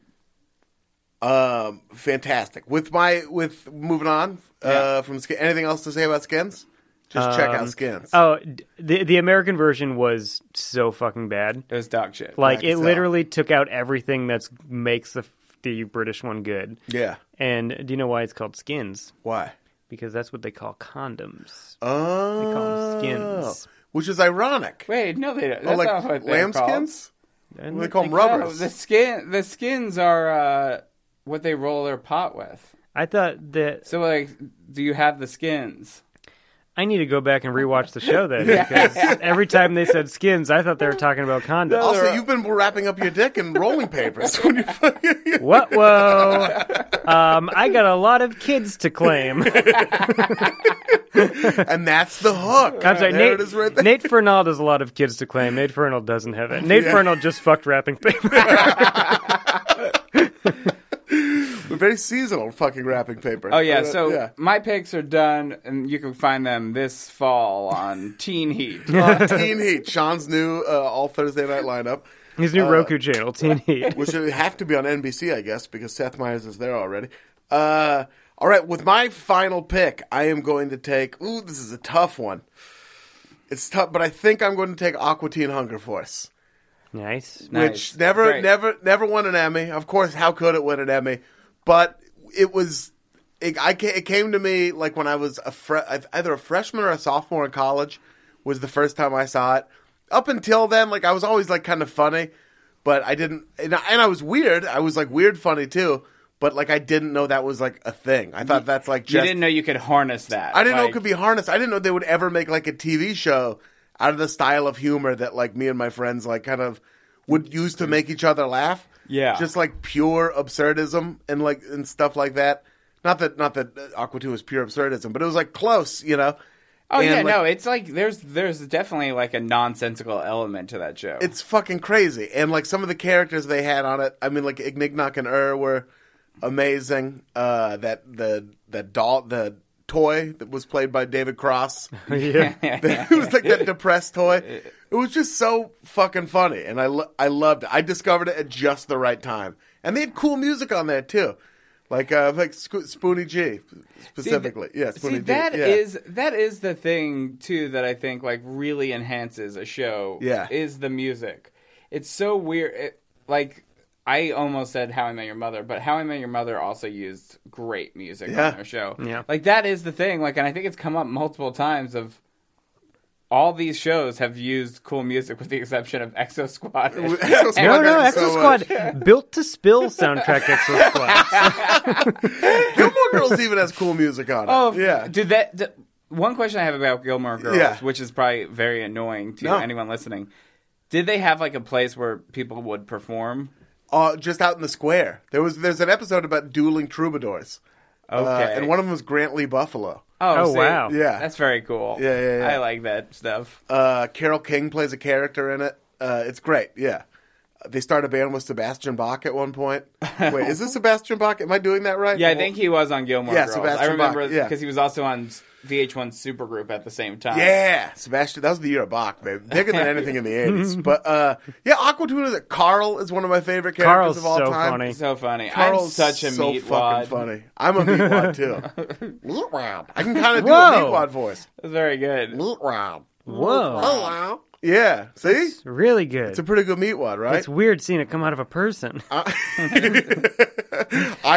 B: Um, fantastic. With my with moving on uh, from Skins. Anything else to say about Skins? Just check out Skins.
C: Oh, d- the the American version was so fucking bad.
D: It was dog shit.
C: Like
B: can
C: it
B: tell.
C: literally took out everything that's makes the the British one good.
B: yeah.
C: And do you know why it's called skins?
B: Why?
C: Because that's what they call condoms.
B: Oh,
C: call 'em skins.
B: which is ironic.
D: wait, no, they don't.
B: oh,
D: That's
B: like
D: not what they're
B: lambskins.
C: And
B: They call them
D: called. No,
B: rubbers.
D: the skin, the skins are uh, what they roll their pot with.
C: I thought that
D: So like, do you have the skins?
C: I need to go back and rewatch the show then because every time they said skins, I thought they were talking about condoms.
B: also, you've been wrapping up your dick in rolling papers. When you,
C: What? Whoa! Um, I got a lot of kids to claim.
B: and that's the hook.
C: I'm sorry,
B: there
C: Nate,
B: it is right there.
C: Nate Fernald has a lot of kids to claim. Nate Fernald doesn't have it. Nate Fernald just fucked wrapping paper.
B: We're very seasonal fucking wrapping paper.
D: Oh yeah,
B: Uh,
D: so
B: yeah.
D: my picks are done, and you can find them this fall on Teen Heat.
B: Uh, Teen Heat, Sean's new uh, all Thursday night lineup,
C: His
B: Uh,
C: new Roku channel, E. Teen Heat.
B: which would have to be on NBC, I guess, because Seth Meyers is there already. Uh, all right, with my final pick, I am going to take. Ooh, this is a tough one. It's tough, but I think I'm going to take Aqua Teen Hunger Force.
C: Nice.
D: Nice.
B: which never,
D: Great.
B: never, never won an Emmy. Of course, how could it win an Emmy? But it was it, I ca- it came to me like when I was a fre- I've- either a freshman or a sophomore in college was the first time I saw it. Up until then, like I was always like kind of funny, but I didn't, and I, and I was weird. I was like weird funny too, but like I didn't know that was like a thing. I thought that's like
D: You
B: just
D: didn't know you could harness that.
B: I didn't know it
D: like-
B: could be harnessed. I didn't know they would ever make like a TV show out of the style of humor that like me and my friends like kind of would use to make each other laugh.
D: Yeah.
B: just like pure absurdism and like and stuff like that. Not that not that uh, Aqua Two was pure absurdism, but it was like close, you know.
D: Oh
B: And,
D: yeah,
B: like,
D: no, it's like there's there's definitely like a nonsensical element to that show.
B: it's fucking crazy. And like some of the characters they had on it, I mean, like Ignignock and Ur were amazing. Uh, that the the doll the toy that was played by David Cross.
C: yeah.
B: it was like that depressed toy. It was just so fucking funny, and I lo- I loved it. I discovered it at just the right time, and they had cool music on there too, like uh, like Sco- Spoonie G specifically.
D: See,
B: yeah,
D: th-
B: Spoonie
D: see
B: G.
D: that
B: yeah.
D: is- that is the thing too that I think like really enhances a show.
B: Yeah.
D: is the music. It's so weird. It, like I almost said How I Met Your Mother, but How I Met Your Mother also used great music
B: Yeah.
D: on their show.
C: Yeah.
D: like that is the thing. Like, and I think it's come up multiple times of. All these shows have used cool music, with the exception of Exo Squad.
B: Exo Squad
C: No, no,
B: got me
C: Exo
B: so
C: Squad.
B: much.
C: Built to Spill soundtrack Exo Squad.
B: Gilmore Girls even has cool music on it.
D: Oh
B: yeah.
D: yeah. Did that? d one question I have about Gilmore Girls,
B: Yeah.
D: which is probably very annoying to
B: No.
D: anyone listening. Did they have like a place where people would perform?
B: uh, just out in the square. There was there's an episode about dueling troubadours. Uh,
D: Okay.
B: and one of them was Grant Lee Buffalo.
C: Oh, wow.
B: Yeah.
D: That's very cool.
B: Yeah, yeah, yeah.
D: I like that stuff.
B: Uh, Carol King plays a character in it. Uh, it's great. Yeah. They start a band with Sebastian Bach at one point. Wait, is this Sebastian Bach? Am I doing that right?
D: Yeah, I think he was on Gilmore
B: Yeah,
D: Girls. I
B: Sebastian
D: remember
B: Bach, yeah.
D: because he was also on VH1 Supergroup at the same time.
B: Yeah, Sebastian. That was the year of Bach, babe. Bigger than anything in the eighties. But uh, yeah, Aquatuna. That Carl is one of my favorite characters
C: Carl's
B: of all
C: so
B: time.
C: funny.
D: So funny. I'm
B: Carl's
D: such a
B: so
D: meat
B: fucking
D: wad.
B: funny. I'm a meatwad too. meatwad. I can kind of do a
C: Whoa.
B: meatwad voice.
D: Very good.
B: Meatwad.
C: Whoa.
B: Hello. Yeah. See,
C: Really good.
B: Oh. it's a pretty good meatwad, right?
C: It's weird seeing it come out of a person.
B: I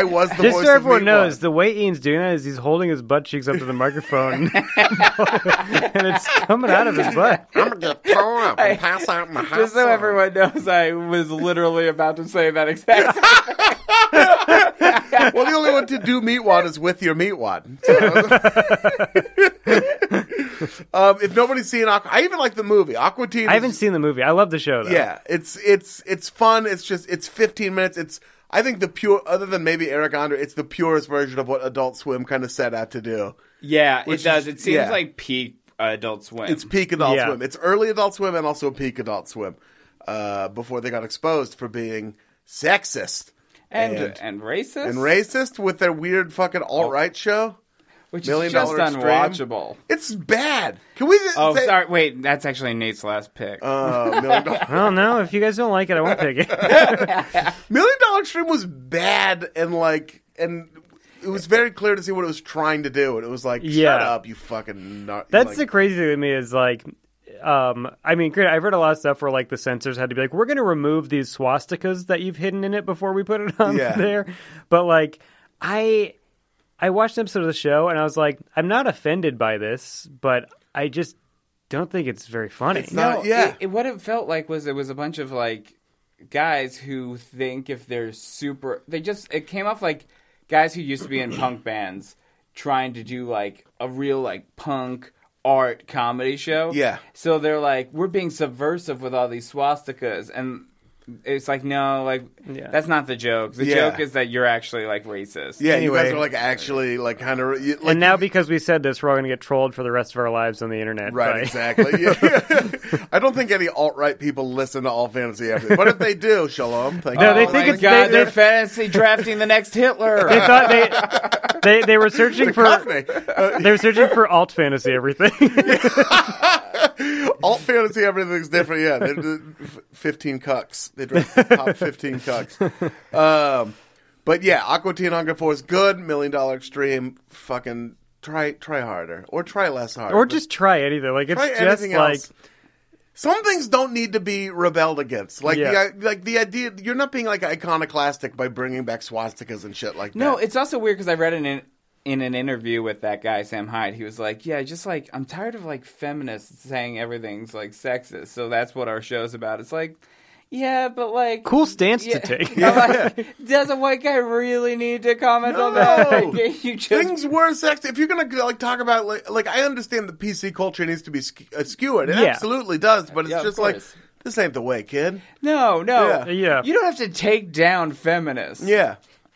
B: was the voice
C: Just so
B: of
C: everyone
B: meatwad.
C: knows, the way Ian's doing that is he's holding his butt cheeks up to the microphone, and it's coming out of his butt.
B: I'm gonna get tore up and pass out in my house.
D: Just so everyone knows, I was literally about to say that exact.
B: Well, the only one to do meat wad is with your meat wad. So- um, if nobody's seen Aqua, I even like the movie Aqua Teen.
C: I
B: is-
C: haven't seen the movie. I love the show though.
B: Yeah, it's it's it's fun. It's just it's 15 minutes. It's I think the pure, other than maybe Eric Andre, it's the purest version of what Adult Swim kind of set out to do.
D: Yeah,
B: Which
D: it does.
B: is-
D: It seems
B: yeah.
D: like peak uh, Adult Swim.
B: It's peak Adult
C: Yeah.
B: Swim. It's early Adult Swim and also peak Adult Swim uh, before they got exposed for being sexist
D: and,
B: and-
D: and racist
B: and racist with their weird fucking alt right show.
D: which
B: Million
D: is just
B: Dollar Extreme.
D: unwatchable.
B: It's bad. Can we?
D: Oh,
B: say-
D: sorry. Wait, that's actually Nate's last pick.
B: Uh, million dollar
C: I don't know. If you guys don't like it, I won't pick it.
B: million dollar extreme was bad and like and it was very clear to see what it was trying to do and it was like shut
C: Yeah.
B: up you fucking nar-"
C: That's
B: like,
C: the crazy thing to me is like, um, I mean, great. I've read a lot of stuff where like the censors had to be like, we're going to remove these swastikas that you've hidden in it before we put it on
B: Yeah.
C: there. But like, I I watched an episode of the show and I was like, I'm not offended by this, but I just don't think it's very funny.
B: It's not- yeah.
D: It, it- what it felt like was it was a bunch of like guys who think if they're super, they just it came off like guys who used to be in punk bands trying to do like a real like punk art comedy show.
B: Yeah.
D: So they're like, we're being subversive with all these swastikas and. It's like no, like
C: Yeah.
D: that's not the joke. The
B: Yeah.
D: joke is that you're actually like racist.
B: yeah you guys
C: anyway.
B: are like actually like kind of like
C: and now because we said this, we're all going to get trolled for the rest of our lives on the internet.
B: Right,
C: by-
B: exactly. Yeah. I don't think any alt right people listen to All Fantasy Everything, but if they do, shalom. Thank
C: No,
B: you.
C: they
D: oh
C: think
D: my
C: it's-
D: God,
C: they-
D: they're
C: they-
D: fantasy drafting the next Hitler.
C: They thought they they they were searching for
B: Cockney.
C: they were searching for alt fantasy everything.
B: Alt Uh, fantasy, everything's different. Yeah, they did f- fifteen cucks. They drank the top fifteen cucks. Um, but yeah, Aqua Teen Hunger Force, good million dollar extreme. Fucking try, try harder or try less hard,
C: or
B: But
C: just try it either. Like it's
B: try
C: just
B: anything
C: like
B: else. Some things don't need to be rebelled against. Like
C: Yeah.
B: the uh, like the idea you're not being like iconoclastic by bringing back swastikas and shit like
D: No,
B: that.
D: it's also weird because I read an in- in an interview with that guy Sam Hyde, he was like, "Yeah, just like I'm tired of like feminists saying everything's like sexist, so that's what our show's about." It's like, yeah, but like,
C: Cool stance
D: Yeah.
C: to take.
D: I'm like, does a white guy really need to comment on that?
B: No.
D: Like, you just
B: Things were sexy. If you're gonna like talk about like, like I understand the PC culture needs to be ske- uh, skewered. It
C: Yeah.
B: absolutely does, but it's
D: Yeah, of
B: just like
D: course.
B: this ain't the way, kid.
D: no, no,
B: Yeah.
C: Yeah.
D: You don't have to take down feminists.
B: Yeah,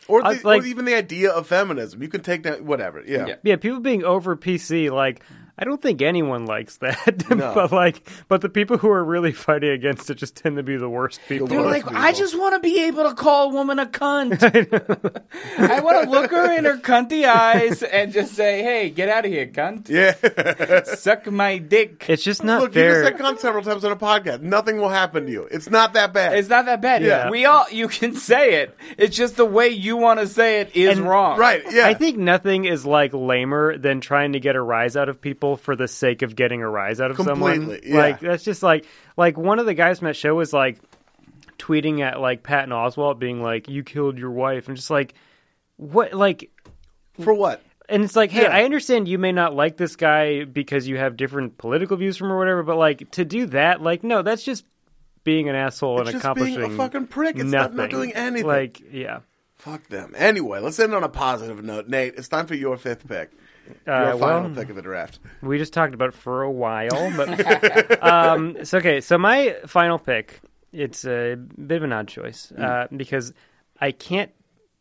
B: or,
C: I
B: the,
C: was like-
B: or even the idea of feminism. You can take down whatever. Yeah,
D: Yeah.
C: Yeah, people being over PC, like I don't think anyone likes that.
B: No.
C: but like, but the people who are really fighting against it just tend to be the worst people.
D: They're
B: Most
D: like,
B: people.
D: I just want to be able to call a woman a cunt. I want to look her in her cunty eyes and just say, "Hey, get out of here, cunt!
B: yeah.
D: Suck my dick."
C: it's just not
B: Look, you
C: fair.
B: just said cunt several times on a podcast. Nothing will happen to you. It's not that bad.
D: It's not that bad.
C: Yeah.
D: We all you can say it. It's just the way you want to say it is
C: And-
D: wrong.
B: right. Yeah.
C: I think nothing is like lamer than trying to get a rise out of people for the sake of getting a rise out of someone.
B: Completely, yeah.
C: Like that's just like like one of the guys from that show was like tweeting at like Patton Oswalt being like, You killed your wife and just like what like
B: For what?
C: and it's like, hey,
B: Yeah.
C: I understand you may not like this guy because you have different political views from or whatever, but like to do that, like no, that's just being an asshole and
B: It's just being
C: accomplishing
B: a fucking prick. It's not-
C: nothing.
B: not doing anything.
C: Like yeah,
B: Fuck them. Anyway, let's end on a positive note. Nate, it's time for your fifth pick. Your
C: Uh,
B: final
C: well-
B: pick of the draft.
C: we just talked about it for a while, but um, so okay. So my final pick, it's a bit of an odd choice
B: Hmm.
C: uh, because I can't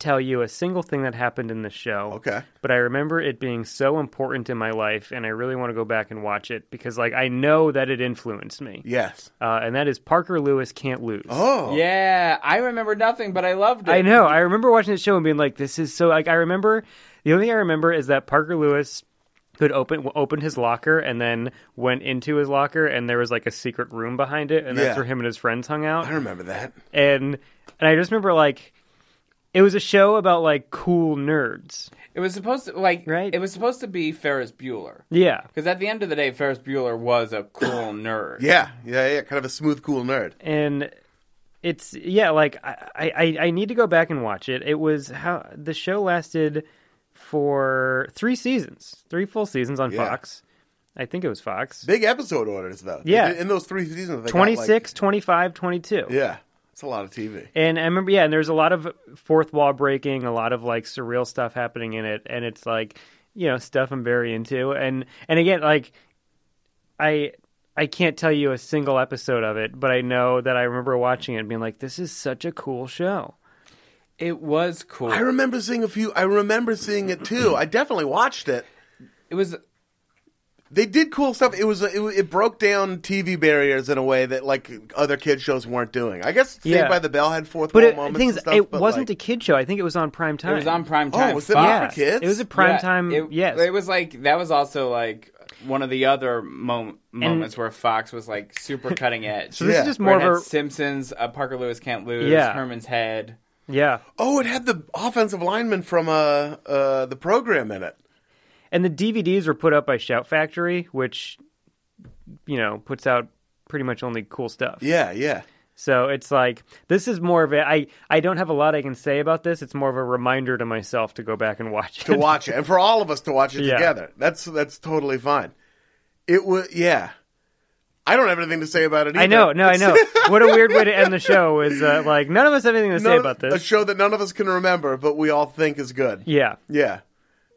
C: tell you a single thing that happened in the show.
B: Okay.
C: but I remember it being so important in my life, and I really want to go back and watch it because like I know that it influenced me.
B: Yes.
C: uh, and that is Parker Lewis can't lose.
B: Oh.
D: Yeah, I remember nothing, but I loved it.
C: I know. I remember watching the show and being like, "This is so." Like, I remember the only thing I remember is that Parker Lewis could open opened his locker and then went into his locker, and there was like a secret room behind it, and
B: Yeah.
C: that's where him and his friends hung out.
B: I remember that.
C: And and I just remember like it was a show about like cool nerds.
D: It was supposed to like
C: Right.
D: it was supposed to be Ferris Bueller.
C: Yeah.
D: Because at the end of the day, Ferris Bueller was a cool nerd.
B: Yeah. Yeah. Yeah. Kind of a smooth, cool nerd.
C: and it's yeah like I, I i need to go back and watch it it was how the show lasted for three seasons three full seasons on
B: Yeah.
C: fox i think it was fox
B: Big episode orders, though.
C: Yeah.
B: In those three seasons, they got, like-
C: 26 25 22
B: yeah. It's a lot of TV.
C: and i remember yeah and there's a lot of fourth wall breaking a lot of like surreal stuff happening in it and it's like you know stuff i'm very into and and again like i i can't tell you a single episode of it but i know that i remember watching it and being like this is such a cool show
D: It was cool.
B: I remember seeing a few. I remember seeing it too. I definitely watched it.
D: it was
B: They did cool stuff. It was it, wa- it broke down TV barriers in a way that like other kids shows weren't doing. I guess Saved
C: Yeah.
B: by the Bell had fourth
C: But
B: wall
C: it,
B: moments.
C: things,
B: and stuff,
C: it
B: but,
C: wasn't
B: like,
C: a kid show. I think it was on prime time.
D: it was on prime
B: Oh,
D: time.
B: was it
D: Fox.
B: not
C: yeah.
B: for kids?
C: It was a prime
D: Yeah,
C: time.
D: It,
C: yes.
D: it was like that was also like one of the other mom- moments where Fox was like super cutting edge.
C: so this
B: yeah,
C: is just
D: Where
C: more
D: it had
C: of a
D: Simpsons, uh, Parker Lewis can't lose,
C: Yeah.
D: Herman's head.
C: yeah.
B: Oh, it had the offensive lineman from uh, uh the program in it.
C: And the DVDs were put up by Shout Factory, which you know puts out pretty much only cool stuff.
B: Yeah, yeah.
C: So it's like this is more of a. I I don't have a lot I can say about this. It's more of a reminder to myself to go back and watch it.
B: To watch it, and for all of us to watch it
C: Yeah.
B: together. That's that's totally fine. It was yeah. I don't have anything to say about it. Either.
C: I know, no, I know. what a weird way to end the show is uh, like none of us have anything to
B: None
C: say
B: of-
C: about
B: A
C: this.
B: show that none of us can remember, but we all think is good.
C: yeah,
B: Yeah,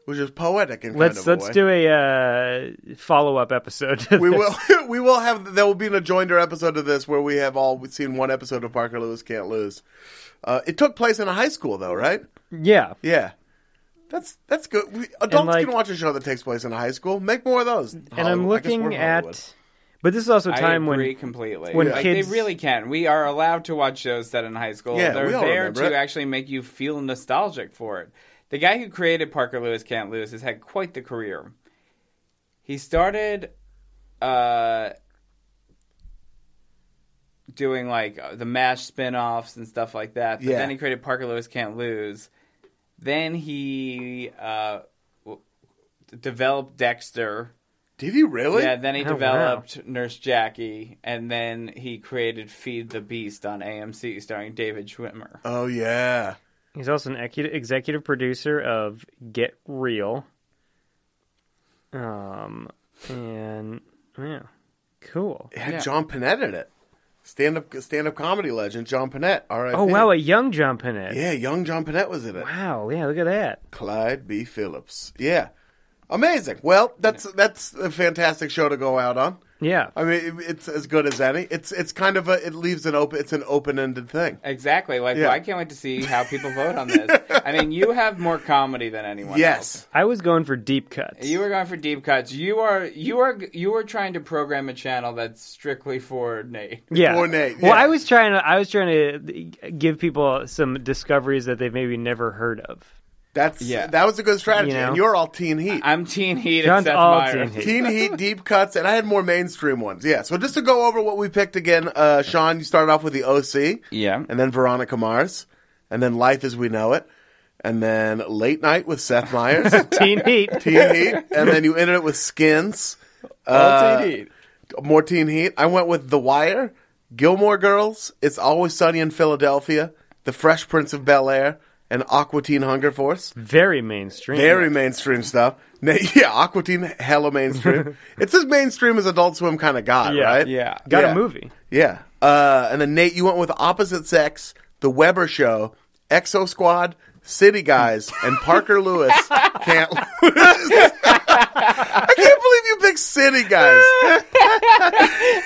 B: which is poetic and
C: let's
B: kind of a
C: let's
B: way.
C: do a uh, follow up episode. to
B: We
C: this.
B: will. We will have. There will be an adjoinder episode of this where we have all seen one episode of Parker Lewis Can't Lose. Uh, it took place in a high school, though, right?
C: Yeah,
B: Yeah, that's that's good. We, adults
C: like-
B: can watch a show that takes place in a high school. Make more of those. Oh, And
C: and I'm looking at. But this is also a time
D: I agree
C: when
D: completely.
C: when
D: like,
C: kids-
D: they really can. We are allowed to watch shows set in high school.
B: Yeah,
D: They're
B: we all
D: there
B: remember
D: to
B: it.
D: actually make you feel nostalgic for it. The guy who created Parker Lewis Can't Lose has had quite the career. He started uh, doing like uh, the MASH spin-offs and stuff like that. But
B: Yeah.
D: then he created Parker Lewis Can't Lose. Then he uh, w- developed Dexter.
B: Did he really?
D: Yeah, then he
C: Oh, wow.
D: developed Nurse Jackie, and then he created Feed the Beast on AMC, starring David Schwimmer.
B: Oh yeah.
C: He's also an ecu- executive producer of Get Real. Um, and yeah, cool.
B: It had
D: Yeah.
B: John Panette in it. Stand up stand up comedy legend John Panette. All right.
C: Oh wow, a young jump in it.
B: Yeah, young John Panette was in it.
C: Wow, yeah, look at that.
B: Clyde B. Phillips. Yeah. Amazing. Well, that's that's a fantastic show to go out on.
C: Yeah,
B: I mean, it- it's as good as any. It's it's kind of a it leaves an open it's an open ended thing.
D: Exactly. Like,
B: Yeah.
D: well, I can't wait to see how people vote on this. I mean, you have more comedy than anyone else.
B: Yes.
C: I was going for deep cuts.
D: You were going for deep cuts. You are you are you are trying to program a channel that's strictly for Nate.
C: yeah.
B: Or Nate,
C: Well,
B: yeah.
C: I was trying to I was trying to give people some discoveries that they've maybe never heard of.
B: That's
D: Yeah.
B: that was a good strategy.
C: You know?
B: And you're all teen heat.
D: I'm Teen Heat
C: John's
D: and Seth
C: all teen
D: Meyers.
C: heat.
B: Teen Heat, Deep Cuts, and I had more mainstream ones. Yeah. So just to go over what we picked again, uh, Sean, you started off with the OC.
D: Yeah.
B: And then Veronica Mars. And then Life as We Know It. And then Late Night with Seth Meyers.
C: Teen Heat.
B: teen Heat. And then you ended it with Skins. Uh,
D: All Teen Heat.
B: More Teen Heat. I went with The Wire, Gilmore Girls, It's Always Sunny in Philadelphia, The Fresh Prince of Bel Air, and Aqua Teen Hunger Force.
C: Very mainstream.
B: Very mainstream stuff. Na- Yeah, Aqua Teen, hella mainstream. it's as mainstream as Adult Swim kind of got,
C: Yeah,
B: right?
D: yeah.
C: Got
B: Yeah.
C: a movie.
B: Yeah. Uh, and then Nate, you went with Opposite Sex, The Weber Show, Exo Squad, City Guys, and Parker Lewis can't lose. I can't believe you picked City Guys.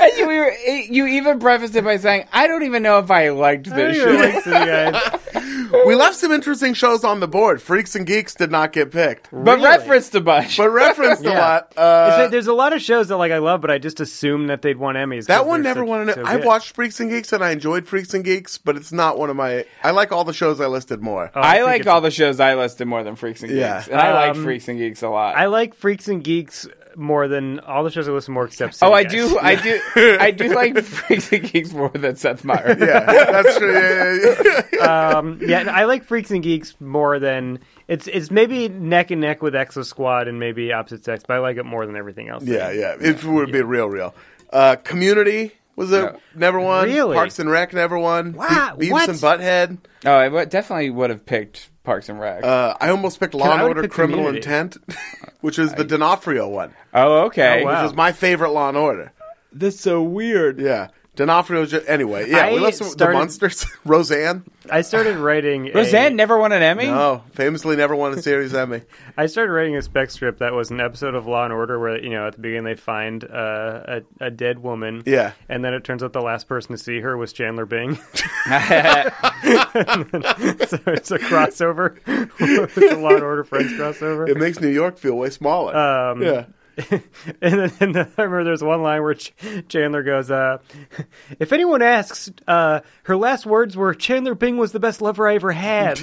D: And you, were- you even prefaced it by saying, "I don't even know if I liked
C: Anyway,
D: this show."
C: thanks to you guys.
B: We left some interesting shows on the board. Freaks and Geeks did not get picked,
D: But
C: Really?
D: referenced a bunch.
B: but referenced a
C: Yeah.
B: lot. Uh,
C: It's that there's a lot of shows that like I love, but I just assume that they'd won Emmys. 'cause
B: that one
C: they're
B: never
C: such-
B: won an.
C: so
B: I
C: good.
B: watched Freaks and Geeks and I enjoyed Freaks and Geeks, but it's not one of my. I like all the shows I listed more.
C: Oh,
D: I
C: think
D: like
C: it's-
D: all the shows I listed more than Freaks and Geeks,
B: Yeah.
D: and I like
C: Um,
D: Freaks and Geeks a lot.
C: I like Freaks and Geeks more than all the shows I listen more except. City
D: oh, I
C: Guys.
D: do, I do, I do like Freaks and Geeks more than Seth Meyers.
B: yeah, that's true. Yeah, yeah, yeah.
C: um, yeah, and I like Freaks and Geeks more than it's it's maybe neck and neck with Exo Squad and maybe Opposite Sex, but I like it more than everything else.
B: Yeah, yeah. If it would be real, real. Uh, Community was a never won.
C: Really?
B: Parks and Rec never won.
C: Wow,
B: Be- Beavis
C: what?
B: and Butthead.
D: Oh, I w- definitely would have picked Parks and Rec.
B: Uh, I almost picked Law
C: I
B: and
C: would
B: Order:
C: pick
B: Criminal
C: Community.
B: Intent, which is the D'Onofrio one,
D: oh, okay.
C: oh, wow.
B: which is my favorite Law and Order.
D: That's so weird.
B: Yeah, D'Onofrio. Just, anyway, yeah, we
C: I
B: listened to the
C: started-
B: monsters. Roseanne.
C: I started writing.
D: Roseanne
C: A,
D: never won an Emmy.
B: Oh, famously never won a series Emmy.
C: I started writing a spec script that was an episode of Law and Order where you know at the beginning they find uh, a a dead woman.
B: Yeah.
C: and then it turns out the last person to see her was Chandler Bing. so it's a crossover. it's a Law and Order Friends crossover.
B: It makes New York feel way smaller.
C: Um,
B: yeah.
C: and then and then I remember there's one line where Ch- Chandler goes, uh, "If anyone asks, uh, her last words were Chandler Bing was the best lover I ever had."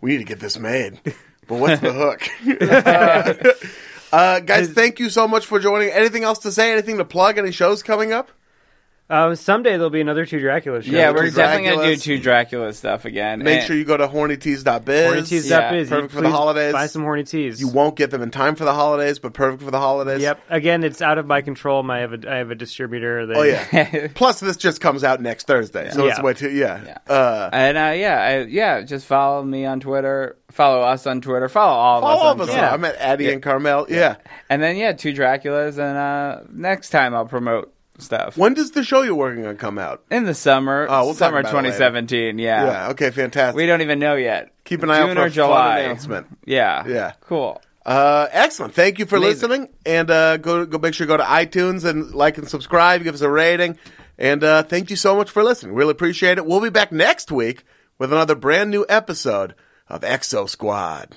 B: we need to get this made. But what's the hook? Uh, uh, guys, thank you so much for joining. Anything else to say? Anything to plug? Any shows coming up?
C: um, someday there'll be another two Dracula shows.
D: Yeah,
B: Two
D: we're definitely gonna do
B: Draculas.
D: two Dracula stuff again.
B: Make
D: And-
B: sure you go to hornytees.biz.
C: horny teas
D: Yeah,
C: up is
B: perfect for the
C: Please
B: holidays.
C: Buy some horny teas.
B: You won't get them in time for the holidays, but perfect for the holidays.
C: Yep. Again, it's out of my control. My, I have a I have a distributor. That,
B: Oh yeah. Plus, this just comes out next Thursday, so it's
C: Yeah.
B: way too. Yeah.
D: Yeah.
B: Uh,
D: and uh, yeah, I, yeah, just follow me on Twitter, follow us on Twitter, follow all of us
B: all
D: on
B: of us.
D: Twitter.
B: are. I'm at Addie and Carmel. Yeah.
D: And then yeah, two Draculas, and uh, next time I'll promote stuff
B: When does the show you're working on come out?
D: in the summer.
B: Oh, we'll talk
D: summer
B: about it later.
D: 2017. Yeah.
B: Yeah. Okay. Fantastic.
D: we don't even know yet.
B: Keep an eye out
D: June
B: for
D: or
B: a
D: July
B: fun announcement.
D: Yeah,
B: Yeah.
D: cool.
B: Uh, excellent. Thank you for
D: Amazing.
B: listening, and uh, go go make sure you go to iTunes and like and subscribe. Give us a rating, and uh, thank you so much for listening. Really appreciate it. We'll be back next week with another brand new episode of Exo Squad.